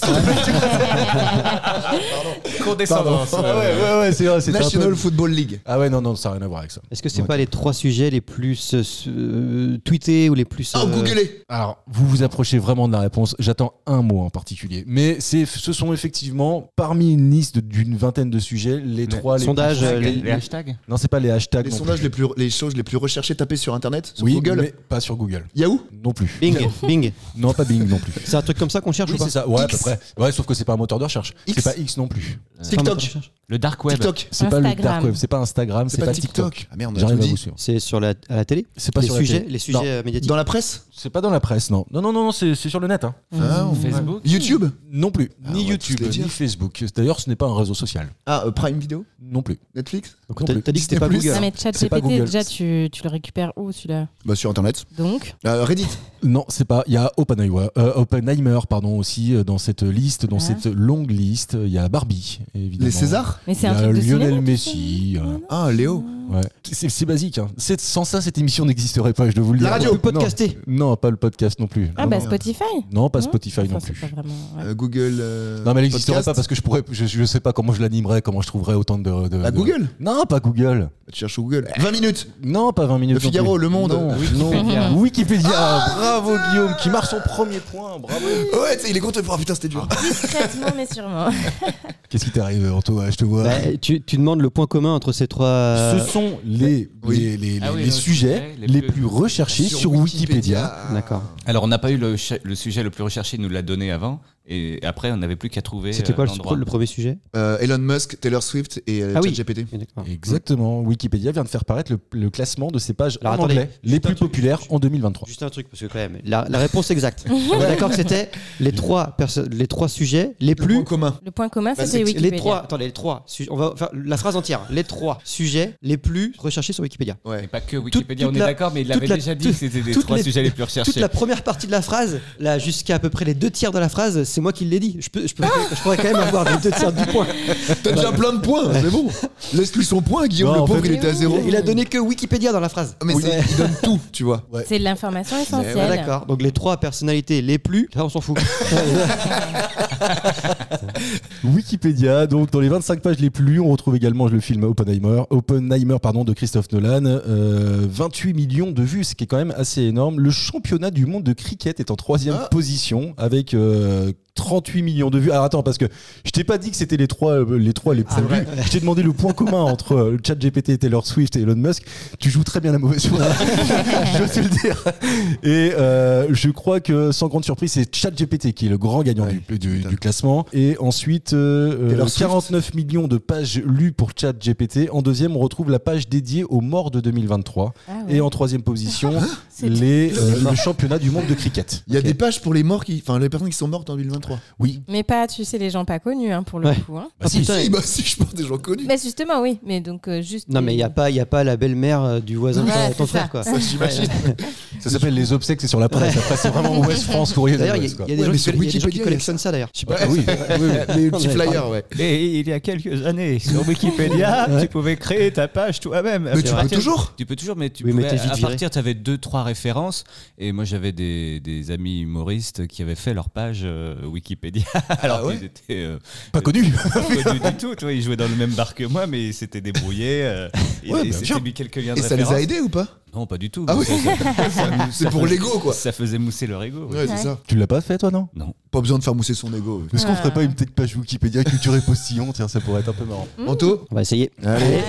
S4: Condescendance.
S7: euh,
S4: Ah ouais, ouais, ouais, c'est vrai. c'était un peu-
S5: National Football League.
S4: Ah ouais, non, non, ça n'a rien à voir avec ça.
S8: Est-ce que c'est
S4: Ouais.
S8: pas les trois sujets les plus euh, su- euh, tweetés ou les plus.
S5: Ah,
S8: euh,
S5: googlez
S4: Alors, vous vous approchez vraiment de la réponse. J'attends un mot en particulier. Mais c'est, ce sont effectivement, parmi une liste d'une vingtaine de sujets, les trois. Les
S8: sondages, euh, les-
S7: Les hashtags
S4: Non, c'est pas les hashtags.
S5: Les
S4: non plus.
S5: sondages les plus, les choses les plus recherchées tapées sur internet, sur
S4: oui,
S5: Google,
S4: mais pas sur Google.
S5: Yahoo
S4: Non plus.
S8: Bing, Bing.
S4: Non, pas Bing non plus.
S8: C'est un truc comme ça qu'on cherche
S4: Oui,
S8: ou pas
S4: c'est ça. Ouais, à peu
S5: X.
S4: près. Ouais, sauf que c'est pas un moteur de recherche.
S5: X.
S4: C'est pas X non plus.
S8: C'est un moteur Euh, de
S5: TikTok
S8: recherche.
S7: Le dark web.
S5: TikTok
S4: C'est pas le
S6: Instagram.
S4: dark web. C'est pas Instagram. bah, C'est pas TikTok.
S5: Ah merde, on a
S4: J'arrive
S5: tout
S4: à
S5: dit.
S4: vous suivre.
S8: C'est sur la, à la télé
S4: C'est pas
S8: les
S4: sur la
S8: sujets,
S4: télé.
S8: Les sujets
S4: Non.
S8: euh, médiatiques.
S5: Dans la presse
S4: C'est pas dans la presse, non. Non, non, non, non, c'est c'est sur le net. hein.
S6: Mmh.
S5: Ah, on-
S7: Facebook
S5: YouTube
S4: Non plus.
S5: Ah,
S4: ni
S5: on va tous
S4: YouTube,
S5: les dire.
S4: ni Facebook. D'ailleurs, ce n'est pas un réseau social.
S5: Ah, euh, Prime Video
S4: Non plus.
S5: Netflix
S4: Non
S8: T'as
S4: plus.
S8: t'as dit que c'était pas
S5: Disney+.
S8: Google.
S6: Non, mais
S4: C'est pas
S6: ChatGPT,
S4: Google.
S6: déjà, tu, tu le récupères où celui-là
S5: Bah sur internet.
S6: Donc,
S5: Euh, Reddit
S4: Non, c'est pas. Il y a Oppenheimer, euh, Oppenheimer, pardon, aussi euh, dans cette liste, dans
S6: Ah.
S4: cette longue liste. Il y a Barbie, évidemment.
S5: Les Césars
S6: mais
S4: Il y
S6: c'est un
S4: a
S6: truc de
S4: Lionel
S6: cinéma,
S4: Messi. euh,
S5: Ah, Léo
S4: ouais. C'est c'est basique. hein. C'est- Sans ça, cette émission n'existerait pas, je dois vous le
S5: La
S4: dire.
S5: radio.
S4: Non.
S8: Podcasté.
S4: Non, pas le podcast non plus.
S6: Ah
S4: non,
S6: bah
S4: non.
S6: Spotify
S4: Non, pas Spotify
S6: Enfin,
S4: non
S6: c'est
S4: plus.
S6: pas vraiment, ouais.
S5: Euh, Google euh,
S4: Non, mais elle n'existerait
S5: Podcast.
S4: pas parce que je pourrais. Je, je sais pas comment je l'animerais, comment je trouverais autant de. de-
S5: Bah,
S4: de-
S5: Google Bah,
S4: Non, pas Google.
S5: Tu cherches sur Google 20 minutes
S4: Non, pas 20 minutes.
S5: Le
S4: non
S5: Figaro,
S4: plus.
S5: Le Monde.
S4: Non, non. Wikipédia.
S7: Wikipédia.
S4: bravo Guillaume, qui marque son premier point. Bravo.
S5: Ouais, tu sais, il est content. Ah putain, c'était dur.
S6: Discrètement mais sûrement.
S4: Qu'est-ce qui t'est arrivé, Anto Je te vois.
S8: Bah, tu, tu demandes le point commun entre ces trois.
S4: Ce sont les,
S5: oui.
S4: les, les,
S7: Ah
S4: les-
S7: oui,
S4: les
S7: le
S4: sujets
S7: sujet,
S4: les,
S7: les
S4: plus,
S7: plus-
S4: recherchés sur, Wikipédia.
S8: D'accord.
S7: Alors, on n'a pas eu le, cha- le sujet le plus recherché, il nous l'a donné avant. Et après, on n'avait plus qu'à trouver.
S8: C'était
S7: euh,
S8: quoi le,
S7: l'endroit.
S8: le premier sujet
S5: Euh, Elon Musk, Taylor Swift et euh,
S8: Ah oui.
S5: ChatGPT.
S8: D'accord.
S4: Exactement, Wikipédia vient de faire paraître le, le classement de ses pages
S8: Alors,
S4: en
S8: attendez.
S4: anglais les plus
S8: Attends, tu-
S4: populaires
S8: tu-
S4: en 2023.
S8: Juste un truc, parce que quand même, la, la réponse exacte. On est D'accord, que c'était les trois, perso- les trois sujets les
S5: Le point
S8: plus.
S5: commun.
S6: Le point commun
S5: Bah,
S6: c'était
S5: c'est-
S6: Wikipédia.
S8: Les trois, attendez, les trois, su- on va faire la phrase entière. Les trois sujets les plus recherchés sur Wikipédia.
S7: Et
S5: Ouais.
S7: pas que Wikipédia,
S8: toute
S7: on est
S8: la-
S7: d'accord, mais il
S8: toute
S7: l'avait
S8: la-
S7: déjà dit
S8: toute-
S7: que c'était des
S8: toutes
S7: trois
S8: les-
S7: sujets les plus recherchés.
S8: Toute la première partie de la phrase, là jusqu'à à peu près les deux tiers de la phrase, c'est moi qui l'ai dit. Je, peux, je, peux- je pourrais quand même avoir les deux tiers du point.
S5: T'as déjà plein de points, c'est bon. Laisse-lui son point, Guillaume.
S4: Non, en
S5: le pauvre,
S4: fait-
S5: il était à zéro. Ah,
S8: Il a donné que Wikipédia dans la phrase.
S5: Oh. Mais
S8: Oui.
S5: c'est- il donne tout, tu vois.
S6: C'est de l'information
S8: Ouais,
S6: essentielle.
S8: D'accord, donc les trois personnalités les plus, là on s'en fout.
S4: Wikipédia, donc dans les 25 pages les plus lues, on retrouve également le film Oppenheimer, Oppenheimer pardon, de Christophe Nolan. Euh, 28 millions de vues, ce qui est quand même assez énorme. Le championnat du monde de cricket est en troisième
S5: Ah.
S4: position avec euh, 38 millions de vues. Alors attends, parce que je t'ai pas dit que c'était les trois, euh, les trois les plus lues. Je t'ai demandé le point commun entre euh, le chat GPT, Taylor Swift et Elon Musk. Tu joues très bien la mauvaise foi, je te le dire. Et euh, je crois que sans grande surprise, c'est ChatGPT qui est le grand gagnant
S5: Ouais,
S4: du, du-
S5: putain.
S4: du classement. Et ensuite, euh,
S5: Taylor
S4: euh,
S5: Swift.
S4: 49 millions de pages lues pour ChatGPT. En deuxième, on retrouve la page dédiée aux morts de 2023.
S6: Ah ouais.
S4: Et en troisième position,
S6: C'est-
S4: les, euh, le championnat du monde de cricket.
S5: Il y a des pages pour les morts qui. Enfin, les personnes qui sont mortes en 2023.
S4: Oui.
S6: Mais pas, tu sais, les gens pas connus hein, pour le
S8: Ouais.
S6: coup. hein.
S4: Bah, si.
S8: Ah, putain,
S5: Si, bah si, je pense des gens connus.
S6: Mais justement, oui. Mais donc, euh, juste.
S8: Non mais il n'y a, pas- y a pas la belle-mère euh, du voisin de
S6: Ouais,
S8: ton- ton
S6: c'est ça.
S8: frère quoi.
S5: Ça, j'imagine.
S4: Ça s'appelle les obsèques, c'est sur la presse. Après, c'est vraiment Ouest France, courrier de
S8: D'ailleurs, il y, a-
S4: l'Ouest. quoi.
S8: il y a des
S5: Ouais,
S8: gens
S5: mais
S8: qui
S5: sur
S8: coll- il y a des gens qui
S5: Wikipédia,
S8: collectionnent ça d'ailleurs. Je sais pas
S4: Ah oui, oui, oui.
S5: Les petits flyers, ouais.
S7: Et il y a quelques années, sur Wikipédia, tu pouvais créer ta page toi-même.
S5: Mais tu
S7: À
S5: peux
S7: partir-
S5: toujours.
S7: Tu peux toujours, mais tu
S8: Oui, mais
S7: pouvais-
S8: t'es vite
S7: à
S8: viré.
S7: partir, tu avais deux, trois références. Et moi, j'avais des, des amis humoristes qui avaient fait leur page euh, Wikipédia.
S8: Ah
S7: Alors
S5: ouais
S7: qu'ils étaient euh,
S4: Pas connu.
S7: pas connus du tout. tu vois, ils jouaient dans le même bar que moi, mais ils s'étaient débrouillés. euh, ils-
S5: Ouais,
S7: ils
S5: bah,
S7: s'étaient
S5: bien.
S7: mis quelques liens de
S5: Et ça les a
S7: référence.
S5: aidés ou pas
S7: Non, pas du tout.
S5: Ah
S7: mais
S5: oui.
S7: ça- ça- ça-
S5: C'est
S7: ça
S5: pour
S7: faisait-
S5: l'ego, quoi.
S7: Ça faisait mousser leur ego. oui.
S5: Ouais, c'est ça.
S4: Tu l'as pas fait, toi, non
S7: Non.
S5: Pas besoin de faire mousser son ego.
S4: Est-ce qu'on
S6: Ah.
S4: ferait pas une petite page Wikipédia culture et postillon Tiens, ça pourrait être un peu marrant.
S5: Anto
S8: On va essayer.
S5: Allez.
S6: Allez.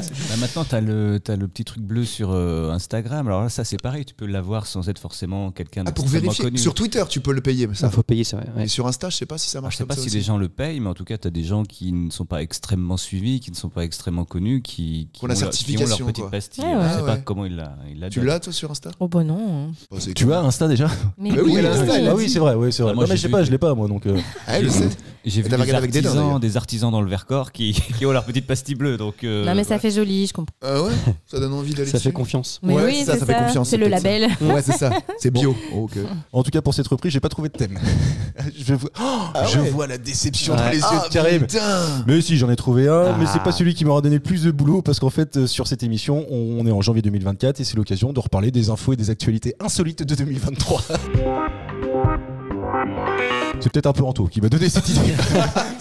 S7: Bah, maintenant, tu as, le petit truc bleu sur euh, Instagram. Alors là, ça, c'est pareil. Tu peux l'avoir sans être forcément quelqu'un
S5: Ah, pour
S7: d'extrêmement
S5: vérifier.
S7: connu.
S5: Sur Twitter, tu peux le payer, mais ça.
S8: Ça faut payer c'est vrai. ouais.
S5: Mais sur Insta, je sais pas si
S7: Alors,
S5: ça
S7: Ah, je
S5: marche
S7: sais
S5: comme
S7: pas
S5: ça
S7: si
S5: aussi.
S7: les gens le payent, mais en tout cas, tu as des gens qui ne sont pas extrêmement suivis, qui ne sont pas extrêmement connus, qui, qui
S5: Pour la
S7: ont, leur- qui ont
S5: certification,
S7: leur petite
S5: quoi.
S7: pastille.
S6: Ah
S7: Je
S6: ouais.
S7: sais
S5: Ah
S7: pas
S5: ouais.
S7: comment ils la, a, il a
S5: Tu
S7: de-
S5: l'as, toi, sur Insta
S6: Oh bah non. hein.
S5: Oh, c'est
S4: Tu
S5: cool.
S4: as Insta déjà
S6: Mais
S5: Bah oui,
S6: oui,
S5: elle a Insta, elle a
S4: Ah oui, c'est vrai, oui, c'est vrai.
S7: Ah, moi,
S4: non, mais
S7: j'ai
S4: je sais
S7: vu
S4: pas,
S7: que-
S4: je l'ai pas moi donc. euh,
S5: Ah, elle le sait.
S7: J'ai
S5: Elle
S7: vu
S5: a
S7: des
S5: regardé avec des dents,
S7: artisans,
S5: d'ailleurs.
S7: des artisans dans le Vercors qui, qui ont leur petite pastille bleue. Donc, euh,
S6: non mais ça fait joli, je comprends.
S5: Ah ouais Ça donne envie d'aller
S8: Ça fait
S5: dessus.
S8: confiance.
S6: Mais
S5: Ouais,
S6: oui,
S5: c'est ça,
S6: c'est
S5: ça fait
S6: ça.
S5: confiance,
S6: C'est le
S5: peut-être ça.
S6: label.
S5: Ouais, c'est ça. C'est bio. Ok.
S4: En tout cas, pour cette reprise, j'ai pas trouvé de thème. je, vois... oh, je vois la déception dans
S8: Ouais.
S4: les yeux
S5: Ah,
S4: de Karim.
S5: putain
S4: Mais si, j'en ai trouvé un, mais c'est
S8: Ah.
S4: pas celui qui m'aura donné le plus de boulot parce qu'en fait, euh, sur cette émission, on on est en janvier 2024 et c'est l'occasion de reparler des infos et des actualités insolites de 2023. C'est peut-être un peu Anto qui m'a donné cette idée.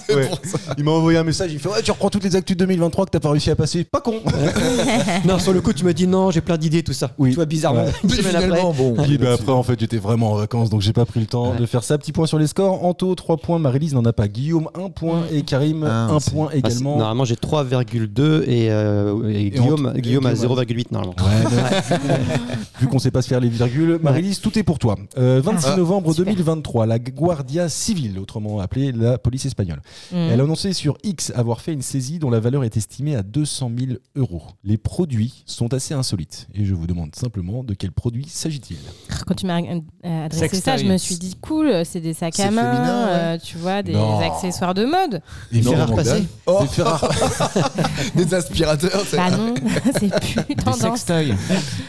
S4: Ouais. Il m'a envoyé un message, il fait Ouais, tu reprends toutes les actus de 2023 que t'as pas réussi à passer. Pas con
S8: non, sur le coup, tu m'as dit non, j'ai plein d'idées, tout ça.
S4: Oui.
S8: Tu vois, bizarrement,
S4: Ouais.
S8: une semaine après.
S5: bon.
S4: Puis, bah, après, en fait, j'étais vraiment en vacances, donc j'ai pas pris le temps de faire ça. Petit point sur les scores. Anto, 3 points. Marilise n'en a pas. Guillaume, 1 point. Et Karim,
S5: Ah,
S4: 1
S5: c'est-
S4: point
S8: Ah, c'est-
S4: également.
S8: Normalement, j'ai 3,2 et, euh, et Guillaume,
S4: Anto- et
S8: Guillaume a
S4: Guillaume,
S8: 0,8 normalement.
S4: Ouais, bah, vu qu'on- vu qu'on sait pas se faire les virgules, Marilise, tout est pour toi. Euh, 26
S5: Ah.
S4: novembre
S6: Super.
S4: 2023, la Guardia Civile, autrement appelée la police espagnole,
S5: Mmh.
S6: Mm.
S4: elle a annoncé sur X avoir fait une saisie dont la valeur est estimée à 200 000 euros. Les produits sont assez insolites et je vous demande simplement de quel produit s'agit-il
S6: Quand tu m'as euh, adressé
S7: Sextoys.
S6: ça, je me suis dit cool, c'est des sacs
S5: C'est
S6: à main,
S5: féminin, ouais.
S6: euh, tu vois, des
S4: Non.
S6: accessoiires de mode.
S4: Et
S8: Ferrari passé
S5: Oh,
S4: Des Ferrari.
S5: des aspirateurs. c'est-
S6: Bah non, c'est
S7: Des
S6: plus tendance.
S7: sextoys.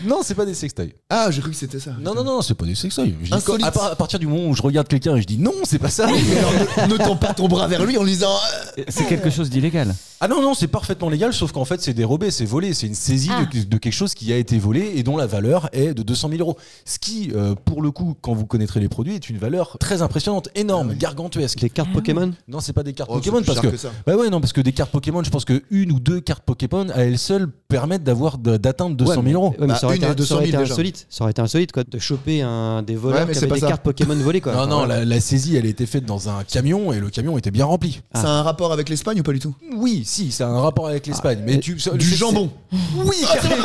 S4: Non, c'est pas des sextoys.
S5: Ah, j'ai cru que c'était ça.
S4: Non, non, non, c'est pas des sextoys. Je dis-
S5: Insolite.
S4: À, part- à partir du moment où je regarde quelqu'un et je dis non, c'est pas ça.
S5: Mais alors, ne, ne tends pas ton bras vers lui en lui disant. euh,
S7: C'est quelque chose d'illégal.
S4: Ah non, non, c'est parfaitement légal, sauf qu'en fait, c'est dérobé, c'est volé. C'est une saisie
S6: Ah.
S4: de, de quelque chose qui a été volé et dont la valeur est de 200 000 euros. Ce qui, euh, pour le coup, quand vous connaîtrez les produits, est une valeur très impressionnante, énorme, gargantuesque.
S8: Des cartes Pokémon
S4: Non, c'est pas des cartes
S5: oh,
S4: Pokémon
S5: c'est plus
S4: parce
S5: cher
S4: que.
S5: ça.
S4: Bah ouais, non, parce que des cartes Pokémon, je pense que une ou deux cartes Pokémon à elles seules permettent d'avoir de- d'atteindre 200 000
S8: Ouais, mais-
S4: euros.
S8: ouais, mais
S5: Bah,
S8: ça aurait
S5: une
S8: été,
S5: à 200
S8: ça aurait
S5: 000
S8: été
S5: déjà.
S8: insolite. Ça aurait été insolite quoi, de choper un des
S5: Ouais,
S8: voleurs
S5: mais
S8: qui
S5: c'est
S8: avaient
S5: pas
S8: des
S5: ça.
S8: cartes Pokémon volées quoi.
S4: Non, non,
S8: Enfin,
S4: la, la saisie, elle a été faite dans un camion et le camion était bien rempli.
S5: Ça a un rapport avec l'Espagne ou pas du tout
S4: Oui, si, ça a un rapport avec l'Espagne. mais tu, ça-
S5: Du
S4: c'est-
S5: jambon.
S4: Oui, Karim,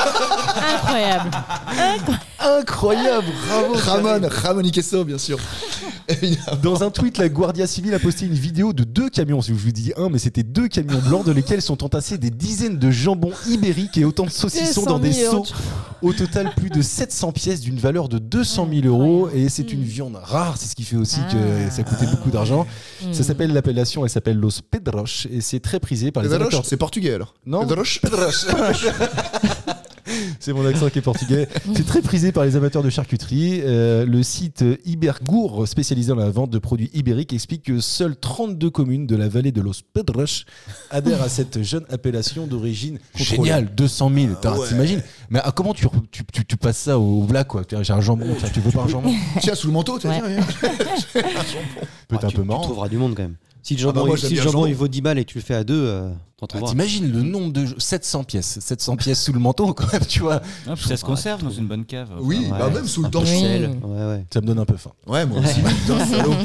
S6: Incroyable.
S5: Incroyable, bravo. Ramon, Ramon Ikesso, bien sûr. Évidemment.
S4: Dans un tweet, la Guardia Civile a posté une vidéo de deux camions. Si je vous dis un, mais c'était deux camions blancs dans lesquels sont entassés des dizaines de jambons ibériques et autant de saucissons dans des
S6: 200 000
S4: seaux.
S6: euros.
S4: Au total, plus de 700 pièces d'une valeur de 200 000 euros. Et c'est une viande rare. C'est ce qui fait aussi que
S6: Ah.
S4: ça coûtait beaucoup d'argent.
S6: Mm.
S4: Ça s'appelle l'appellation. Elle s'appelle Los Pedros et c'est très prisé par les
S5: Pedroche,
S4: amateurs.
S5: c'est portugais alors
S4: Non.
S5: Pedroche
S4: C'est mon accent qui est portugais. C'est très prisé par les amateurs de charcuterie. Euh, le site Ibergour, spécialisé dans la vente de produits ibériques, explique que seules 32 communes de la vallée de Los Pedros adhèrent à cette jeune appellation d'origine
S5: Contrôlée.
S4: géniale. 200 000, t'as-
S5: Ah ouais.
S4: t'imagines Mais ah, comment tu, tu, tu- tu passes ça au black quoi Tiens, J'ai un jambon, tiens, Euh, tu veux pas un jambon
S5: Tiens, sous le manteau, t'as
S6: Ouais.
S5: dit, viens.
S4: Peut-être
S8: ah,
S4: un
S8: tu-
S4: peu
S8: Tu
S4: marrant.
S8: trouveras du monde quand même. Si le
S5: Ah bah
S8: jambon,
S5: moi,
S8: il-
S5: j'aime
S8: si le
S5: bien le
S8: jambon,
S5: jambon.
S8: il vaut 10 balles et tu le fais à deux, euh, t'en
S4: Ah,
S8: trouveras.
S4: T'imagines le nombre de 700 pièces, 700 pièces sous le manteau quand même, tu vois.
S7: Non, puis ça se conserve dans une bonne cave.
S5: Oui,
S7: Enfin,
S5: bah
S7: ouais.
S5: même sous le
S8: Un
S5: temps.
S8: porcel.
S6: Oui.
S8: Ouais, ouais.
S4: Ça me donne un peu faim.
S5: Ouais, moi aussi. Putain, salaud.
S4: Bon,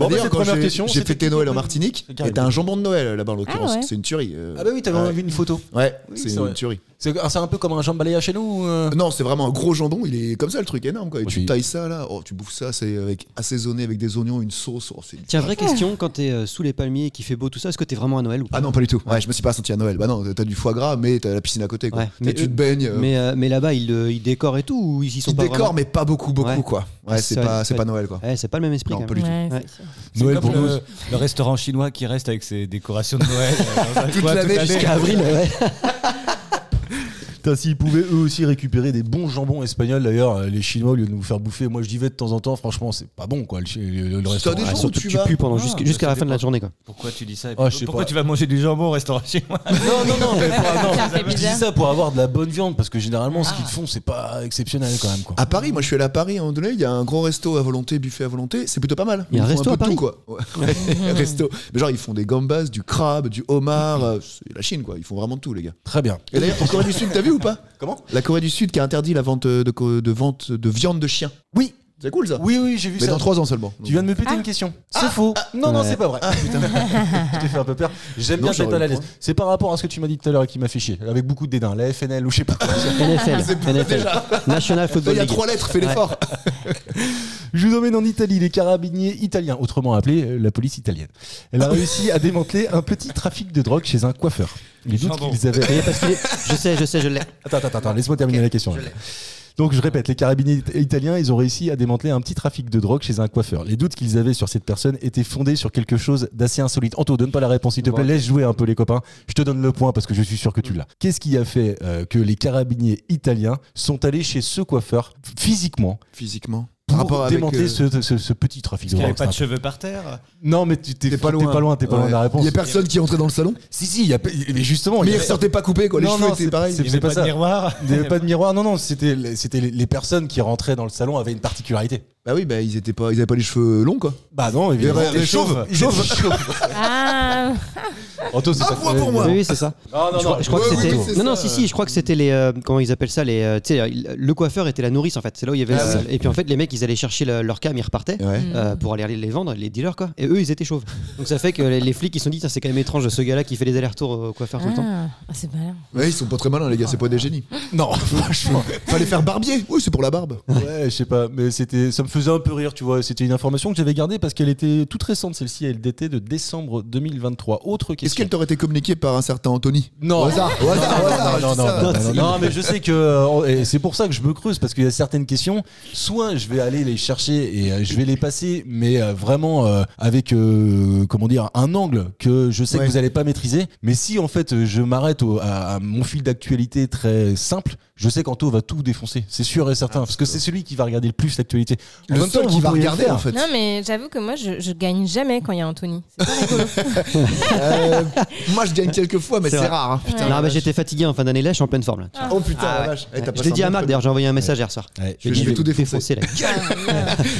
S4: bah,
S5: D'ailleurs,
S4: cette
S5: quand
S4: première
S5: j'ai-
S4: question,
S5: j'ai
S4: c'était
S5: fêté Noël en Martinique,
S4: Carrément.
S5: et t'as un jambon de Noël là-bas en l'occurrence.
S6: ouais.
S5: C'est une tuerie. euh,
S4: Ah bah oui, t'avais
S5: ouais.
S4: vu une photo.
S5: Ouais,
S4: Oui,
S5: c'est
S4: c'est
S5: une
S4: vrai.
S5: tuerie.
S4: C'est c'est un peu comme un jambon balayage chez nous ou, euh,
S5: Non, c'est vraiment un gros jambon, il est comme ça le truc énorme quoi. Et
S4: Moi,
S5: tu
S4: je-
S5: tailles ça là, oh, tu bouffes ça, c'est avec assaisonné avec des oignons, une sauce. oh, c'est-
S8: Tiens, vraie question, quand t'es euh, sous les palmiers et qu'il fait beau tout ça, est-ce que t'es vraiment à Noël ou pas
S5: Ah non, pas du tout. Ouais, je me suis pas senti à Noël. Bah non, t'as du foie gras, mais t'as la piscine à côté quoi.
S8: Ouais.
S5: T'as-
S8: Mais
S5: tu
S8: eux-
S5: te baignes. euh,
S8: Mais, euh, mais là-bas, ils, euh, ils décorent et tout ou ils y sont
S5: Ils
S8: pas
S5: décorent, mais pas beaucoup, beaucoup
S8: Ouais.
S5: quoi. Ouais, c'est
S8: Ça-
S5: pas, c'est
S8: ça-
S5: pas Noël quoi.
S8: vraiment Ouais, c'est pas le même esprit.
S5: Non,
S8: quand
S5: pas
S8: même.
S5: du tout.
S6: Ouais,
S8: Ouais.
S6: c'est sûr.
S7: C'est
S4: Noël
S7: comme
S4: pour
S7: le,
S4: nous.
S7: le restaurant chinois qui reste avec ses décorations de Noël. euh, dans un
S5: Toute
S7: coin
S5: l'année
S7: l'année.
S5: jusqu'à
S8: Avril, ouais.
S4: Putain, s'ils pouvaient eux aussi récupérer des bons jambons espagnols, d'ailleurs, euh, les Chinois, au lieu de nous faire bouffer, moi je dis vais de temps en temps, franchement, c'est pas bon quoi, le, chi- le- le
S5: T'as
S4: restaurant.
S5: des
S4: Ah,
S5: gens
S4: surtout-
S5: où
S8: Surtout que
S5: tu
S8: tu
S5: vas
S8: pues pendant
S7: Ah,
S8: jusqu'-
S7: ça
S8: jusqu'à la fin
S7: dépend.
S8: de la journée. Quoi.
S7: Pourquoi tu dis ça et
S4: Ah,
S7: puis-
S4: je sais
S7: Pourquoi
S4: pas.
S7: tu vas manger du jambon au restaurant chinois
S4: Non, non, non, mais pour avoir-
S6: Ça fait
S4: je dis
S6: bizarre.
S4: ça pour avoir de la bonne viande, parce que généralement, ce qu'ils font, c'est pas exceptionnel quand même quoi.
S5: À Paris, moi je suis allé à Paris à un moment donné, il y a un grand resto à volonté, buffet à volonté, c'est plutôt pas mal.
S8: Il y a
S5: Ils
S8: un
S5: font
S8: resto
S5: peu
S8: à
S5: de
S8: Paris
S5: tout, quoi. Ouais, resto. Mais genre ils font des gambas, du crabe, du homard, euh, c'est la Chine quoi, ils font vraiment de tout les gars.
S4: Très bien.
S5: Et d'ailleurs, en Corée du Sud, t'as vu ou pas
S4: Comment
S5: La Corée du Sud qui a interdit la vente euh, de, co- de vente de viande de chien.
S4: Oui
S5: C'est cool ça.
S4: Oui, oui, j'ai vu
S5: Mais
S4: ça.
S5: dans Ah, 3 ans seulement.
S4: Tu viens de me péter une question. C'est faux. non, non, c'est pas vrai. je t'ai fait un peu peur.
S5: Ah,
S4: J'aime
S5: Non,
S4: bien être
S5: j'aurais
S4: mal à
S5: eu le
S4: l'aise.
S5: point.
S4: C'est par rapport à ce que tu m'as dit tout à l'heure et qui m'a fait chier. Avec beaucoup de dédain. La FNL ou je sais pas. quoi.
S8: NFL, NFL. National
S5: Il
S8: Football
S5: y a
S8: League.
S5: trois lettres, fais l'effort.
S4: Je vous emmène en Italie. Les carabiniers italiens, autrement appelés euh, la police italienne. Elle a réussi à démanteler un petit trafic de drogue chez un coiffeur. Les doutes
S7: Pardon.
S4: qu'ils avaient.
S8: Mais parce qu'il est- Je sais, je sais, je l'ai.
S4: Attends, attends, attends, laisse-moi terminer la question. Donc je répète, les carabiniers it- italiens, ils ont réussi à démanteler un petit trafic de drogue chez un coiffeur. Les doutes qu'ils avaient sur cette personne étaient fondés sur quelque chose d'assez insolite. Anto, donne pas la réponse, s'il te plaît, laisse jouer un peu les copains. Je te donne le point parce que je suis sûr que tu l'as. Qu'est-ce qui a fait euh, que les carabiniers italiens sont allés chez ce coiffeur physiquement
S5: Physiquement. Par rapport
S4: pour
S5: avec,
S4: démanteler
S5: euh,
S4: ce, ce- ce petit trafic de
S7: Il n'y
S4: drogue
S7: avait pas de
S4: Oh, C'est un-
S7: cheveux par terre.
S4: Non, mais tu t'es t'es pas loin, t'es pas loin,
S5: Ouais.
S4: de la réponse.
S5: Il y a personne qui entrait dans le salon.
S4: Si, si, il y a... mais justement, il
S5: Mais
S4: y
S5: ils
S4: a-
S5: sortaient pas coupés quoi. Les
S4: Non,
S5: cheveux
S4: non,
S5: étaient pareils.
S4: C'est-
S7: Il n'y
S4: c'est
S7: avait
S4: pas
S7: pas,
S4: ça.
S7: de miroir.
S4: Il n'y avait pas de miroir, non, non, c'était les- c'était les- les personnes qui rentraient dans le salon avaient une particularité.
S5: Bah oui, bah ils étaient pas, ils avaient pas les cheveux longs quoi.
S4: Bah non, évidemment.
S5: Les- les chauves,
S4: Chauve.
S6: Ah,
S4: Anto, c'est
S5: Un
S4: ça.
S5: point pour moi.
S8: Oui, oui, c'est ça.
S4: Non, non,
S8: je crois,
S4: non.
S8: je crois
S5: ouais,
S8: que
S5: oui,
S8: c'était.
S5: oui, c'est
S8: non, non,
S5: ça.
S8: si, si, je crois que c'était les. euh, comment ils appellent ça les, euh, Tu sais, euh, le coiffeur était la nourrice en fait. C'est là où il y avait.
S5: Ah
S8: le- Et puis en fait, les mecs, ils allaient chercher le- leurs cam, ils repartaient.
S5: Ouais.
S8: euh, pour aller les vendre, les dealers quoi. Et eux, ils étaient chauves. Donc ça fait que les, les flics, ils se sont dit, Tiens, c'est quand même étrange ce gars-là qui fait les allers-retours au coiffeur tout le temps.
S6: Ah, ah, c'est malin.
S5: Ouais, ils sont pas très malins les gars, c'est pas des génies.
S4: Non, franchement.
S5: Fallait faire barbier. Oui, c'est pour la barbe.
S4: Ouais, je sais pas. Mais c'était, ça me faisait un peu rire, tu vois. C'était une information que j'avais gardée parce qu'elle était toute récente, celle-ci. Elle datait de décembre 2023. Autre
S5: Est-ce
S4: question.
S5: qu'elle t'aurait été communiquée par un certain Anthony
S4: Non.
S5: Au hasard, au hasard, au hasard,
S4: Non,
S5: je dis
S4: non,
S5: ça.
S4: non, non, non, mais je sais que euh, et c'est pour ça que je me creuse parce qu'il y a certaines questions. Soit je vais aller les chercher et euh, je vais les passer, mais euh, vraiment euh, avec euh, comment dire un angle que je sais
S5: Ouais.
S4: que vous allez pas maîtriser. Mais si en fait euh, je m'arrête au- à, à mon fil d'actualité très simple, je sais qu'Anto va tout défoncer, c'est sûr et certain, parce que c'est celui qui va regarder le plus l'actualité. En
S5: Ah, Le
S4: même temps,
S5: seul
S4: vous
S5: qui va
S4: pourriez le
S5: regarder
S4: faire.
S5: en fait.
S6: Non, mais j'avoue que moi, je, je gagne jamais quand il y a Anthony. C'est pas rigolo.
S5: Euh, moi je gagne quelques fois, mais
S8: C'est
S5: c'est
S8: vrai.
S5: rare. hein. Putain,
S8: non,
S5: la
S8: mais
S5: vache.
S8: j'étais fatigué en fin d'année là, je suis en pleine forme là.
S5: Oh putain,
S8: Ah
S5: la
S8: ouais.
S5: vache. Eh, t'as
S8: je
S5: passé
S8: l'ai dit
S5: un
S8: à
S5: bon
S8: Marc
S5: coup.
S8: d'ailleurs, j'ai envoyé un message hier soir.
S4: Ouais.
S5: hein. Je vais- je vais tout défoncer.
S8: là.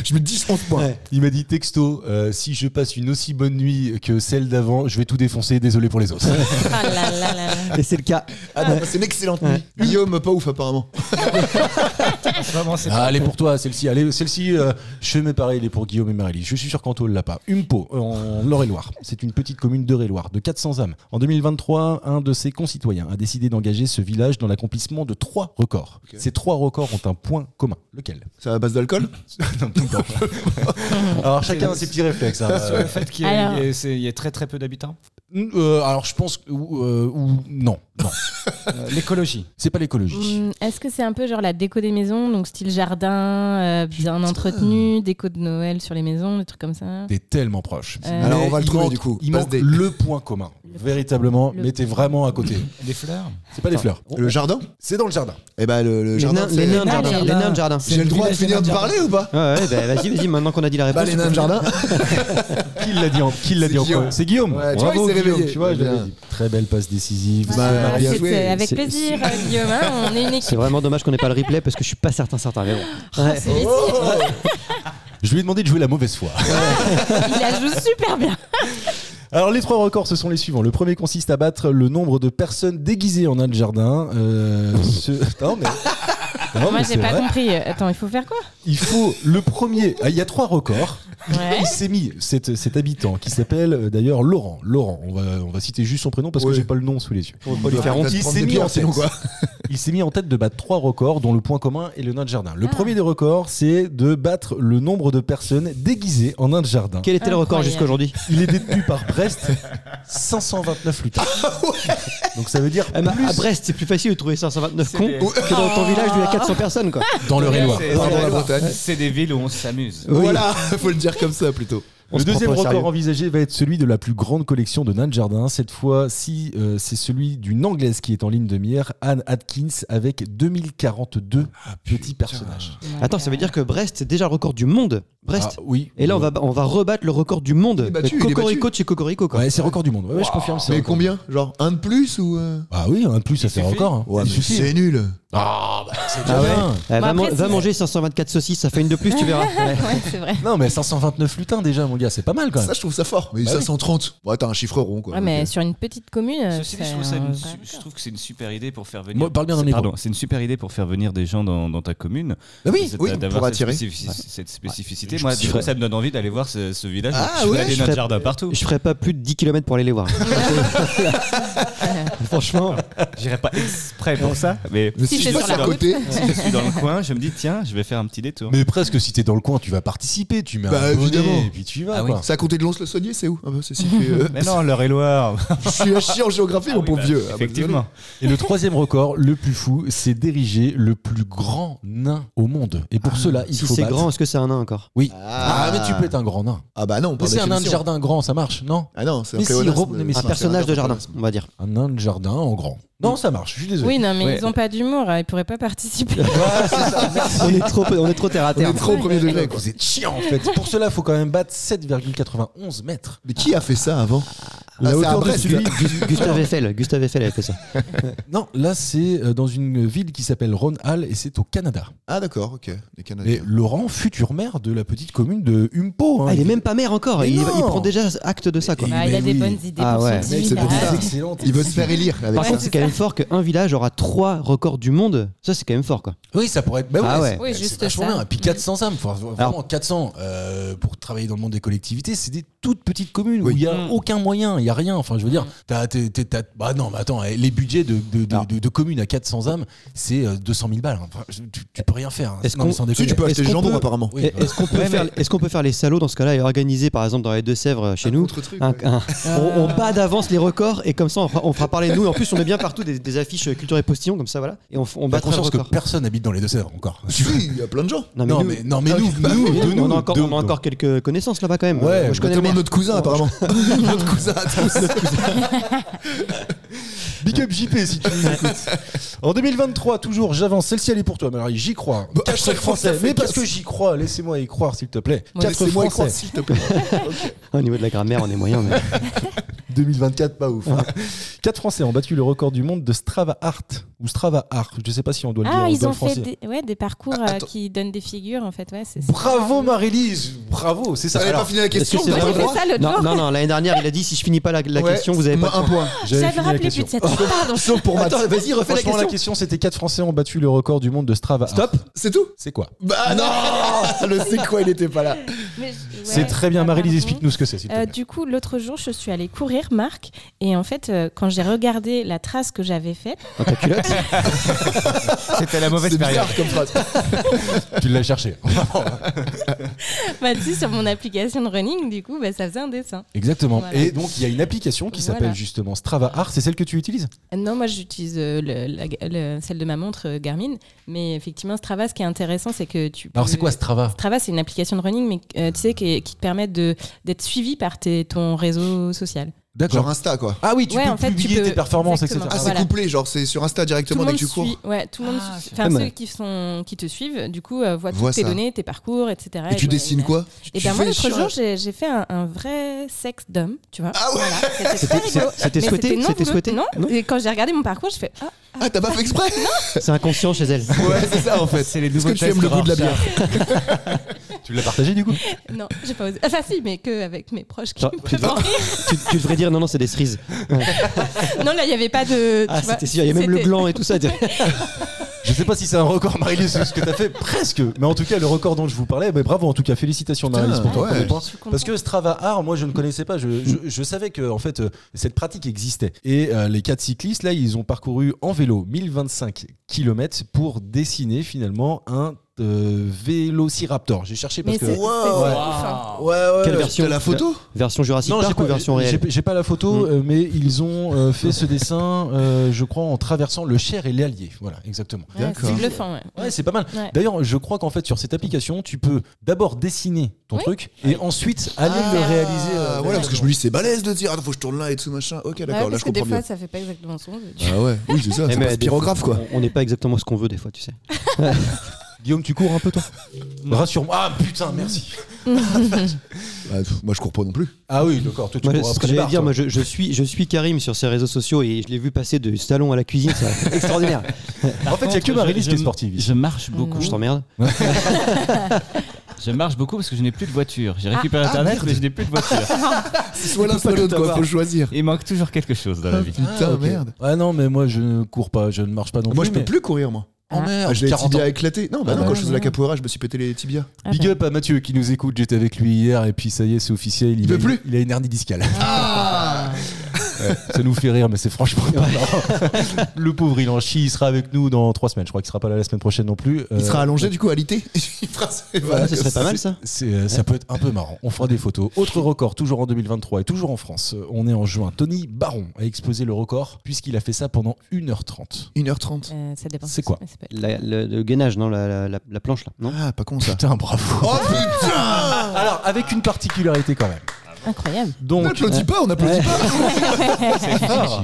S5: Je me dis 11 points.
S4: Il m'a dit texto euh, si je passe une aussi bonne nuit que celle d'avant, je vais tout défoncer. Désolé pour les autres.
S6: Ah là là là là.
S8: Et c'est le cas.
S5: Ah, non, c'est une excellente nuit. Guillaume, pas ouf apparemment.
S7: Vraiment, c'est
S4: Ah, elle est pour toi, celle-ci. Allez, celle-ci, euh, je fais mes pareils, elle est pour Guillaume et Marélie. Je suis sûr qu'Anto ne l'a pas. Umpo, euh, en Laure-et-Loire. C'est une petite commune d'Eure-et-Loire, de 400 âmes. En 2023, un de ses concitoyens a décidé d'engager ce village dans l'accomplissement de trois records. Ces trois records ont un point commun. Lequel
S5: C'est à base d'alcool
S4: Alors, chacun a ses petits réflexes. hein.
S7: sur le fait qu'il y,
S6: Alors-
S7: ait- c'est- il y ait très très peu d'habitants.
S4: Euh, alors, je pense. que- Ou, euh, ou- non, non.
S7: Euh, L'écologie.
S4: C'est pas l'écologie.
S6: Hum, Est-ce que c'est un peu genre la déco des maisons, donc style jardin, euh, bien entretenu, déco de Noël sur les maisons, des trucs comme ça
S4: T'es tellement proche.
S6: Euh,
S5: Alors on
S4: Mais
S5: va le
S4: il
S5: trouver
S4: manque-
S5: du coup.
S4: Il
S5: Passe
S4: manque
S5: des-
S4: le point commun. Véritablement,
S6: Le-
S4: mais t'es vraiment à côté.
S7: Des fleurs.
S4: C'est pas les fleurs.
S5: Le jardin
S4: C'est dans le jardin.
S5: Eh ben le, le
S8: Les
S5: jardin.
S8: nains les
S5: c'est-
S8: nains de
S6: Ah,
S8: jardin.
S6: les
S8: Les nains de jardin.
S5: J'ai le droit de finir de parler ou pas
S8: Ouais, ouais, bah, vas-y, vas-y, maintenant qu'on a dit la
S5: Bah
S8: réponse.
S5: les nains de jardin.
S4: Qui l'a dit en, qui l'a
S5: C'est
S4: dit en
S5: Guillaume.
S4: quoi C'est Guillaume.
S5: Ouais, tu vois,
S4: Bravo,
S5: il s'est
S4: Guillaume,
S5: réveillé.
S4: tu vois, je
S5: Bien.
S4: l'avais dit. Très belle passe décisive.
S5: Bah,
S4: C'est
S5: bien
S6: C'est-
S5: joué.
S6: c'est Ah, Avec
S8: C'est-
S6: plaisir, euh, Guillaume, hein, on est une équipe.
S8: C'est vraiment dommage qu'on n'ait pas le replay parce que je suis pas certain, certain. Mais bon. Ouais.
S6: c'est les-
S5: Oh.
S4: Je lui ai demandé de jouer la mauvaise foi.
S6: Il la joue super bien.
S4: Alors les trois records, ce sont les suivants. Le premier consiste à battre le nombre de personnes déguisées en nain de jardin. Euh, ce... Non mais. Non, Oh, mais
S6: Moi,
S4: c'est
S6: j'ai pas
S4: vrai.
S6: compris. Euh, Attends, il faut faire quoi
S4: Il faut le premier. Ah, Il y a trois records.
S6: Ouais.
S4: Il s'est mis cet, cet habitant qui s'appelle euh, d'ailleurs Laurent. Laurent. On va on va citer juste son prénom parce
S5: Ouais.
S4: que j'ai pas le nom sous les yeux.
S5: On va
S4: lui faire honte. Il
S5: se prendre
S4: s'est
S5: des
S4: mis
S5: pierres,
S4: en
S5: sinon,
S4: tête.
S5: quoi.
S4: Il s'est mis en tête de battre trois records, dont le point commun est le nain de jardin. Le premier des records, c'est de battre le nombre de personnes déguisées en nain de jardin.
S8: Quel était le record
S6: Incroyable.
S8: jusqu'à aujourd'hui
S4: Il est détenu par Brest 529 lutteurs.
S5: Ah
S4: Donc ça veut dire
S8: Eh ben,
S4: plus
S8: À Brest, c'est plus facile de trouver 529 cons
S7: des-
S8: que dans
S6: Oh.
S8: ton village où il y a 400 personnes. quoi.
S4: dans le Réloir.
S7: C'est-
S5: Dans la Bretagne.
S7: C'est des villes où on s'amuse.
S5: Voilà, faut le dire comme ça plutôt.
S8: On
S4: Le
S8: se prend
S4: deuxième
S8: pas au
S4: record
S8: sérieux.
S4: envisagé va être celui de la plus grande collection de nains de jardin. Cette fois, si euh, c'est celui d'une Anglaise qui est en ligne de mire, Anne Atkins, avec 2042
S5: Ah,
S4: petits personnages.
S8: Attends, ça veut dire que Brest, c'est déjà le record du monde. Brest.
S4: Ah, oui.
S8: Et là, on va, on va rebattre le record du monde.
S5: est battu,
S8: Le
S5: il est
S8: Cocorico de chez Cocorico, quoi.
S4: Ouais, c'est record du monde. Ouais, ouais, je confirme. c'est
S5: Mais
S4: record.
S5: combien Genre un de plus ou euh
S4: Ah oui, un de plus, ça fait
S7: suffit.
S4: record. hein.
S5: Ouais,
S4: Il
S5: mais
S4: suffit.
S5: c'est nul.
S4: Ah ouais.
S8: Eh,
S6: Bon,
S8: va,
S6: après,
S8: man-
S6: si
S8: va
S6: c'est-
S8: manger 524 saucisses, ça fait une de plus, tu verras. Ouais.
S6: Ouais, c'est vrai.
S4: Non, mais 529 lutins déjà, mon mon gars, c'est pas mal quand même.
S5: Ça, je trouve ça fort. Bah Mais 530, ouais, t'as un chiffre rond, quoi.
S6: Ouais, mais sur une petite commune. euh,
S7: Ceci dit, je,
S6: c'est
S7: trouve ça
S6: un-
S7: une su- je trouve que c'est une super idée pour faire venir.
S4: Moi, parle bien dans le
S7: C'est-
S4: micro.
S7: Pardon, c'est une super idée pour faire venir des gens dans, dans ta commune.
S5: Bah oui,
S7: C'est-
S5: oui,
S7: d'avoir
S5: pour
S7: cette
S5: attirer.
S7: spécifici- Cette spécificité.
S8: Je
S7: Moi, du
S8: suis
S7: coup,
S8: vrai.
S7: ça me donne envie d'aller voir ce, ce village.
S5: Ah
S7: je
S5: ouais,
S7: vais
S8: je
S7: notre
S8: ferais-
S7: jardin partout.
S8: Je ferais pas plus de 10 km pour aller les voir. Franchement,
S7: J'irai pas exprès pour ça, mais
S5: Mais
S6: Si
S5: si
S6: c'est
S5: je passe
S6: sur la
S5: à
S6: route.
S5: côté,
S7: si je suis dans le coin, je me dis tiens, je vais faire un petit détour.
S4: Mais presque si t'es dans le coin, tu vas participer, tu mets
S5: Bah,
S4: un bonnet
S5: évidemment.
S4: et puis tu y vas.
S7: Ah oui.
S4: quoi.
S5: c'est à côté de Lons-le-Saunier, c'est où Ah bah, c'est situé, euh,
S7: Mais non, l'heure et Loire.
S5: Je suis un chien en géographie, mon pauvre vieux. Ah, bah,
S7: Effectivement.
S4: Et le troisième record, le plus fou, c'est d'ériger le plus grand nain au monde. Et pour cela, Bah, il
S8: si
S4: faut
S8: c'est
S4: battre-
S8: grand, est-ce que c'est un nain encore
S4: Oui.
S5: Ah.
S4: Ah, mais tu peux être un grand nain.
S5: Ah bah non,
S4: Mais
S5: par
S4: c'est un nain de
S5: définition.
S4: jardin grand, ça marche, non
S5: Ah non, c'est un
S4: Mais si,
S5: pléonasme.
S4: Rob- mais
S5: C'est
S8: Un
S4: si,
S8: personnage de jardin,
S5: pléonasme.
S8: on va dire.
S4: Un nain de jardin en grand. Non, ça marche, je suis désolé.
S6: Oui, non, mais
S7: Ouais.
S6: ils ont pas d'humour, hein, ils pourraient pas participer. Ah,
S8: on, est trop, on est trop terre à
S5: On est
S8: terre.
S5: trop au premier degré, quoi.
S4: Vous êtes chiant en fait. Pour cela, il faut quand même battre 7,91 mètres.
S5: Mais qui a fait ça avant Ah, c'est à Brest,
S4: celui-
S8: Gustave Eiffel, Gustave Eiffel avait fait ça.
S4: Non, là c'est euh, dans une ville qui s'appelle Ron Hall et c'est au Canada.
S5: Ah d'accord, ok. Les
S4: Et
S5: Canadiens.
S4: Laurent, futur maire de la petite commune de Humpo. hein.
S8: Ah, il est même pas maire encore.
S4: Mais
S8: Il, il
S4: non
S8: prend déjà acte de ça. Quoi.
S6: Bah, il a
S4: Mais
S6: des
S4: oui.
S6: bonnes idées
S8: Ah
S6: pour
S8: ouais.
S6: son
S5: Mec,
S6: petit
S5: c'est pour
S6: village.
S5: ça.
S4: Excellente.
S5: Il veut se faire élire avec
S8: Par
S5: ça.
S8: contre, c'est quand même fort qu'un village aura trois records du monde. Ça, c'est quand même fort. quoi.
S4: Oui, ça pourrait être. bah
S8: Ah
S4: ouais,
S8: ouais.
S4: c'est-
S6: Oui,
S4: c'est
S6: juste
S4: vachement
S6: ça.
S4: bien. Et puis 400 âmes, faut- faut- vraiment
S8: Alors-
S4: 400 euh, pour travailler dans le monde des collectivités, c'est des toutes petites communes
S5: Oui.
S4: où il n'y a
S6: Mm.
S4: aucun moyen, il n'y a rien. Enfin, je veux dire, t'as, t'es- t'es- t'as- bah non, mais attends, eh, les budgets de, de, de-
S8: Alors-
S4: de- de communes à 400 âmes, c'est euh, 200 000 balles. hein. Enfin, je- tu, tu peux rien faire. hein.
S8: Est-ce
S4: Non, mais
S8: qu'on-
S4: sans
S5: Si
S4: déconner.
S5: tu peux
S8: Est-ce
S5: acheter le
S8: qu'on
S5: jambon,
S8: peut-
S5: apparemment.
S4: Oui, bah
S8: Et- Est-ce qu'on peut,
S7: Ouais,
S8: faire-
S7: mais-
S8: est-ce qu'on peut faire les salauds dans ce cas-là et organiser, par exemple, dans les Deux-Sèvres, chez nous,
S5: contre-truc,
S8: un-
S5: ouais.
S8: un- on, on bat d'avance les records et comme ça, on fera, on fera parler de nous. En plus, on met bien partout des, des affiches euh, culture et postillon, comme ça, voilà. Et on, f- on
S4: Bah,
S8: bat
S4: conscience que
S8: record.
S4: personne n'habite dans les Deux-Sèvres encore.
S5: Si, il y a plein de gens.
S8: Non,
S4: Non,
S8: nous-
S4: mais, non, mais
S8: Ah oui,
S4: nous,
S8: bah,
S4: nous,
S8: oui,
S4: de nous,
S8: on a encore,
S4: de-
S8: on a encore quelques connaissances là-bas quand même.
S4: Ouais,
S8: Moi, je connais
S5: Notamment
S8: le maire.
S5: notre cousin, apparemment. notre cousin à tous.
S4: Big up JP si tu nous écoutes. En 2023, toujours, j'avance. Celle-ci, elle est pour toi, Marie. J'y crois.
S5: Bah,
S4: Quatre
S5: à chaque fois, ça
S4: français.
S5: fait
S4: Mais parce
S5: quatre.
S4: que j'y crois, laissez-moi y croire, s'il te plaît.
S6: Ouais.
S4: Quatre
S5: Laissez-moi y croire,
S4: français.
S5: s'il te plaît.
S8: Au niveau de la grammaire, on est moyen. Mais...
S4: 2024, pas
S5: hein.
S4: ouf. 4 Français ont battu le record du monde de Strava Art. Ou Strava Art, je sais pas si on doit le dire.
S6: Ah,
S4: dans
S6: ils
S4: le
S6: ont fait
S4: français.
S6: des, ouais, des parcours euh,
S5: attends.
S6: qui donnent des figures, en fait. Ouais, c'est ça.
S4: Bravo Marie-Lise Bravo, c'est ça.
S5: T'avais pas
S4: Alors,
S5: fini la
S8: Est-ce
S5: question
S8: que c'est
S5: t'as
S8: vraiment
S5: pas le
S6: fait
S5: droit
S6: ça l'autre
S8: non,
S6: jour
S8: non, non, l'année dernière, il a dit si je finis pas la, la
S5: Ouais,
S8: question, vous avez
S5: moi,
S8: pas.
S5: un point.
S4: j'avais
S6: J'avais
S4: fini la
S6: rappelé plus
S4: question.
S6: de cette pardon.
S5: Sauf pour Matt.
S8: Attends, vas-y, refais la
S4: Franchement, la
S8: question.
S4: question, c'était 4 Français ont battu le record du monde de Strava Art.
S8: Stop.
S5: C'est tout
S4: C'est quoi
S5: Bah non Le c'est quoi, il était pas là.
S6: Mais je- ouais,
S4: C'est très bien,
S6: ah,
S4: Marie-Lise,
S6: pardon.
S4: explique-nous ce que c'est, s'il te
S6: Euh,
S4: plaît.
S6: du coup, l'autre jour, je suis allée courir, Marc, et en fait, euh, quand j'ai regardé la trace que j'avais faite,
S8: Dans ta culotte.
S7: C'était la mauvaise
S5: C'est
S7: période.
S5: bizarre comme phrase.
S4: Tu l'as cherché.
S6: bah, tu sais, sur mon application de running, du coup, bah, ça faisait un dessin.
S4: Exactement.
S6: Voilà.
S4: Et donc, il y a une application qui
S6: Voilà.
S4: s'appelle justement Strava Art. C'est celle que tu utilises
S6: Euh, Non, moi j'utilise euh, le- la- le- celle de ma montre euh, Garmin, mais effectivement Strava, ce qui est intéressant, c'est que tu.
S4: Alors,
S6: peux-
S4: c'est quoi Strava
S6: Strava, c'est une application de running, mais euh, tu sais qui, qui te permet de d'être suivi par tes- ton réseau social.
S5: Genre
S4: D'accord.
S5: Insta, quoi.
S4: Ah oui, tu
S6: Ouais,
S4: peux
S6: en fait, tu
S4: publier
S6: peux-
S4: tes performances,
S6: Exactement.
S5: Ah,
S4: etc.
S5: c'est
S6: Voilà.
S5: couplé, genre c'est sur Insta
S6: tout
S5: directement
S6: le
S5: dès
S6: monde
S5: que tu cours.
S6: suit- ouais, tout le monde. suit-
S8: pas
S6: Enfin,
S8: mal.
S6: ceux qui sont qui te suivent, du coup, euh, voient
S5: Vois
S6: toutes tes
S5: ça.
S6: données, tes parcours, etc.
S5: Et tu
S6: bon,
S5: dessines
S6: ouais.
S5: quoi
S6: Et
S5: Tu
S6: bien moi
S5: fais
S6: l'autre
S5: sur-
S6: jour, j'ai j'ai fait un, un vrai sexe d'homme, tu vois.
S5: Ah ouais
S6: Voilà, C'était très
S8: c'est-
S6: rigolo.
S8: c'était
S6: Mais
S8: souhaité,
S6: non
S8: c'était
S6: voulu-
S8: souhaité.
S6: Non.
S8: Non.
S6: Et quand j'ai regardé mon parcours, je fais ah,
S5: Ah, t'as pas fait exprès
S8: C'est inconscient chez elle.
S5: Ouais, c'est ça en fait.
S7: C'est les
S5: Est-ce
S7: nouveaux
S5: que tu aimes le goût de la bière
S4: Tu l'as partagé du coup
S6: non, j'ai pas osé. Enfin si, mais que avec mes proches qui
S8: Non,
S6: me
S8: tu
S6: font
S8: devrais-
S6: rire.
S8: tu, tu devrais dire non, non, c'est des cerises.
S6: Non là, il y avait pas de. tu
S8: Ah,
S6: vois,
S8: c'était sûr. Il y a même le
S6: c'était-
S8: gland et tout ça.
S4: Je sais pas si Ah, c'est un record, Marie-Lise, ce que t'as fait, presque. Mais en tout cas, le record dont je vous parlais, bah, bravo en tout cas, félicitations Marie-Lise pour ton
S5: ouais.
S4: premier point.
S6: Je suis contente.
S4: Parce que Strava Art, moi je ne connaissais pas, je, je- je savais que en fait euh, cette pratique existait. Et euh, les quatre cyclistes, là, ils ont parcouru en vélo 1025 km pour dessiner finalement un euh, vélociraptor. J'ai cherché parce
S6: Mais
S4: que.
S6: c'est c'est-
S4: Ouais,
S6: c'est ouf, hein.
S4: ouais,
S8: Quelle
S4: ouais.
S8: version
S5: T'as la photo
S8: Version Jurassic
S4: Non, j'ai
S8: Park ou
S4: pas,
S8: version
S4: j'ai-
S8: réelle
S4: j'ai- j'ai pas la photo,
S8: Mm.
S4: euh, mais ils ont euh, fait ce dessin, euh, je crois, en traversant le Cher et l'Allier. Voilà, exactement.
S6: Ouais, C'est bluffant. ouais.
S4: Ouais, c'est pas mal.
S6: Ouais.
S4: D'ailleurs, je crois qu'en fait, sur cette application, tu peux d'abord dessiner ton
S6: Oui.
S4: truc et ensuite aller le réaliser. euh,
S5: Ah, voilà, parce que je me dis, c'est balèze de dire, attends, faut que je tourne là et tout machin. Ok,
S6: Ouais,
S5: d'accord, là
S6: parce
S5: je
S6: que des
S5: comprends
S6: fois,
S5: bien.
S6: ça fait pas exactement son. jeu.
S5: Ah ouais, oui, c'est ça,
S8: Eh,
S5: c'est
S8: mais
S5: pas
S8: des-
S5: spirographe quoi.
S8: On- On n'est pas exactement ce qu'on veut des fois, tu sais.
S4: Guillaume, tu cours un peu, toi Rassure-moi. Ah putain, merci.
S5: Bah, pff, moi je cours pas non plus.
S4: Ah oui, d'accord, toi, tu
S8: Moi,
S4: cours
S8: ce
S4: après hein.
S8: que
S4: les
S8: j'allais
S4: barres.
S8: dire,
S4: toi.
S8: moi, je, je suis, je suis Karim sur ses réseaux sociaux et je l'ai vu passer du salon à la cuisine, c'est extraordinaire.
S4: En fait, il y a que Marie-Lise qui est sportive. ici.
S7: Je
S8: Mm.
S7: marche
S6: beaucoup.
S7: beaucoup.
S8: Je t'emmerde.
S7: Je marche beaucoup parce que je n'ai plus de voiture. J'ai récupéré Internet, mais je n'ai plus de voiture.
S5: Soit l'un, soit l'autre, quoi. Faut choisir.
S7: Il manque toujours quelque chose dans la vie.
S5: Putain,
S4: ok.
S5: merde.
S4: Ah non, mais moi je ne cours pas, je ne marche pas non
S5: Moi,
S4: plus.
S5: je peux
S4: mais-
S5: plus courir, moi.
S4: Oh merde,
S5: Ah, J'ai les
S4: 40 ans.
S5: tibias éclatés. Non, bah
S4: Ah
S5: non,
S4: bah
S5: quand je faisais
S6: ouais.
S5: la capoeira, je me suis pété les tibias.
S4: Big up à Mathieu qui nous écoute, j'étais avec lui hier et puis ça y est, c'est officiel, il,
S5: Il
S4: a,
S5: peut plus
S4: il a une hernie discale. Ouais, ça nous fait rire, mais c'est franchement pas marrant. Le pauvre, il en chie, il sera avec nous dans trois semaines, je crois qu'il sera pas là la semaine prochaine non plus. Euh,
S5: Il sera allongé, du coup, alité. Il fera ses
S8: Voilà,
S5: vagues.
S8: ce serait pas mal Ah, ça.
S4: c'est, euh, ça peut être un peu marrant. On fera des photos. Autre record, toujours en 2023 et toujours en France. Euh, On est en juin. Tony Baron a explosé le record puisqu'il a fait ça pendant 1h30.
S5: 1h30.
S6: Euh, ça dépend.
S4: C'est quoi
S6: Mais ça peut être-
S8: La- le, le gainage, non, la, la- la- la planche là, non
S5: Ah, pas con ça.
S4: Putain, bravo.
S5: Oh putain
S4: Alors, avec une particularité quand même.
S6: Incroyable.
S5: On
S4: Donc,
S5: n'applaudit pas, on n'applaudit pas.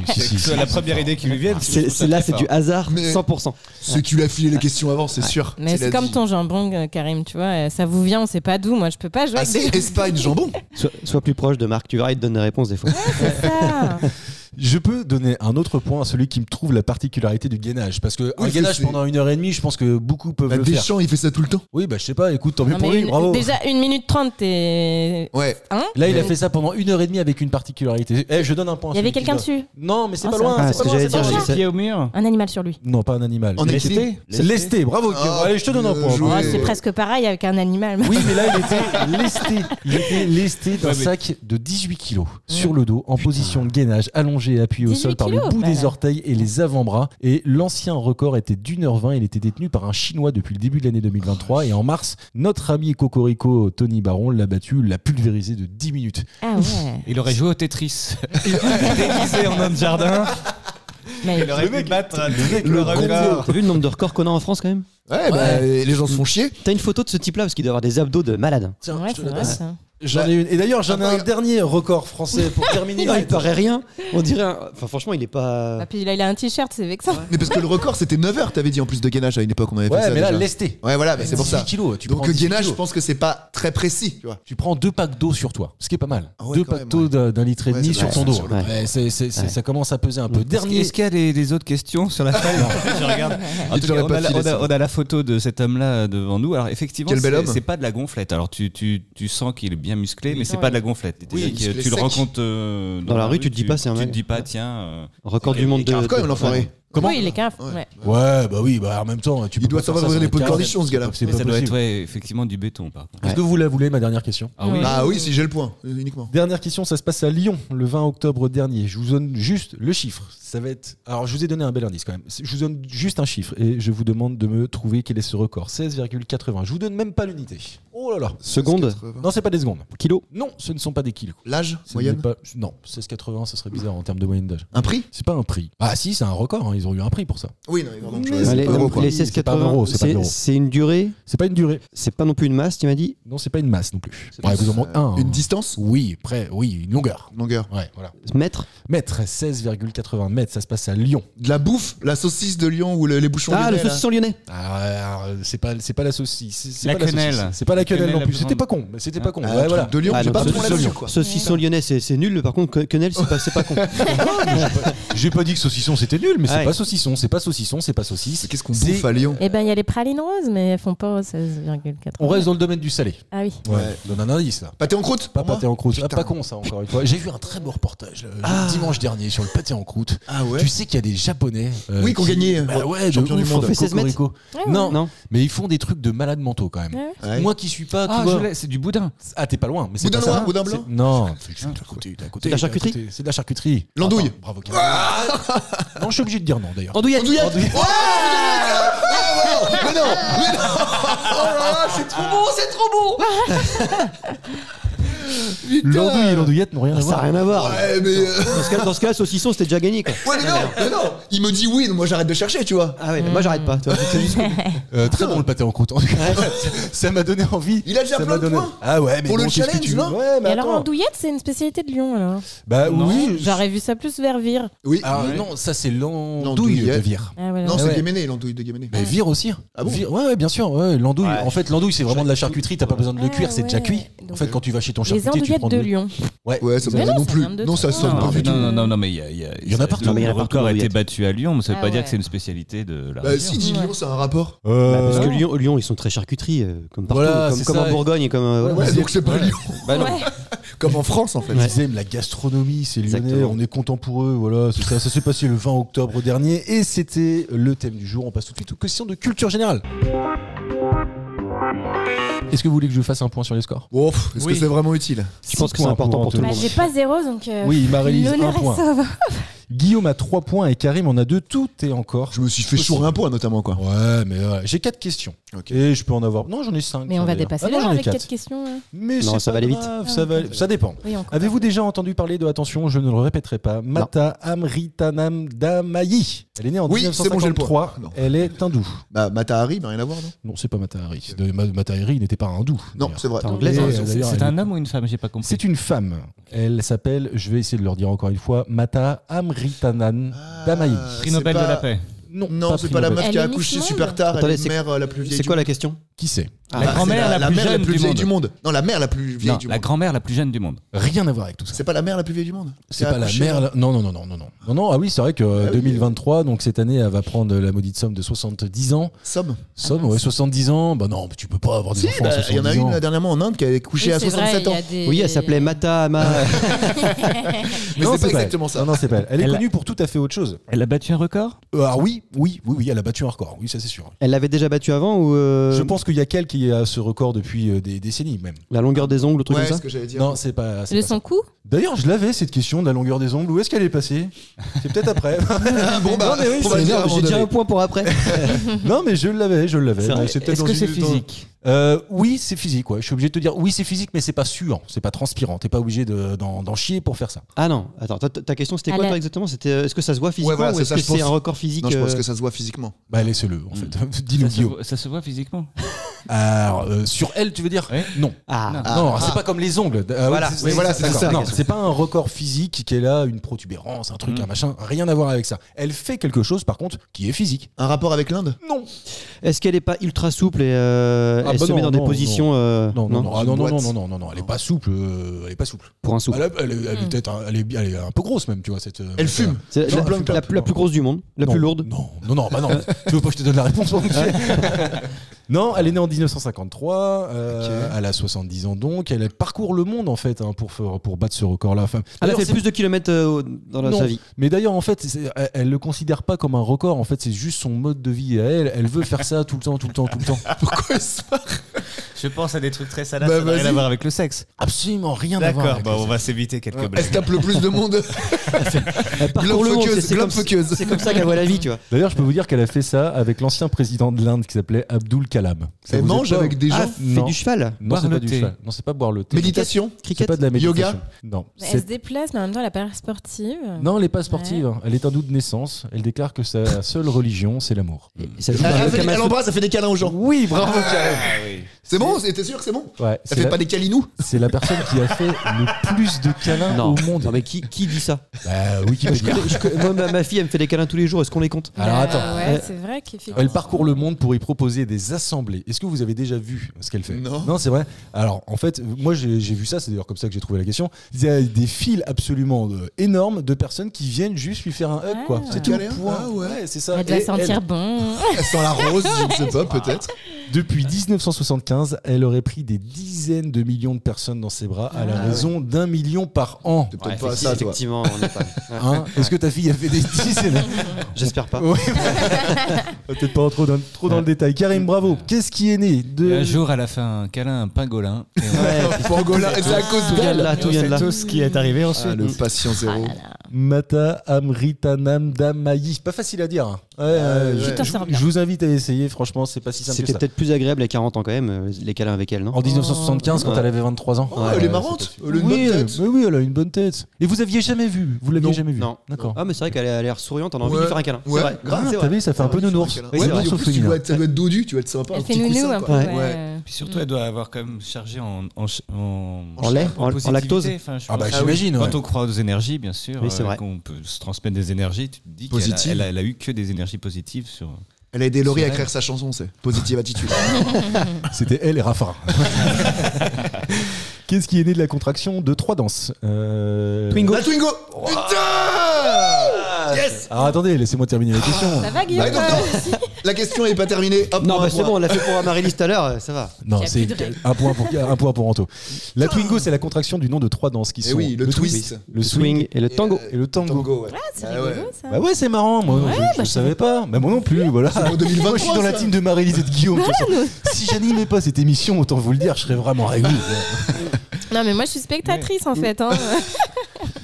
S4: Si, si, si, si,
S7: la
S4: si,
S7: première idée qui lui vient.
S8: C'est c'est- là, c'est du hasard
S5: Mais-
S8: 100%.
S5: C'est tu lui as filé les questions avant, c'est sûr.
S6: Mais
S5: Tu
S6: c'est
S5: l'as
S6: comme
S5: dit.
S6: ton jambon, euh, Karim, tu vois. euh, Ça vous vient, on sait pas d'où. Moi, je peux pas jouer
S5: Ah,
S6: avec des
S5: c'est Espagne, jambon.
S8: Sois, sois plus proche de Marc, tu verras, il te donne des réponses des fois.
S6: Ah, ça.
S4: Je peux donner un autre point à celui qui me trouve la particularité du gainage. Parce que un
S5: Oui, je
S4: gainage
S5: sais.
S4: pendant une heure et demie, je pense que beaucoup peuvent
S5: Bah,
S4: le faire.
S5: Deschamps, il fait ça tout le temps.
S4: Oui, bah je sais pas, écoute, tant mieux
S6: Non,
S4: pour
S6: mais
S4: lui,
S6: une-
S4: bravo.
S6: Déjà, 1 minute 30, t'es.
S5: Ouais.
S6: Hein
S4: Là, il a fait ça pendant une heure et demie avec une particularité. Eh, je donne un point. à
S6: Il y avait
S4: celui qui
S6: quelqu'un
S4: doit.
S6: dessus.
S4: Non, mais c'est
S6: Ah,
S4: pas
S6: c'est
S4: loin.
S6: un-
S8: Ah,
S4: c'est
S8: ce
S4: pas
S8: que
S4: loin,
S8: j'allais
S4: c'est
S8: dire,
S4: pas
S8: j'ai
S4: loin.
S8: dit
S7: pied au mur.
S6: Un animal sur lui.
S4: Non, pas un animal.
S5: En
S4: Lesté.
S5: équité
S4: C'est lesté, bravo. Guillaume.
S5: Ah,
S4: Allez, je te donne un
S5: bien
S4: point.
S5: joué.
S6: Oh,
S5: Ouais.
S6: c'est presque pareil avec un animal.
S4: Oui, mais là, il était lesté. Il était lesté d'un
S7: Ouais, mais-
S4: sac de 18 kilos sur le dos, en position de gainage, allongé et appuyé au
S6: 18
S4: sol par le
S6: kilos,
S4: bout
S6: bah
S4: des
S6: là.
S4: orteils et les avant-bras. Et l'ancien record était d'une heure 20. Il était détenu par un Chinois depuis le début de l'année 2023. Et en mars, notre ami Cocorico Tony Baron l'a battu, l'a pulvérisé de 10 minutes.
S6: Ah ouais.
S7: Il aurait joué au Tetris. Il aurait déguisé en homme de jardin.
S6: Mais-
S7: aurait pu battre le,
S8: T'as vu le nombre de records qu'on a en France quand même
S5: Ouais, bah, les gens se font chier.
S8: T'as une photo de ce type là parce qu'il doit avoir des abdos de malade.
S4: Tiens,
S6: Ouais,
S4: je te
S6: c'est
S4: la
S6: vrai
S4: passe.
S6: ça.
S4: J'en ai une. Et d'ailleurs, j'en ai un
S5: Après-
S4: dernier record français pour terminer.
S8: Non, il paraît rien. On dirait. un- Enfin, franchement, il est
S6: Ah,
S8: pas.
S6: puis là, il a un t-shirt, c'est vexant.
S5: Mais parce que le record, c'était 9 heures, t'avais dit en plus de gainage à une époque, on avait fait
S4: Ouais,
S5: ça.
S4: mais là,
S5: déjà.
S4: lesté.
S5: Ouais, voilà, bah, c'est pour
S4: 18
S5: ça.
S4: kilos, tu
S5: Donc
S4: prends
S5: le
S4: 18
S5: gainage,
S4: kilos.
S5: je pense que c'est pas très précis, tu vois.
S4: Tu prends deux packs d'eau sur toi, ce qui est pas mal.
S5: Ah ouais,
S4: deux
S5: quand
S4: packs
S5: même,
S4: d'eau
S5: ouais.
S4: d'un d'un litre et
S5: Ouais,
S4: demi
S5: c'est
S4: sur
S5: vrai,
S4: ton dos.
S5: sur
S8: le dos.
S4: Ouais, c'est- c'est- c'est-
S8: Ouais.
S4: Ça commence à peser un peu.
S7: Dernier.
S4: Dernier.
S7: Est-ce qu'il y a des, des autres questions sur la feuille Je regarde. En tout
S5: J'aurais
S7: cas, on,
S5: pas
S7: a, la-
S5: filé
S7: on a-
S5: ça.
S7: on a la photo de cet homme-là devant nous. Alors effectivement,
S5: Quel bel
S7: c'est-
S5: homme.
S7: c'est pas de la gonflette. Alors tu, tu, tu sens qu'il est bien musclé, mais c'est pas de la gonflette.
S5: Oui,
S7: C'est-à-dire que
S5: musclé
S7: tu le
S5: sec.
S7: rencontres euh,
S8: Dans la rue, tu te dis pas, c'est un
S7: Tu
S8: mec.
S7: te dis pas, tiens. euh,
S8: Record du
S7: Et-
S8: monde
S7: et
S8: de.
S5: Cave quand même,
S8: de-
S5: l'enfoiré.
S4: Comment
S6: oui, il est caf.
S5: Ouais.
S6: Ouais.
S4: Ouais, bah oui, bah en même temps, tu
S5: Il
S4: peux
S5: doit
S4: pas
S5: savoir
S4: faire ça
S5: ouvrir
S4: dans
S5: les
S4: une
S5: pots de
S4: cave.
S5: cornichon, ce gars-là.
S4: C'est
S7: mais
S4: pas
S7: ça doit être
S4: possible.
S7: ouais, effectivement du béton, par contre.
S4: Est-ce que vous la voulez, ma dernière question
S7: Ah oui.
S5: Ah oui, si j'ai le point, euh, uniquement.
S4: Dernière question, ça se passe à Lyon le 20 octobre dernier. Je vous donne juste le chiffre. Ça va être. Alors, je vous ai donné un bel indice quand même. Je vous donne juste un chiffre et je vous demande de me trouver quel est ce record. 16,80. Je vous donne même pas l'unité. Oh là là.
S8: Seconde,
S5: 80.
S4: Non, c'est pas des secondes.
S8: kilo.
S4: Non, ce ne sont pas des kilos.
S5: L'âge
S4: Ce n'est
S5: moyenne
S4: pas- Non, 16,80, ça serait bizarre en termes de moyenne d'âge.
S5: Un prix
S4: C'est pas un prix. Ah si, c'est un record. hein. Ils ont eu un prix pour ça.
S5: Oui, non, mais pardon, je-
S4: Mais
S5: c'est
S4: c'est
S8: Allez,
S5: pas
S8: donc,
S5: gros, quoi.
S8: les
S4: C'est pas un euro,
S8: 16,80,
S4: c'est pas un euro.
S8: c'est- c'est une durée,
S4: C'est pas une durée.
S8: c'est pas non plus une masse, tu m'as dit.
S4: Non, c'est pas une masse non plus.
S8: C'est
S4: Ouais,
S8: plus,
S4: vous en manquez un.
S5: Une
S4: hein.
S5: distance
S4: Oui, près. Oui, une longueur.
S5: Longueur.
S4: Ouais, voilà.
S8: Mètre.
S4: Mètre, 16,80 mètres. Ça se passe à Lyon.
S5: De la bouffe La saucisse de Lyon ou le- les bouchons
S8: Ah,
S5: lyonnais,
S8: le
S5: là.
S4: hein.
S8: saucisson lyonnais.
S4: Ah, euh, c'est pas, c'est pas la saucisse. c'est- C'est
S7: La
S4: pas la
S7: quenelle.
S4: saucisse. C'est pas la
S7: La
S4: quenelle
S7: quenelle
S4: non
S7: la
S4: plus.
S7: plus
S4: C'était
S7: grande.
S4: pas con, mais c'était pas con.
S5: Ah,
S4: Ouais,
S5: le truc
S4: voilà.
S5: De Lyon,
S8: Ah,
S5: j'ai
S8: non,
S5: pas de
S8: saucisson
S5: point là-dessus,
S8: lyonnais.
S5: quoi.
S8: Saucisson lyonnais, c'est c'est nul. Par contre, que- quenelle, c'est pas, c'est pas con.
S4: J'ai pas dit que saucisson c'était nul, mais c'est
S8: Ouais.
S4: pas saucisson, c'est pas saucisson, c'est pas saucisse.
S5: Mais Qu'est-ce qu'on
S4: C'est-
S5: bouffe à Lyon
S6: Eh ben, il y a les pralines roses, mais elles font pas 16,4.
S4: On reste dans le domaine du salé.
S6: Ah oui.
S4: Ouais.
S5: Ouais.
S4: Donne un indice là.
S5: Pâté en croûte
S4: Pas
S5: pour moi
S4: pâté en croûte. Ah,
S5: Putain.
S4: pas con ça encore une fois. J'ai vu un très beau reportage euh, dimanche dernier sur le pâté en croûte.
S5: Ah ouais
S4: Tu sais qu'il y a des japonais. euh,
S5: Oui, qu'on
S4: qui-
S5: gagnait.
S4: Bah ouais, de
S5: Champion du
S4: ouf,
S5: monde.
S4: on fait
S8: 16 mètres.
S4: cocorico.
S7: Ah
S6: Ouais,
S4: Non,
S8: Non.
S4: mais ils font des trucs de malades mentaux quand même.
S6: Ouais.
S5: Ouais.
S4: Moi qui suis pas. tu
S7: Ah,
S4: vois-
S7: je l'ai, c'est du boudin.
S4: Ah, t'es pas loin. Mais c'est
S5: Boudin
S4: pas
S5: noir,
S4: ça.
S5: boudin blanc Ah,
S4: C'est- Non.
S8: C'est de la charcuterie
S4: C'est de la charcuterie.
S5: L'andouille. Ah.
S4: Attends, Bravo. Karine. Non, je suis obligé de dire non d'ailleurs.
S8: Andouillette.
S5: Andouillette. Oh, putain, mais non, mais non, mais non. Oh là là, c'est trop bon, c'est trop bon. Putain.
S4: L'andouille et l'andouillette n'ont rien Euh, à
S8: Ça n'a
S4: voir.
S8: rien à voir.
S5: Ouais, mais euh,
S8: Dans ce cas- Dans ce cas, saucisson, c'était déjà gagné. Quoi.
S5: ouais, mais
S4: Ah,
S5: non, mais non. Il me dit oui, donc moi j'arrête de chercher, tu vois.
S8: Ah ouais, moi j'arrête pas. tu vois.
S4: Euh, très bon le pâté en croûte. en tout cas. ça m'a donné envie.
S5: Il a déjà
S4: Ça
S5: plein
S4: m'a
S5: de
S4: donné-
S5: points.
S4: Ah ouais, mais
S5: Pour le
S4: bon, qu'est-ce que
S5: challenge,
S4: tu veux
S5: non
S4: Ouais, mais
S6: Et alors,
S4: attends.
S6: andouillette, c'est une spécialité de Lyon, alors.
S4: Bah oui. je-
S6: J'aurais vu ça plus vers Vire.
S5: Oui.
S4: Ah non, ça c'est l'andouille de
S5: L'andouillette.
S4: vire.
S6: Ah, voilà.
S5: Non,
S4: Ah
S5: c'est
S4: ouais.
S5: Guéméné, l'andouille de Guéméné.
S4: Mais Bah, vire aussi.
S5: Ah bon
S4: Vire- ouais, ouais, bien sûr. ouais, l'andouille.
S8: Ouais.
S4: En fait, l'andouille c'est vraiment de la charcuterie. T'as pas besoin de le
S6: Ah,
S4: cuire, c'est déjà
S6: ouais.
S4: cuit.
S6: Donc,
S4: En fait, quand tu vas chez ton
S6: les
S4: charcutier, tu
S6: andouillettes
S4: prends
S6: de
S4: le-
S6: Lyon.
S4: Ouais,
S5: Ouais, ça
S6: Mais
S5: me
S6: non,
S5: non
S6: ça
S5: plus.
S6: vient de
S5: Non, ça
S6: Tours.
S4: Ah,
S5: sonne pas
S6: Non,
S5: du
S6: mais
S5: tout.
S7: non, non, non, non, mais il y, a- y a-
S4: Il y en a
S7: c'est-
S4: partout.
S7: Le,
S4: Non, mais
S8: il y en a
S7: le
S8: partout,
S7: record a été
S8: Henriette.
S7: battu à Lyon, mais ça veut
S6: Ah
S7: pas dire
S6: ouais.
S7: que c'est une spécialité de la
S5: Bah,
S7: région.
S5: si, dis Lyon, c'est un rapport.
S8: Bah, parce que
S6: non.
S8: Lyon, Lyon, ils sont très charcuterie, euh, comme partout,
S4: Euh, Voilà,
S8: comme,
S4: c'est
S8: comme
S4: ça.
S8: en Bourgogne et comme. euh, voilà.
S5: Ouais, donc c'est pas Lyon.
S8: Bah non.
S6: Ouais.
S5: Comme en France, en fait.
S4: Ils aiment la gastronomie, c'est lyonnais,
S8: Exactement.
S4: on est content pour eux, voilà, c'est ça. Ça s'est passé le 20 octobre dernier et c'était le thème du jour. On passe tout de suite aux questions de culture générale. Est-ce que vous voulez que je fasse un point sur les scores
S5: Bon, pff, est-ce
S4: Oui.
S5: que c'est vraiment utile
S8: Je pense que c'est important pour tout le
S6: Bah,
S8: monde.
S6: j'ai pas zéro, donc. euh,
S4: Oui, Marie-Lise, un
S6: L'honneur
S4: point.
S6: est sauve.
S4: Guillaume a 3 points et Karim en a 2. Tout est encore.
S5: Je me suis fait chourer un point, notamment, quoi.
S4: Ouais, mais voilà, j'ai 4 questions.
S5: Ok.
S4: Et je peux en avoir. Non, j'en ai 5.
S6: Mais on va
S5: Ah
S6: dépasser l'heure avec Ah, quatre questions. hein.
S4: Mais
S8: Non,
S4: c'est
S8: ça
S4: pas
S8: va aller vite.
S4: grave, Ça, va- ça dépend.
S6: Oui, encore.
S4: Avez-vous déjà entendu parler de, attention, je ne le répéterai pas, Mata Amritanam Damayi Elle est née en
S5: Oui, c'est bon, j'ai le
S4: 1953.
S5: point. Non.
S4: Elle est hindoue.
S5: Bah, Matahari, bah, rien à voir, non
S4: Non, c'est pas Mata Hari. De- Ma- Mata Hari n'était pas hindoue.
S5: Non,
S4: d'ailleurs.
S5: c'est vrai.
S8: T'es
S4: Et,
S8: anglaise,
S4: euh,
S8: hein,
S7: C'est
S4: d'ailleurs,
S7: c'est
S4: elle-
S7: un homme ou une femme J'ai pas compris.
S4: C'est une femme. Elle s'appelle, je vais essayer de leur dire encore une fois, Mata Amritanan Damayi.
S5: Ah,
S7: Prix Nobel
S5: c'est
S7: de
S5: pas-
S7: la paix.
S4: Non,
S5: Non, c'est pas la
S4: Prix Nobel.
S5: meuf qui a
S6: Elle est
S5: accouché
S6: Miss
S5: super tard, elle
S8: Attendez,
S5: est
S8: c'est-
S5: mère euh, la plus vieille.
S8: C'est
S5: du
S8: quoi la
S5: monde.
S8: question
S4: Qui c'est
S5: Ah,
S7: La
S5: c'est
S7: grand-mère la plus
S5: mère
S7: jeune du
S5: vieille
S7: monde.
S5: du monde. Non, la mère la plus vieille
S7: Non,
S5: du
S7: la
S5: monde.
S7: grand-mère la plus jeune du monde.
S4: Rien à voir avec tout ça.
S5: C'est pas la mère la plus vieille du monde.
S4: C'est
S5: Elle a
S4: pas la
S5: accouché,
S4: mère.
S5: là.
S4: là- Non, non, non, non, non, non. Non, non, ah oui, c'est vrai que
S5: Ah
S4: euh,
S5: oui.
S4: 2023, donc cette année, elle va prendre la maudite somme de 70 ans.
S5: Somme.
S4: Somme, ouais, 70 ans. Bah non, mais tu peux pas avoir des
S5: Si,
S4: enfants à
S5: bah, il
S4: 70
S5: y en a une
S4: ans.
S5: là, dernièrement en Inde qui a couché
S6: Oui,
S5: à
S6: c'est vrai,
S5: 67
S6: il y
S5: ans.
S6: a des-
S8: Oui, elle s'appelait Mata Ama.
S5: Mais
S4: Non,
S5: c'est pas
S4: elle.
S5: exactement ça.
S4: Non, non, c'est pas elle. Elle est
S7: Elle a-
S4: connue pour tout à fait autre chose.
S7: Elle a battu un record
S4: Euh, ah oui, oui, oui, oui, elle a battu un record. Oui, ça c'est sûr.
S8: Elle l'avait déjà battue avant ou. euh,
S4: Je pense qu'il y a qu'elle qui a ce record depuis euh, des décennies même.
S8: La longueur des ongles, le truc
S5: Ouais,
S8: comme
S5: ce
S8: ça
S5: que j'allais dire.
S4: Non, c'est pas. c'est
S6: Le
S4: pas ça.
S6: sans coup
S4: D'ailleurs, je l'avais cette question de la longueur des ongles. Où est-ce qu'elle est passée C'est peut-être après.
S5: Ah, bon, bah,
S4: mais oui,
S5: on
S4: c'est
S5: va le dire à un moment
S8: J'ai déjà
S5: donné.
S8: un point pour après.
S4: non, mais je l'avais, je l'avais.
S8: C'est vrai.
S4: Donc, peut-être
S7: Est-ce
S4: dans
S7: que
S4: une-
S7: c'est
S4: dans-
S7: physique
S4: Euh, oui, c'est physique. Ouais. Je suis obligé de te dire, oui, c'est physique, mais c'est pas suant, c'est pas transpirant. T'es pas obligé de- d'en d'en chier pour faire ça.
S8: Ah non, attends, ta, ta question c'était quoi
S6: Elle a-
S8: toi exactement C'était euh, est-ce que ça se voit physiquement
S5: voilà,
S8: ou
S5: c'est
S8: est-ce
S5: ça,
S8: que
S5: je pense.
S8: c'est un record physique
S5: Non, je pense
S8: euh,
S5: que ça se voit physiquement.
S4: Bah, laissez-le, en fait. Dis-nous,
S7: ça, se
S4: Guillaume.
S7: voit, ça se voit physiquement.
S4: Alors, euh, sur elle, tu veux dire
S7: Ouais.
S4: Non.
S8: Ah,
S5: Ah,
S4: non, c'est pas comme les ongles. Ah,
S8: Voilà,
S4: oui,
S8: oui,
S4: voilà,
S8: c'est
S4: d'accord.
S8: ça la
S4: Non,
S8: question.
S4: c'est pas un record physique qui est là, une protubérance, un truc,
S7: Mm.
S4: un machin. Rien à voir avec ça. Elle fait quelque chose, par contre, qui est physique.
S5: Un rapport avec l'Inde
S4: Non.
S8: est-ce qu'elle est pas ultra souple et euh,
S4: Ah
S8: elle
S4: bah
S8: se
S4: non,
S8: met dans des
S4: non,
S8: positions euh,
S4: Non, non, non, ah, non, non,
S5: boîte.
S4: non, non, non, non, Elle est pas souple. euh, elle est pas souple.
S8: pour un souple
S4: Elle, a- elle est- elle est
S6: Mm.
S4: peut-être, un- elle est, elle est un peu grosse même, tu vois. Cette, euh,
S5: Elle
S4: machin-là.
S5: fume.
S8: C'est
S5: Jean
S8: la,
S5: Plump.
S8: la- la plus grosse du monde, la
S4: Non,
S8: plus lourde.
S4: Non, non, non, bah non. tu veux pas que je te donne la réponse mon monsieur Non, elle est née en 1953, euh, elle a 70 ans donc, elle parcourt le monde en fait hein, pour, faire- pour battre ce record-là. Enfin,
S8: Elle a
S4: d'ailleurs,
S8: fait
S4: c'est-
S8: Ah, plus de kilomètres euh, au- dans la-
S4: Non.
S8: sa vie.
S4: Mais d'ailleurs en fait, c'est- elle, elle le considère pas comme un record, en fait c'est juste son mode de vie à elle, elle veut faire ça tout le temps, tout le temps, tout le temps.
S5: Pourquoi est-ce pas
S7: Je pense à des trucs très salades,
S5: Bah,
S7: ça n'a rien
S5: vas-y.
S7: à voir avec le sexe.
S4: Absolument rien à voir.
S7: D'accord,
S4: avec
S7: bah,
S4: ça.
S7: on va s'éviter quelques
S5: Elle
S7: blagues.
S5: se tape le plus de monde.
S8: Elle parcourt le monde,
S5: Globefuckeuse,
S8: c'est- c'est comme,
S5: globefuckeuse.
S8: c'est comme ça qu'elle voit la vie, tu vois.
S4: D'ailleurs je peux vous dire qu'elle a fait ça avec l'ancien président de l'Inde qui s'appelait Abdul Kalam. Ça
S5: Elle
S4: vous est
S5: mange
S4: pas-
S5: avec des
S8: Ah,
S5: gens.
S8: fait
S4: Non.
S8: du cheval.
S4: Non, c'est
S7: Boire
S4: pas
S7: le
S4: du
S7: thé.
S4: cheval. Non, c'est pas boire le thé.
S5: Méditation
S4: C'est
S8: Cricket.
S4: pas de la méditation.
S5: Yoga
S4: Non.
S6: Elle
S4: c'est-
S6: se déplace, mais en même temps, elle a pas l'air sportive.
S4: Non, elle n'est pas sportive. Elle est hindoue de naissance. Elle déclare que sa seule religion, c'est l'amour.
S8: Et ça joue
S5: Elle,
S8: dans le
S5: Ah, elle fait-
S8: Kama
S5: elle
S8: Sutra.
S5: embrasse, elle fait des câlins aux gens. Ah,
S4: Oui, bravo,
S5: C'est bon c'est- T'es sûr que c'est bon
S4: Ouais,
S5: Elle
S4: c'est
S5: fait
S4: la,
S5: pas des câlinous
S4: c'est la personne qui a fait le plus de câlins
S8: Non.
S4: au monde.
S8: Non, mais qui, qui dit ça
S4: Bah, Wikipédia.
S8: Je connais- Moi, ma, ma fille, elle me fait des câlins tous les jours. Est-ce qu'on les compte
S4: Alors attends.
S6: Bah, Euh, Ouais,
S4: Elle-
S6: c'est vrai qu'effectivement.
S4: Elle parcourt le monde pour y proposer des assemblées. Est-ce que vous avez déjà vu ce qu'elle fait
S5: Non.
S4: c'est vrai. Alors, en fait, moi, j'ai j'ai vu ça. C'est d'ailleurs comme ça que j'ai trouvé la question. Il y a des files absolument euh, énormes de personnes qui viennent juste lui faire un hug, quoi.
S6: Ah.
S4: C'est tout.
S5: Câlin
S4: Point.
S5: Ah ouais.
S4: c'est ça.
S6: Elle doit
S4: Et elle-
S6: sentir bon.
S5: Elle sent la rose, je ne sais pas, peut-être.
S4: Depuis 1975, elle aurait pris des dizaines de millions de personnes dans ses bras
S5: Ah
S4: à la raison d'un million par an.
S5: C'est peut-être
S8: Ouais,
S5: pas
S8: effectivement,
S5: ça, toi.
S8: Effectivement, on n'est pas. Ouais.
S4: Hein Est-ce que ta fille a fait des dizaines
S8: J'espère pas.
S4: Oui. Peut-être pas trop dans, trop dans le détail. Karim, bravo. Qu'est-ce qui est né
S7: Et
S4: de
S7: Un jour, elle a fait un câlin, à un pingolin. et on-
S5: Pangolin, c'est à cause
S8: Tout vient de
S5: d'elle.
S8: là, tout vient de là.
S7: ce qui est arrivé ensuite.
S5: Ah, le patient zéro.
S4: Mata Amritanam Damayi Pas facile à dire. hein. Ouais, euh,
S5: ouais.
S4: je,
S5: Je
S6: t'en sers
S4: je-
S6: bien.
S4: je vous invite à essayer. Franchement, c'est pas si simple que
S8: C'était
S4: ça.
S8: peut-être plus agréable à 40 ans quand même, euh, les câlins avec elle, non
S4: En 1975, quand
S8: Ouais.
S4: elle avait 23 ans.
S5: Oh, elle est marrante. Elle a une
S4: oui,
S5: bonne
S4: elle-
S5: tête.
S4: mais oui, elle a une bonne tête. Et vous aviez jamais vu Vous l'aviez
S5: Non.
S4: jamais vu
S8: Non.
S4: D'accord.
S8: Ah, mais c'est vrai qu'elle a l'air souriante, on a envie de
S5: Ouais.
S8: lui faire un câlin.
S5: Ouais.
S8: C'est vrai,
S5: Grave,
S8: c'est
S4: T'as
S8: vrai.
S4: vu, ça fait un peu nounours.
S5: Ouais,
S8: Oui,
S5: mais
S8: c'est vrai.
S5: en plus, tu
S4: féminin.
S5: dois, être- ça doit être dodu, tu vas être sympa.
S6: Elle
S5: un
S6: fait
S5: petit
S6: nounou
S5: coussin,
S6: un peu.
S5: quoi.
S6: ouais.
S5: Ouais.
S7: Puis surtout, elle doit avoir quand même chargé en, en, ch- en,
S8: En lait, en- en
S7: positivité.
S8: lactose.
S7: Enfin, je
S4: Ah bah,
S7: pense-
S4: j'imagine, ouais.
S7: Quand on croit aux énergies, bien sûr,
S8: Oui, c'est
S7: euh,
S8: vrai.
S7: qu'on peut se transmettre des énergies, tu te dis qu'elle a,
S5: Positive.
S7: elle a- elle a eu que des énergies positives sur.
S5: Elle a aidé Laurie
S7: C'est
S5: à
S7: vrai.
S5: écrire sa chanson, c'est Positive Attitude.
S4: C'était elle et Raffarin. Qu'est-ce qui est né de la contraction de trois danses Euh,
S8: Twingo.
S5: La Twingo Putain Yes
S4: Alors attendez, laissez-moi terminer la question.
S6: Ah, Ça va, Guillaume
S5: Bah, non, non. La question est pas terminée. Hop,
S8: Non,
S5: on va
S8: bah, c'est
S5: voir.
S8: bon, on l'a fait pour Amaryllis tout à l'heure, ça va.
S4: Non,
S6: Il y a
S4: c'est
S6: plus de règles.
S4: un point pour un point pour Anto. La Twingo, c'est la contraction du nom de trois danses qui
S5: Eh
S4: sont
S5: oui, le twist.
S4: le swing,
S8: Swing et le tango.
S4: et le tango.
S5: euh, Tango, ouais.
S6: Ah, c'est
S5: Ah ouais.
S6: rigolo, ça.
S4: Bah ouais, c'est marrant. Moi, je, je
S6: bah,
S4: savais pas. Bah moi non plus. Voilà.
S5: en 2023,
S4: moi, je suis dans la
S5: ça.
S4: team de Marie-Lise et de Guillaume. de toute façon. si j'animais pas cette émission, autant vous le dire, je serais vraiment ravi. Euh,
S6: Non, mais moi, je suis spectatrice, en fait. hein.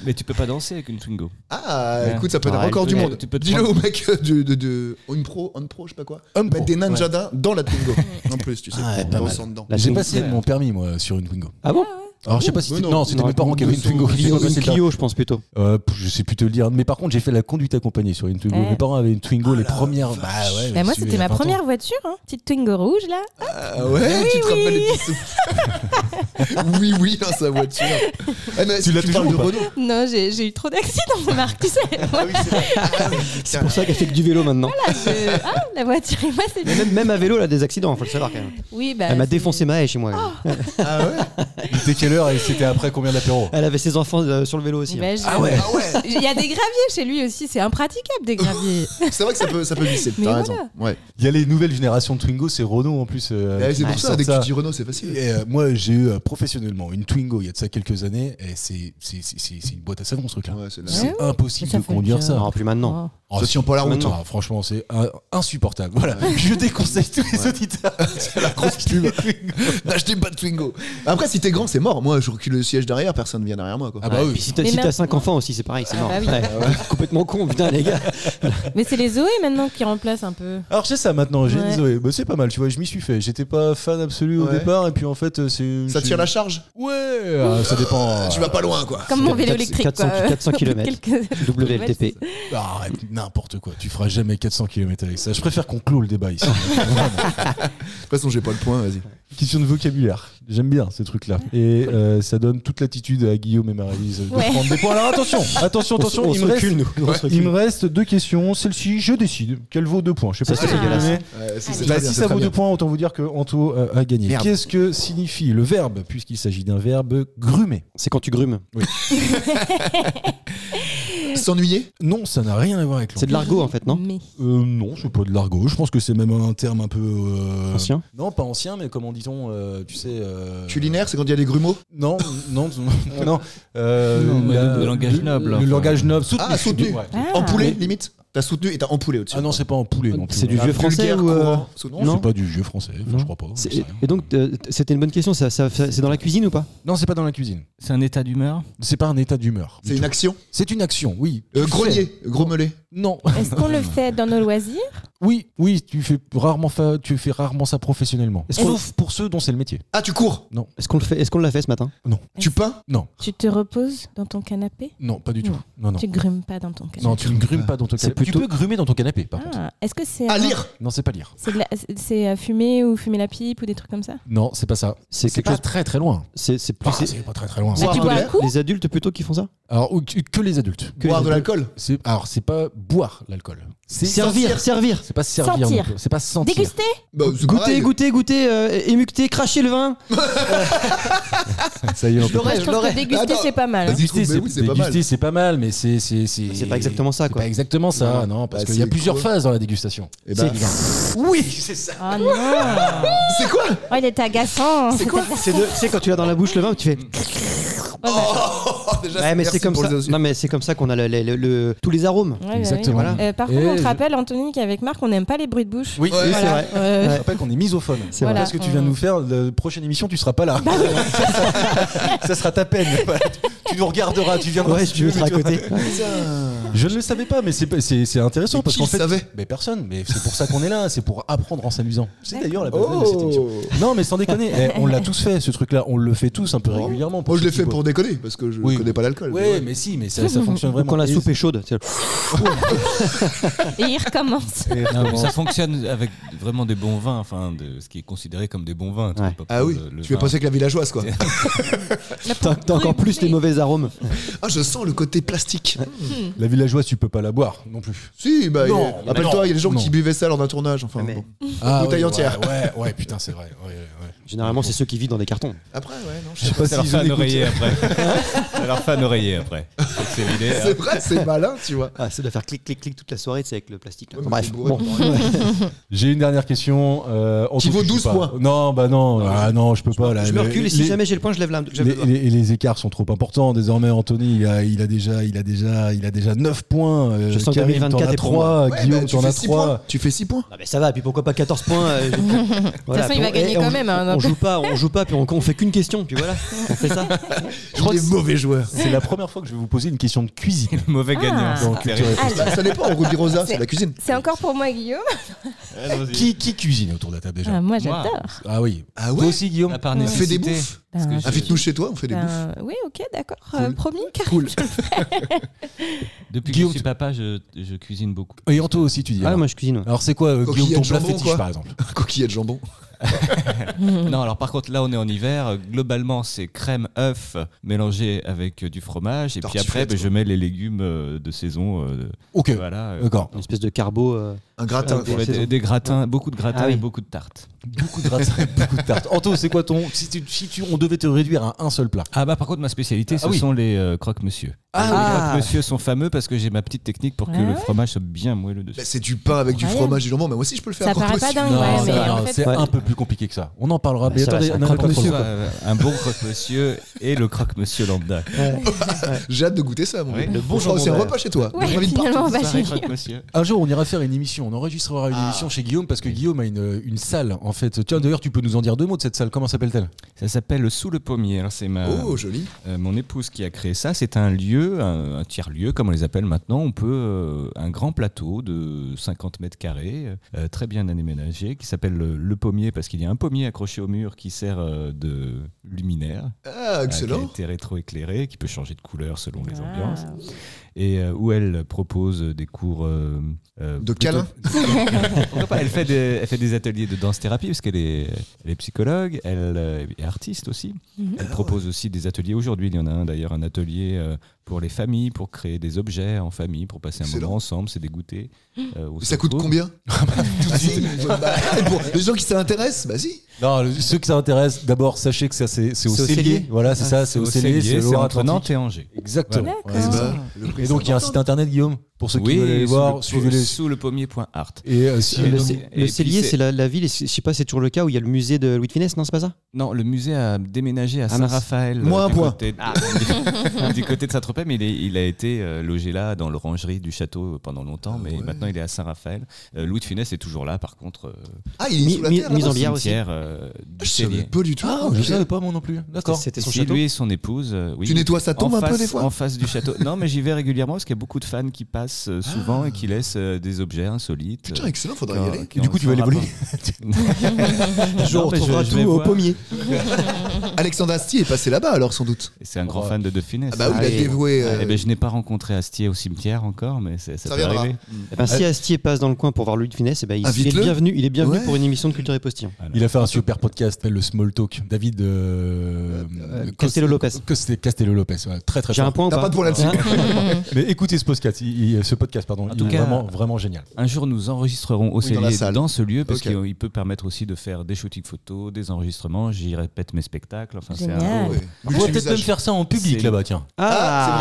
S7: Mais tu peux pas danser avec une Twingo.
S5: Ah,
S7: Ouais.
S5: écoute, ça peut être
S8: Ouais,
S5: encore du
S8: tu peux-
S5: monde.
S7: tu peux te
S5: Dis-le au
S7: prendre-
S5: mec euh, de, de, de on pro, on pro, je sais pas quoi.
S4: Homme
S5: Mettre
S4: pro,
S5: des ninjadas dans la Twingo. en plus, tu sais,
S4: Ah, ouais,
S5: pour
S4: pas mal.
S5: danser dedans.
S8: La
S4: J'ai
S8: Twingo.
S4: passé mon permis moi sur une Twingo.
S8: Ah bon
S4: Alors je sais pas si
S5: mais
S4: c'était
S5: non.
S4: non, c'était
S8: Non,
S4: mes parents qui avaient une Twingo.
S5: Une
S4: Je sais pas
S8: Clio,
S4: si
S8: une
S4: c'était-
S8: Clio, je pense plutôt.
S4: Euh, pff, je sais plus te le dire. Mes par contre, j'ai fait la conduite accompagnée sur une Twingo.
S6: Ouais.
S4: Mes parents avaient une Twingo les premières. Bah ouais.
S6: Eh. Bah, moi,
S4: tu-
S6: c'était
S4: à
S6: ma
S4: 20 ans.
S6: première voiture, hein. petite Twingo rouge, là.
S5: Ah ouais, tu te rappelles les petits sous- Oui, oui, dans sa voiture. Eh, mais
S4: Tu l'as toujours
S5: parles de
S4: ou pas
S5: Renault.
S6: Non, j'ai j'ai eu trop d'accidents, Marc, tu sais.
S5: Ah oui, c'est vrai. Ah oui,
S8: C'est pour ça qu'elle fait que du vélo maintenant.
S6: Voilà, je- Ah, la voiture et moi, c'est
S8: Mais même, même à vélo, elle a des accidents, faut le savoir quand même.
S6: Oui, bah.
S8: Elle m'a
S6: c'est- Oh.
S8: défoncé ma haie chez moi.
S5: Ah ouais
S4: Il était quelle heure et c'était après combien d'apéros
S8: Elle avait ses enfants euh, sur le vélo aussi.
S6: Bah, je-
S4: Ah ouais.
S5: Ah ouais
S6: Il y a des graviers chez lui aussi, c'est impraticable des graviers.
S5: C'est vrai que ça peut, ça peut glisser,
S6: Mais
S5: t'as
S6: voilà.
S5: raison. Ouais.
S4: Il y a les nouvelles générations de Twingo, c'est Renault en plus. euh,
S5: Eh, c'est
S4: qui
S5: pour ça,
S4: sortent
S5: dès que tu dis Renault, c'est facile.
S4: Et, euh, moi, j'ai eu euh, professionnellement une Twingo il y a de ça quelques années, et c'est c'est- c'est- c'est- c'est une boîte à savon ce truc-là.
S5: Ouais, c'est la-
S4: c'est
S6: Ah Ouais,
S4: impossible
S6: Mais ça
S4: de
S6: fait
S4: conduire
S6: bien.
S4: ça.
S8: Non, plus maintenant.
S6: Oh.
S4: Oh,
S5: Ça
S4: c'est-
S5: tient pas la route.
S4: non, franchement, c'est euh, insupportable. Voilà, je déconseille tous les auditeurs. C'est la grosse pub.
S5: N'achetez pas de Twingo. Après, si t'es grand, c'est mort. Moi, je recule le siège derrière, personne vient derrière moi. Quoi.
S4: Ah bah
S8: Ouais,
S4: oui.
S8: puis si t'as
S6: Mais
S8: si
S6: ma-
S8: t'as cinq enfants aussi, c'est pareil, c'est
S6: Ah
S8: mort.
S6: bah oui.
S8: Ouais, c'est complètement con, putain, les gars.
S6: Mais c'est les Zoé maintenant qui remplacent un peu.
S4: Alors c'est ça maintenant, j'ai
S6: Ouais.
S4: une Zoé. Bah, c'est pas mal, tu vois, je m'y suis fait. J'étais pas fan absolu au
S5: Ouais.
S4: départ, et puis en fait, euh, c'est.
S5: Ça
S4: c'est-
S5: tire la charge
S4: Ouais, ah, ça dépend.
S5: Tu vas pas loin, quoi.
S6: Comme mon vélo
S8: 400
S6: électrique.
S8: 400
S6: quoi.
S8: 400 kilomètres.
S6: Quelques-
S8: WLTP.
S4: Ah, arrête, n'importe quoi. Tu feras jamais 400 km avec ça. Je préfère qu'on clôt le débat ici.
S5: De toute façon, j'ai pas le point, vas-y.
S4: Question de vocabulaire. J'aime bien ces trucs-là. Et euh, ça donne toute l'attitude à Guillaume et Marie-Lise de
S6: Ouais.
S4: prendre des points. Alors attention, attention,
S8: On se-
S4: attention.
S8: on
S4: il,
S8: se
S4: me
S8: recule,
S4: reste,
S8: nous. On se
S4: il me reste deux questions. Celle-ci, je décide qu'elle vaut deux points. Je sais pas
S8: Ça,
S4: si
S8: c'est
S4: vous
S8: dégueulasse.
S4: comprenez.
S5: Euh, si
S6: Allez.
S5: c'est très
S4: Bah,
S5: bien,
S4: si
S5: c'est
S4: ça
S5: très
S4: vaut
S5: bien.
S4: deux points, autant vous dire que Anto euh, a gagné.
S5: Merde.
S4: Qu'est-ce que signifie le verbe, puisqu'il s'agit d'un verbe grumer
S8: C'est quand tu grumes.
S5: S'ennuyer
S4: Non, ça n'a rien à voir avec
S8: C'est de l'argot en fait, non
S6: Mais
S4: Euh, non, c'est pas de l'argot. Je pense que c'est même un terme un peu. euh,
S8: Ancien
S4: Non, pas ancien, mais comment dit-on euh, Tu sais. euh,
S5: Culinaire, c'est quand il y a des grumeaux
S4: Non, non, non. euh,
S7: Non, mais
S4: la-
S7: le langage noble,
S4: Le,
S7: enfin.
S4: langage noble. Soutenu.
S5: Ah, soutenu.
S4: ouais.
S6: Ah.
S5: En poulet, limite T'as soutenu et t'as en poulet au-dessus.
S4: Ah non, c'est pas en poulet non plus.
S8: C'est du
S4: Ah,
S8: vieux français
S5: Vulgaire,
S8: ou. euh,
S5: courant, soutenu.
S4: Non,
S8: Non.
S4: c'est pas du vieux français. Enfin,
S8: Non.
S4: Je crois pas.
S8: c'est-
S4: j'en sais rien.
S8: Et donc, euh, c'était une bonne question, ça, ça- ça- c'est dans la cuisine ou pas
S4: Non, c'est pas dans la cuisine.
S7: C'est un état d'humeur
S4: C'est pas un état d'humeur.
S5: C'est une action
S4: C'est une action, oui.
S5: Euh,
S4: Tu fais.
S5: Grenier, grommelé.
S4: Non.
S6: est-ce qu'on le fait dans nos loisirs
S4: Oui, oui, tu fais rarement, fa- tu fais rarement ça professionnellement.
S8: Est-ce qu'on-
S4: Sauf pour ceux dont c'est le métier.
S5: Ah, tu cours
S8: Est-ce qu'on le fait- est-ce qu'on l'a fait ce matin
S5: Tu peins
S4: Non,
S6: Tu te reposes dans ton canapé
S4: non, pas du tout. Non, non.
S6: Tu grumes pas dans ton canapé
S4: Non, tu ne grumes pas dans ton
S8: C'est
S4: canapé.
S8: plutôt-
S4: Tu peux grumer dans ton canapé, par contre.
S6: Ah, Est-ce que c'est
S5: Ah,
S6: un-
S5: lire
S4: Non, c'est pas lire.
S6: c'est de la- c'est- c'est euh, fumer ou fumer la pipe ou des trucs comme ça
S4: Non, c'est pas ça.
S8: C'est
S4: C'est
S8: quelque
S4: pas
S8: chose.
S4: très très loin.
S8: C'est c'est plus.
S4: Ah,
S8: c'est-
S4: c'est pas très très loin.
S5: Boire
S6: Bah, Tu
S5: de
S6: bois un
S5: l'air
S6: coup
S8: Les adultes plutôt qui font ça
S4: Alors, ou- que les adultes.
S8: Que
S5: Boire
S8: les
S5: de
S8: adultes.
S5: l'alcool
S4: C'est- alors c'est pas boire l'alcool. C'est
S8: Servir, servir.
S4: C'est pas servir.
S6: Sentir.
S4: non plus. C'est pas sentir.
S6: Déguster
S5: Bah, c'est
S8: Goûter,
S5: pareil.
S8: goûter, goûter, euh, émucter, cracher le vin.
S4: Ça y est, on peut-
S6: Moi,
S8: l'aurais,
S6: je
S8: je
S6: pense
S8: l'aurais.
S6: que déguster,
S5: Attends.
S6: c'est pas mal. hein.
S5: Vas-y.
S4: Déguster,
S5: Mais
S4: c'est
S5: oui, c'est pas
S4: déguster,
S5: mal.
S4: c'est pas mal, mais c'est c'est c'est.
S8: C'est pas exactement ça,
S4: c'est
S8: quoi.
S4: pas exactement ça,
S8: Non,
S4: non, parce
S5: Bah,
S4: qu'il y a
S5: c'est
S4: plusieurs
S5: quoi
S4: phases dans la dégustation.
S5: Eh ben,
S4: Oui, c'est ça.
S6: Oh non
S5: C'est quoi
S6: Oh, il est agaçant
S8: C'est quoi C'est de- tu sais, quand tu l'as dans la bouche le vin, tu fais.
S5: Oh, déjà,
S8: Ouais, mais
S5: merci
S8: c'est comme
S5: pour
S8: ça.
S5: les autres.
S8: Non, mais c'est comme ça qu'on a le- le- le- le- tous les arômes.
S6: Ouais, bah oui.
S4: Exactement.
S8: Voilà.
S6: Euh, par
S4: Et
S6: contre, on te
S4: je-
S6: rappelle, Anthony, qu'avec Marc, on n'aime pas les bruits de bouche.
S4: Oui,
S5: Ouais.
S4: c'est
S6: Voilà.
S4: vrai.
S6: Euh,
S4: Je rappelle qu'on est misophone.
S8: C'est vrai. Bah
S6: Voilà.
S4: Parce que tu viens de nous faire, la prochaine émission, tu seras pas là. ça sera ta peine. Voilà. Tu nous regarderas, tu viendras.
S8: Ouais,
S4: si
S8: tu veux
S4: veux,
S8: être à
S4: mais tu-
S8: côté.
S4: Je ne le savais pas, mais c'est pas- c'est c'est intéressant
S5: Mais
S4: parce
S5: qui
S4: qu'en
S5: le
S4: fait,
S5: savait
S4: mais personne. Mais c'est pour ça qu'on est là, c'est pour apprendre en s'amusant. C'est d'ailleurs la base même de cette émission.
S5: Oh
S4: Non, mais sans déconner, eh, on l'a tous fait ce truc-là, on le fait tous un peu régulièrement.
S5: Oh. Moi, je
S4: ceux
S5: l'ai
S4: qui
S5: fait
S4: boivent.
S5: pour déconner, parce que je
S4: Oui.
S5: connais pas l'alcool.
S4: Ouais, mais si, mais ça, ça fonctionne
S8: Ou
S4: vraiment.
S8: quand la
S4: Et-
S8: soupe est chaude. tu sais,
S6: Et il recommence.
S4: et-
S10: Non, mais ça fonctionne avec vraiment des bons vins, enfin, de, ce qui est considéré comme des bons vins. Tu
S8: Ouais.
S10: peux pas
S5: Ah oui,
S10: prendre le- le
S5: tu es
S10: vin.
S5: passé avec la villageoise, quoi.
S8: T'as t'as encore plus les mauvais aux arômes.
S5: Ah, je sens le côté plastique.
S4: La villageoise, tu peux pas la boire non plus.
S5: si, bah,
S4: Non,
S5: il- rappelle-toi, il y a des gens
S4: non.
S5: qui buvaient ça lors d'un tournage. Enfin,
S8: Mais-
S5: bon.
S4: Ah,
S5: Bouteille
S4: ouais,
S5: entière.
S4: Ouais, ouais, ouais, putain, c'est vrai. ouais, ouais.
S8: Généralement, c'est ceux qui vivent dans des cartons.
S5: Après, ouais, non, je
S4: Je sais pas
S7: Ça leur
S4: s'ils
S7: fait
S4: ont
S7: un
S4: des
S7: oreiller après. Ça leur fait un oreiller après. C'est l'idée.
S5: C'est vrai, c'est malin, tu vois.
S8: Ah, ça doit faire clic, clic, clic toute la soirée, c'est avec le plastique. là.
S5: Ouais, mais
S8: Bref,
S5: t'es bourré,
S8: bon.
S4: J'ai une dernière question. euh, en
S5: Qui
S4: tout,
S5: vaut
S4: je sais
S5: 12
S4: pas.
S5: points.
S4: Non, bah non, ah non, je peux pas. là,
S8: je me
S4: les-
S8: recule et si
S4: les-
S8: jamais j'ai le point, je lève la. je lève
S4: Les,
S8: le doigt.
S4: les- les écarts sont trop importants désormais Anthony il a, il a déjà il a déjà il a déjà 9 points euh,
S8: Je sens que
S4: Karim,
S8: 2024
S4: t'en as
S8: est pour
S4: 3
S5: Ouais,
S4: Guillaume
S5: bah, tu
S4: t'en
S5: fais
S4: as
S5: six
S4: 3
S5: points. Tu fais 6 points.
S8: Non, mais ça va, puis pourquoi pas 14 points euh, je- Voilà,
S6: façon, il
S8: puis
S6: va
S8: on-
S6: gagner
S8: eh,
S6: quand
S8: on-
S6: même, hein,
S8: on
S6: donc.
S8: joue pas, on joue pas, puis on, on fait qu'une question, puis voilà. On fait ça.
S5: Je crois des mauvais joueurs.
S4: c'est la première fois que je vais vous poser une question de cuisine
S7: Mauvais gagnant.
S6: Ah.
S7: c'est terrible.
S5: Bah, ça dépend, Ruby Rosa, c'est
S6: C'est-
S5: la cuisine.
S6: C'est encore pour moi, Guillaume
S4: qui, qui cuisine autour de la table déjà
S6: Ah, Moi,
S7: Moi.
S6: j'adore.
S4: ah oui
S5: Ah
S4: toi
S5: ouais
S4: aussi Guillaume
S7: À part
S6: On
S5: On fait des
S7: nécessité.
S5: bouffes. Ah,
S7: parce que
S6: Ben,
S7: je-
S5: Invite-nous chez toi, on fait des bouffes.
S6: ben, oui, ok, d'accord. euh,
S5: Cool.
S6: promis, Karim.
S5: Cool.
S7: Depuis que
S4: Guillaume,
S7: je suis papa, je, je cuisine beaucoup.
S4: et Anto aussi tu dis
S8: Ah,
S4: alors.
S8: moi je cuisine. ouais.
S4: alors c'est quoi euh,
S5: Coquillette
S4: Guillaume ton plat
S5: jambon,
S4: fétiche
S5: quoi.
S4: par exemple
S5: Coquillet de jambon.
S7: Non, alors par contre, là, on est en hiver. Euh, Globalement, c'est crème œuf mélangée avec euh, du fromage. Et puis
S5: Tartiflette,
S7: après, ben,
S5: quoi.
S7: je mets les légumes euh, de saison. euh,
S4: ok
S7: Voilà. euh,
S4: d'accord
S8: Une espèce de carbo. euh,
S5: Un gratin.
S8: Ah,
S7: on
S8: ouais.
S7: fait des, des gratins, beaucoup de gratins
S8: Ah oui.
S7: et beaucoup de tartes.
S4: beaucoup de gratins beaucoup de tartes Anto c'est quoi ton si, tu, si tu- on devait te réduire à un seul plat
S7: Ah bah par contre ma spécialité ce
S4: oui.
S7: sont les euh, croque-monsieur.
S4: Ah
S7: les
S4: oui.
S7: croque-monsieur sont fameux parce que j'ai ma petite technique pour que
S6: Ah
S7: le
S6: ouais.
S7: fromage soit bien moelleux dessus.
S5: Bah, c'est du pain avec du
S6: Incroyable.
S5: fromage du jambon, mais moi aussi je peux le faire.
S6: Ça
S5: Encore
S6: paraît
S5: plus.
S6: pas dingue, ouais,
S4: Non,
S6: mais
S4: non,
S6: en fait.
S4: c'est un peu plus compliqué que ça on en parlera
S8: Bah,
S4: mais
S8: ça va,
S4: attendez
S8: c'est un
S4: n'en avez pas
S8: croque-monsieur,
S4: trop,
S7: Pour
S8: monsieur,
S4: là.
S7: ça, euh, un bon croque-monsieur et le croque-monsieur lambda.
S5: J'ai hâte de goûter ça, mon
S7: Oui.
S5: gars.
S7: Le bon
S5: Franchement,
S7: jambon
S5: C'est un
S7: vert.
S5: repas chez toi.
S6: Ouais,
S5: On invite
S6: finalement,
S5: partout.
S6: on
S7: Ça,
S6: va
S7: les
S6: chez lui.
S7: croque-monsieur.
S4: Un jour, on ira faire une émission. On enregistrera une émission chez Guillaume parce que Guillaume a une, une salle, en fait. Tiens, d'ailleurs, tu peux nous en dire deux mots de cette salle. Comment s'appelle-t-elle
S7: Ça s'appelle le Sous le Pommier. Alors, C'est ma,
S5: Oh, joli.
S7: euh, mon épouse qui a créé ça. C'est un lieu, un, un tiers-lieu, comme on les appelle maintenant. On peut euh, un grand plateau de 50 mètres carrés, euh, très bien aménagé, qui s'appelle le, le Pommier parce qu'il y a un pommier accroché au mur qui sert euh, de luminaire.
S5: Ah,
S7: qui a
S5: excellent.
S7: été rétro-éclairé, qui peut changer de couleur selon
S8: Ah.
S7: les
S6: ah.
S7: ambiances,
S6: Wow.
S7: et euh, où elle propose des cours euh, euh,
S5: De
S7: plutôt-
S5: câlin.
S7: Pourquoi pas, elle, fait des, elle fait des ateliers de danse-thérapie parce qu'elle est, elle est psychologue, elle euh, est artiste aussi.
S8: Mhm.
S7: Elle propose aussi des ateliers. Aujourd'hui, il y en a un d'ailleurs, un atelier euh, pour les familles, pour créer des objets en famille, pour passer un
S5: Excellent.
S7: moment ensemble, c'est des goûters.
S8: Mhm.
S7: euh, au
S5: Ça coûte
S7: centre-bourg.
S5: combien Bah, si, bah, pour Les gens qui s'intéressent, bah si.
S4: Non, le- ceux que ça intéresse, d'abord, sachez que ça, c'est c'est au
S8: C'est au
S4: Cellier.
S8: Cellier.
S4: Voilà, c'est ça, c'est au Cellier, c'est
S7: Ah, c'est
S4: Loire
S7: entre Nantes
S4: Atlantique.
S7: et Angers.
S4: Exactement.
S6: D'accord.
S4: Ouais,
S5: Eh
S4: c'est ça.
S5: bah, le prix,
S4: Et
S5: c'est
S4: donc, il y a un
S5: important.
S4: site internet, Guillaume, pour ceux qui veulent aller
S7: sous
S4: voir.
S7: le-
S4: suivez-les.
S7: sous le pommier.art.
S4: Et euh, si-
S7: Et
S8: Le,
S7: donc-
S8: ce-
S7: et
S8: le
S7: puis
S8: cellier,
S7: c'est-
S8: c'est la, la ville, et je sais pas, c'est toujours le cas où il y a le musée de Louis de Funès, non, c'est pas ça
S7: Non, le musée a déménagé à Ah.
S8: mince.
S7: Saint-Raphaël. euh,
S5: Moins un
S7: du
S5: point.
S7: Côté de, du côté de Saint-Tropez, mais il, est- il a été euh, logé là, dans l'orangerie du château pendant longtemps,
S5: Ah
S7: mais maintenant il est à Saint-Raphaël. Euh, Louis de Funès est toujours là, par contre, euh,
S5: Ah, il est
S8: Mi-
S5: sous la
S8: mi-
S5: terre.
S8: mise
S5: là-bas
S8: en bière aussi.
S7: cimetière euh, du
S5: Je savais
S7: Cellier.
S5: pas du tout.
S4: Ah, je savais pas, moi non plus. D'accord.
S8: C'était son
S7: Si,
S8: château.
S7: lui et son épouse. euh, oui.
S5: Tu nettoies sa tombe
S7: En
S5: un peu
S7: face-
S5: des fois
S7: En face du château. Non, mais j'y vais régulièrement parce qu'il y a beaucoup de fans qui passent euh, souvent et qui laissent euh, des objets insolites.
S5: Ah. Putain, excellent,
S7: euh,
S5: faudrait
S7: qui
S5: y
S7: ont-
S5: aller.
S7: qui
S4: Et du
S7: ont
S4: coup, tu vas
S7: sans
S4: les voler
S7: rapport.
S8: Je
S7: Non, mais
S8: retrouvera
S7: je
S8: tout
S7: vais
S8: au
S7: voir.
S8: pommier.
S5: Alexandre Astier est passé là-bas alors sans doute.
S7: Et C'est un grand fan de De Funès.
S5: Ah bah oui, il a
S8: Allez.
S5: dévoué. euh,
S7: Eh ben, je n'ai pas rencontré Astier au cimetière encore, mais c'est- ça,
S5: Ça
S7: peut
S5: viendra.
S7: arriver.
S8: Eh ben, si Astier passe dans le coin pour voir Louis de Funès, eh ben, il, il est
S5: Invite-le.
S8: bienvenu, il est bienvenu
S5: Ouais.
S8: pour une émission de culture et postillon.
S4: Il a fait un super podcast, s'appelle le Small Talk. David euh, Cost-
S8: Castello Lopez.
S4: Cost- Castello Lopez, ouais, très très
S8: J'ai un
S4: fort.
S8: point ou
S5: T'as
S8: pas
S5: pas de point là-dessus.
S8: Hein
S4: Mais écoutez ce podcast, il- il- ce podcast, pardon,
S7: En
S4: il
S7: tout
S4: est
S7: cas-
S4: vraiment vraiment génial.
S7: Un jour, nous enregistrerons au
S5: Oui, dans la
S7: Cellier, dans,
S5: salle.
S7: ce lieu, parce
S5: Ok.
S7: qu'il peut permettre aussi de faire des shootings photos, des enregistrements. J'y répète mes spectacles. Enfin, c'est un-
S6: Génial.
S5: Ouais.
S4: On pourrait peut-être même
S5: Multivisage.
S4: faire ça en public
S7: C'est-
S4: là-bas, tiens.
S7: Il
S5: Ah,
S7: y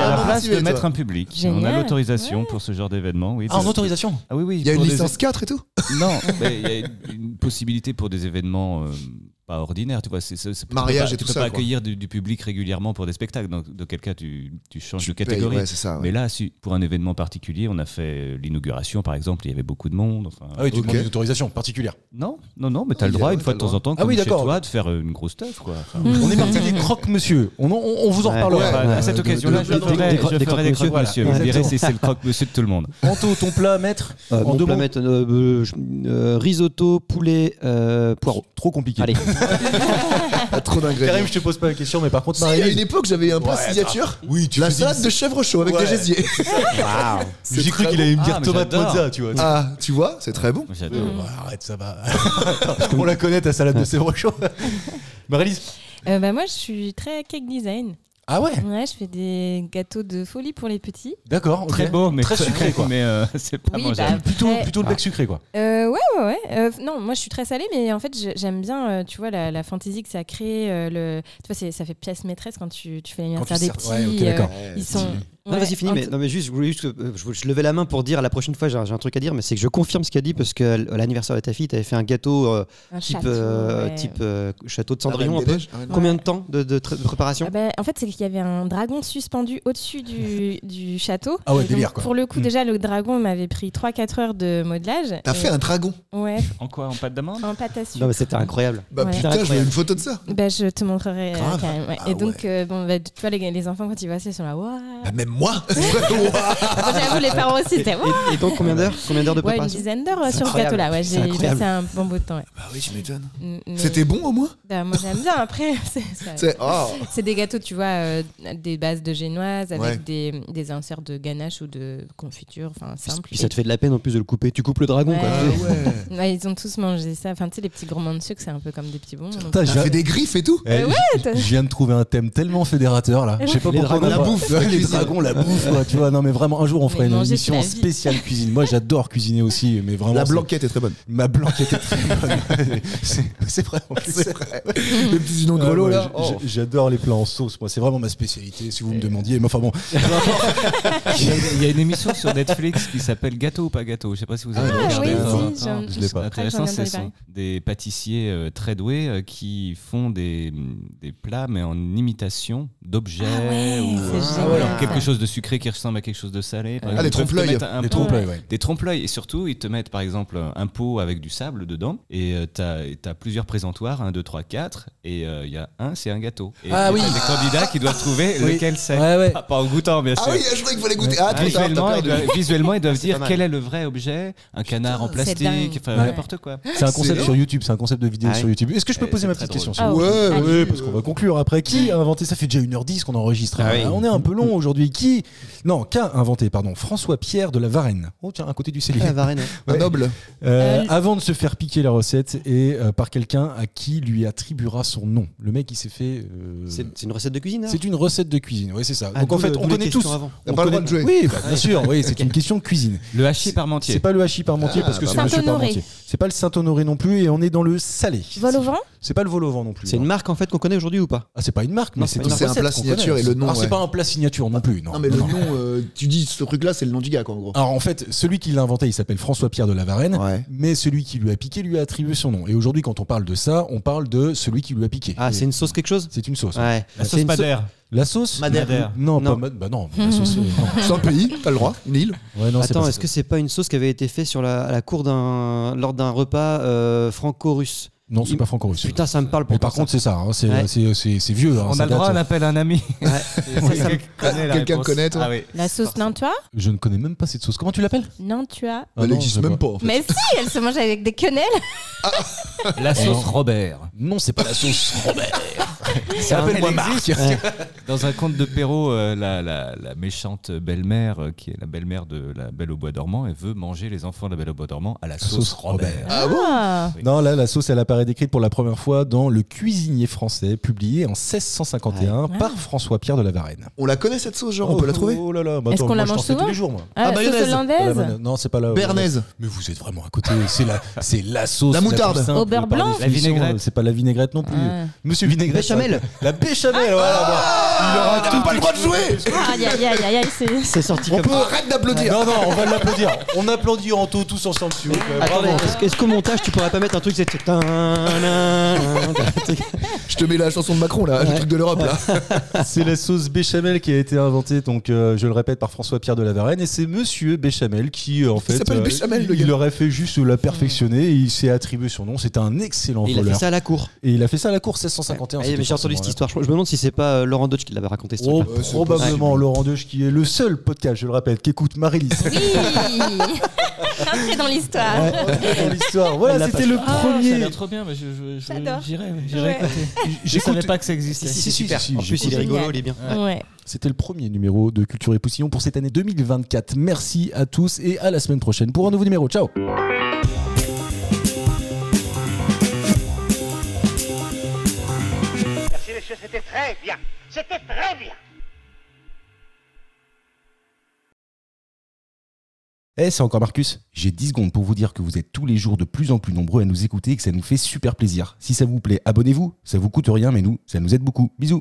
S7: a la
S5: Vraiment
S7: place de
S5: motivé,
S7: mettre
S5: toi.
S7: un public. On a
S6: Génial.
S7: l'autorisation
S6: Ouais.
S7: pour ce genre d'événement. Oui,
S4: Ah, en
S7: C'est-
S4: autorisation
S7: Ah oui, oui.
S5: Il y a une
S7: pour des-
S5: licence 4 et tout
S7: Non, mais il y a une possibilité pour des événements euh, pas ordinaires. Tu vois, c'est, c'est- c'est- tu peux
S5: Mariage
S7: pas-
S5: et
S7: tu
S5: tout
S7: peux
S5: ça,
S7: pas
S5: quoi.
S7: accueillir du, du public régulièrement pour des spectacles. Donc, de quel cas, tu, tu changes de
S5: Tu payes,
S7: catégorie.
S5: ouais, c'est ça.
S4: Ah
S5: ouais.
S7: Mais là, si- pour un événement particulier, on a fait euh, l'inauguration, par exemple, il y avait beaucoup de monde. Enfin,
S4: Ah oui, tu
S5: Ok.
S4: demandes une autorisation particulière.
S7: Non, non, non, mais t'as
S5: Ah,
S7: le
S5: il y a-
S7: droit,
S5: ouais,
S7: une fois
S5: t'as
S7: de
S5: le
S7: temps en temps,
S4: Ah
S7: comme
S4: oui,
S7: chez
S4: d'accord.
S7: toi, de faire euh, une grosse teuf, quoi.
S6: Mm.
S7: Enfin,
S4: On est parti des croque-monsieur. On, en- on- on vous en
S8: Ouais.
S4: reparlera.
S7: à cette
S4: Euh, de-
S7: occasion-là,
S4: de-
S7: je
S4: de-
S7: ferai
S8: des
S7: des
S8: croque-
S7: croque-monsieur,
S8: des croque-monsieur, voilà.
S7: monsieur. Vous direz,
S8: Exactement.
S7: c'est c'est le croque-monsieur de tout le monde.
S4: Anto, ton plat à mettre
S8: Euh,
S4: en
S8: mon
S4: deux
S8: plat
S4: mots
S8: maître, euh, euh, je- euh, risotto, poulet, euh, poireau.
S4: Trop compliqué.
S8: Allez,
S5: Ah, trop
S4: Karim,
S5: d'ingrédients.
S4: je te pose pas la question, mais par contre,
S5: Si, à
S4: Marie-Lise,
S5: une époque, j'avais un plat
S4: Ouais,
S5: signature.
S4: Oui, tu
S5: La
S4: fais des-
S5: salade de chèvre chaud avec
S4: Ouais.
S5: des gésiers.
S4: Ah,
S5: C'est
S4: j'ai cru
S5: très
S4: qu'il allait me
S7: bon.
S4: dire
S7: Ah, mais
S4: tomate
S7: j'adore.
S4: mozza, tu vois.
S5: Ah, tu vois, c'est très bon.
S7: J'adore.
S6: Mm.
S4: Bah, arrête, ça va. on la connaît, ta salade de sèvres chaud. Marie-Lise
S6: Euh, bah, moi, je suis très cake design.
S4: Ah ouais
S6: Ouais, je fais des gâteaux de folie pour les petits.
S4: D'accord. ok.
S10: Très beau, mais
S4: Très sucré, quoi.
S10: Mais euh, c'est pas
S8: Ah,
S6: Oui,
S10: mangeable.
S6: bah,
S4: Plutôt,
S6: après-
S4: plutôt le bec sucré, quoi.
S6: Euh, ouais, ouais, ouais. Euh, f- non, moi je suis très salée, mais en fait je- j'aime bien, euh, tu vois, la, la fantaisie que ça crée. euh, le... Tu vois, c'est- ça fait pièce maîtresse quand tu, tu fais l'anniversaire
S4: tu
S6: des
S4: sers-
S6: petits.
S4: ouais, ok, d'accord.
S6: euh, ils sont.
S8: Non,
S6: Ouais,
S8: vas-y, fini.
S6: en
S8: Mais,
S6: tout-
S8: non, mais juste, je, voulais juste que- euh, je, je levais la main pour dire la prochaine fois, j'ai, un- j'ai un truc à dire, mais c'est que je confirme ce qu'elle dit parce que à l'anniversaire de ta fille, t'avais fait un gâteau euh,
S6: un
S8: type,
S6: château,
S8: euh,
S6: ouais.
S8: type euh, château de Cendrillon
S5: Ah,
S8: un peu.
S5: Dédèche. Ah, ouais, non.
S8: Combien de temps de, de tra- de préparation
S6: Ah bah, en fait, c'est qu'il y avait un dragon suspendu au-dessus du, du château.
S4: Ah ouais,
S6: Et donc,
S4: délire, quoi.
S6: Pour le coup, déjà, le dragon m'avait pris 3-4 heures de modelage.
S5: T'as
S6: Et-
S5: fait un dragon
S6: Ouais,
S10: En quoi En pâte d'amande
S6: en pâte à sucre.
S8: Non, mais c'était incroyable.
S5: Bah
S6: Ouais.
S5: putain, je veux une photo de ça.
S6: Bah, je te montrerai euh,
S5: Grave.
S6: quand même, ouais.
S5: Ah
S6: et donc, euh, bon, bah, tu vois, les, les enfants, quand ils voient ça, ils sont là, waouh.
S5: Bah, même moi Waouh.
S6: Moi, J'avoue, les parents aussi, c'était waouh.
S8: Et, et donc, combien d'heures Combien d'heures de
S6: Ouais, une
S8: préparation
S6: dizaine d'heures euh,
S8: C'est
S6: sur ce
S8: incroyable.
S6: gâteau-là. Ouais,
S8: C'est
S6: j'ai
S8: incroyable.
S6: passé un bon bout de temps. ouais.
S5: Bah oui, tu m'étonnes.
S6: Mm, mais-
S5: C'était bon au moins
S6: Bah, moi, j'aime bien. Après, c'est- c'est-
S5: C'est- oh.
S6: c'est des gâteaux, tu vois, euh, des bases de génoise avec
S5: Ouais.
S6: des, des inserts de ganache ou de confiture, enfin, simple.
S8: Puis ça te fait de la peine en plus de le couper. Tu coupes le dragon,
S6: Ouais.
S8: quoi.
S5: Ah ouais
S6: Ouais, Bah, ils ont tous mangé ça. Enfin, tu sais, les petits gourmands de sucre, c'est un peu comme des petits bonbons. donc-
S4: Putain,
S5: T'as
S4: j'ai-
S5: fait des griffes et tout
S4: Eh,
S6: Euh, ouais,
S4: je-
S6: t'as-
S4: je viens de trouver un thème tellement fédérateur là. Je sais pas
S8: Les
S4: pourquoi. on
S8: dragons,
S4: a
S8: la
S4: pas-
S5: bouffe,
S4: Ouais,
S5: la
S4: les
S5: cuisine.
S4: dragons, la bouffe, quoi, tu vois. Non, mais vraiment, un jour, on fera
S6: Mais
S4: une
S6: manger, c'est
S4: émission
S6: la vie.
S4: spéciale cuisine. Moi, j'adore cuisiner aussi, mais vraiment.
S5: La
S4: c'est-
S5: blanquette est très bonne.
S4: Ma blanquette est très bonne. C'est- C'est vrai. en plus.
S5: Le petit zinon
S4: Ah,
S5: grelot
S4: moi,
S5: là
S4: j-
S5: Oh.
S4: j- J'adore les plats en sauce. Moi, c'est vraiment ma spécialité. Si vous me demandiez, mais enfin bon,
S10: Il y, a, il y a une émission sur Netflix qui s'appelle Gâteau ou pas gâteau. Je sais pas si vous avez
S5: Ah, oui,
S10: regardé.
S5: si,
S10: Ah,
S6: j'ai un-
S10: je l'ai pas.
S6: je crois que
S10: Intéressant,
S6: j'en ai
S10: ce
S6: entendu
S10: sont des pâtissiers euh, très doués euh, qui font des, des plats mais en imitation d'objets
S6: Ah ouais,
S10: ou
S7: euh,
S6: c'est
S10: ou alors
S6: génial.
S10: quelque chose de sucré qui ressemble à quelque chose de salé. par
S5: Ah, les
S10: exemple. Ils peuvent te
S5: trompe-l'œil.
S10: mettre un
S4: les
S10: pot-
S4: trompe-l'œil, ouais.
S10: des trompe-l'œil et surtout ils te mettent par exemple un pot avec du sable dedans et euh, t'as et t'as plusieurs présentoirs 1, 2, 3, 4 et euh, il y a un c'est un gâteau et
S4: Ah
S10: et
S4: oui.
S10: t'as des candidats qui doivent trouver
S4: Oui.
S10: lequel c'est
S4: Ouais, ouais.
S10: pas, pas en goûtant bien sûr
S5: Ah oui, je croyais qu'il fallait goûter. Ah, trop
S10: ah,
S5: tard,
S10: visuellement,
S5: t'as
S10: ils doivent,
S5: perdu.
S10: visuellement, ils doivent
S8: pas
S10: dire
S8: mal.
S10: quel est le vrai objet, un canard en
S6: c'est
S10: plastique,
S6: dingue.
S10: enfin
S6: Ouais.
S10: n'importe quoi.
S4: c'est un concept
S5: Excellent.
S4: sur YouTube. C'est un concept de vidéo
S8: Ah ouais.
S4: sur YouTube. Est-ce que je peux
S10: Eh,
S4: poser
S10: c'est
S4: ma
S10: très
S4: petite question
S10: drôle.
S4: s'il vous
S6: Ah
S4: plaît
S5: Ouais,
S6: Ah,
S5: ouais,
S6: oui.
S5: parce
S4: Parce qu'on va conclure après. Qui a inventé Ça fait déjà 1h10 qu'on enregistre. hein.
S8: Ah oui.
S4: On est un peu long aujourd'hui. Qui Non, qu'a inventé, pardon, François-Pierre de la Varenne. Oh tiens, à côté du cellier.
S8: Ah, Varenne, ouais.
S5: Un noble.
S4: Euh,
S6: Euh, le-
S4: avant de se faire piquer la recette et euh, par quelqu'un à qui lui attribuera son nom. Le mec, il s'est fait. euh,
S8: C'est c'est une recette de cuisine alors
S4: C'est une recette de cuisine. Oui, c'est ça.
S8: Ah,
S4: Donc en
S8: d'où
S4: fait,
S8: le-
S4: on
S8: d'où les
S4: connaît
S8: questions
S4: tous.
S8: avant.
S5: T'as
S4: On
S5: pas le
S4: connaît-
S5: droit de jouer.
S4: Oui, bah, bien sûr. Oui, c'est une question de cuisine.
S10: Le hachis parmentier.
S4: C'est pas le hachis parmentier
S5: Ah,
S4: parce que
S5: bah,
S4: c'est Monsieur
S6: Saint-Honoré.
S4: Parmentier. C'est pas le Saint-Honoré non plus et on est dans le salé.
S6: Vol au vent
S4: C'est pas le vol au vent non plus.
S8: C'est une
S4: non.
S8: marque en fait qu'on connaît aujourd'hui ou pas
S4: Ah, c'est pas une marque, mais
S8: Non,
S4: c'est
S8: c'est
S5: pas
S4: une
S5: une marque. C'est un
S4: recette
S5: plat
S4: qu'on
S5: signature
S4: connaît.
S5: et le nom,
S4: Ah, c'est
S5: ouais.
S4: pas un plat signature non plus. Non,
S5: Non, Ah. mais le
S4: Non, non.
S5: nom, euh, tu dis ce truc-là, c'est le nom du gars, quoi, en gros.
S4: Alors en fait, celui qui l'a inventé, il s'appelle François-Pierre de la Varenne,
S5: Ouais.
S4: mais celui qui lui a piqué lui a attribué son nom. Et aujourd'hui, quand on parle de ça, on parle de celui qui lui a piqué.
S8: Ah,
S4: Et
S8: c'est une sauce quelque chose
S4: c'est une sauce.
S8: Ouais. C'est
S10: La sauce
S8: une sau-
S10: madère.
S4: La sauce
S8: Madère.
S4: Non,
S8: Non.
S4: pas Madère. Bah non, la sauce. euh, non.
S5: C'est un pays, t'as le droit, une île.
S4: Ouais, non, c'est
S8: Attends,
S4: pas
S8: est-ce
S4: ça.
S8: que c'est pas une sauce qui avait été faite sur la, à la cour d'un lors d'un repas euh, franco-russe
S4: Non, c'est pas franco-russe.
S8: Putain, ça me parle
S4: Mais
S8: pour
S4: par contre, c'est ça. hein, c'est,
S8: Ouais.
S4: c'est, c'est- c'est vieux. hein,
S10: On
S4: ça
S10: a le droit
S4: date.
S10: on appelle un ami. Quelqu'un connaît la
S5: Quelqu'un
S10: réponse.
S5: connaît, toi
S10: Ah oui.
S6: La sauce Nantua
S4: Je ne connais même pas cette sauce. Comment tu
S8: Bah,
S4: l'appelles
S6: Nantua.
S4: Ah
S5: Elle
S4: non,
S5: existe
S4: je sais
S5: même
S4: pas.
S5: pas, en fait.
S6: Mais si, elle se mange avec des quenelles.
S10: La sauce Robert.
S4: Non, c'est pas la sauce Robert.
S10: Ça
S4: Appelle-moi
S10: Dans un conte de Perrault, euh, la, la- la méchante belle-mère, euh, qui est la belle-mère de la Belle au Bois dormant, elle veut manger les enfants de la Belle au Bois dormant à la sauce,
S4: sauce
S10: Robert.
S6: Ah bon
S4: Non, là, la sauce, elle apparaît décrite pour la première fois dans Le cuisinier français, publié en 1651
S6: Ouais.
S4: par François-Pierre de la Varenne.
S5: On la connaît, cette sauce, genre, on peut la trouver
S4: Oh là là, bah
S6: Est-ce
S4: attends,
S6: qu'on la
S4: moi, je
S6: mange
S4: t'en fais
S6: souvent
S4: tous les jours, moi.
S6: Ah, la sauce
S5: mayonnaise.
S4: La
S6: hollandaise
S4: banane- non, c'est pas la.
S5: Bernaise.
S4: Mais vous êtes vraiment à côté. C'est la, c'est la sauce.
S5: La moutarde.
S4: plus simple
S6: Au beurre
S4: par
S6: blanc.
S10: La
S4: définition. euh,
S10: vinaigrette.
S4: C'est pas la vinaigrette non plus.
S6: Ah.
S4: Monsieur vinaigrette.
S8: Béchamel.
S4: La béchamel. voilà, moi.
S5: Ah, t'as pas le droit de jouer
S6: Aïe, aïe, aïe, aïe, aïe, c'est.
S8: C'est sorti
S5: On
S8: comme
S5: peut arrête d'applaudir
S4: Non, non, on va l'applaudir. On applaudit en taux tous ensemble, s'il vous plaît.
S8: Attendez,
S4: Bravo.
S8: est-ce que- est-ce qu'au montage tu pourrais pas mettre un truc c'est
S5: Je te mets la chanson de Macron, là, le truc de l'Europe, là.
S4: C'est la sauce béchamel qui a été inventée, donc euh, je le répète, par François-Pierre de la Varenne. Et c'est monsieur béchamel qui, euh, en fait,
S5: s'appelle Béchamel, le
S4: il
S5: gars.
S4: aurait fait juste la perfectionner et il s'est attribué son nom. C'est un excellent
S8: Et il a fait
S4: voleur.
S8: ça à la cour.
S4: Et il a fait ça à la cour 1651.
S8: Ah,
S4: c'était
S8: mais J'ai entendu
S4: forcément
S8: cette
S4: là.
S8: histoire. Je je me demande si c'est pas euh, Laurent Deutsch qui l'avait raconté ce
S4: Oh,
S8: truc.
S5: Ouais, c'est
S4: probablement
S5: possible.
S4: Laurent Deutsch qui est le seul podcast, je le répète, qu'écoute Marie-Lys.
S6: Oui Rentrez dans l'histoire.
S4: Dans l'histoire.
S8: Elle
S4: Voilà,
S8: l'a
S4: c'était
S8: pas
S4: le
S8: Ah,
S10: Ah, Ça a
S4: premier.
S10: l'air trop bien, mais je- je-
S6: J'adore.
S10: je- j'irai j'irai
S6: Ouais.
S10: écouter. Je savais pas que ça existait.
S8: super.
S4: si,
S8: En
S4: j'ai-
S8: plus, il est rigolo, il est bien.
S6: Ouais.
S4: C'était le premier numéro de Culture et Poussillon pour cette année 2024. Merci à tous et à la semaine prochaine pour un nouveau numéro. Ciao
S2: Merci les chefs. c'était très bien. C'était très bien.
S4: Eh, c'est encore Marcus. J'ai 10 secondes pour vous dire que vous êtes tous les jours de plus en plus nombreux à nous écouter et que ça nous fait super plaisir. Si ça vous plaît, abonnez-vous. Ça vous coûte rien, mais nous, ça nous aide beaucoup. Bisous.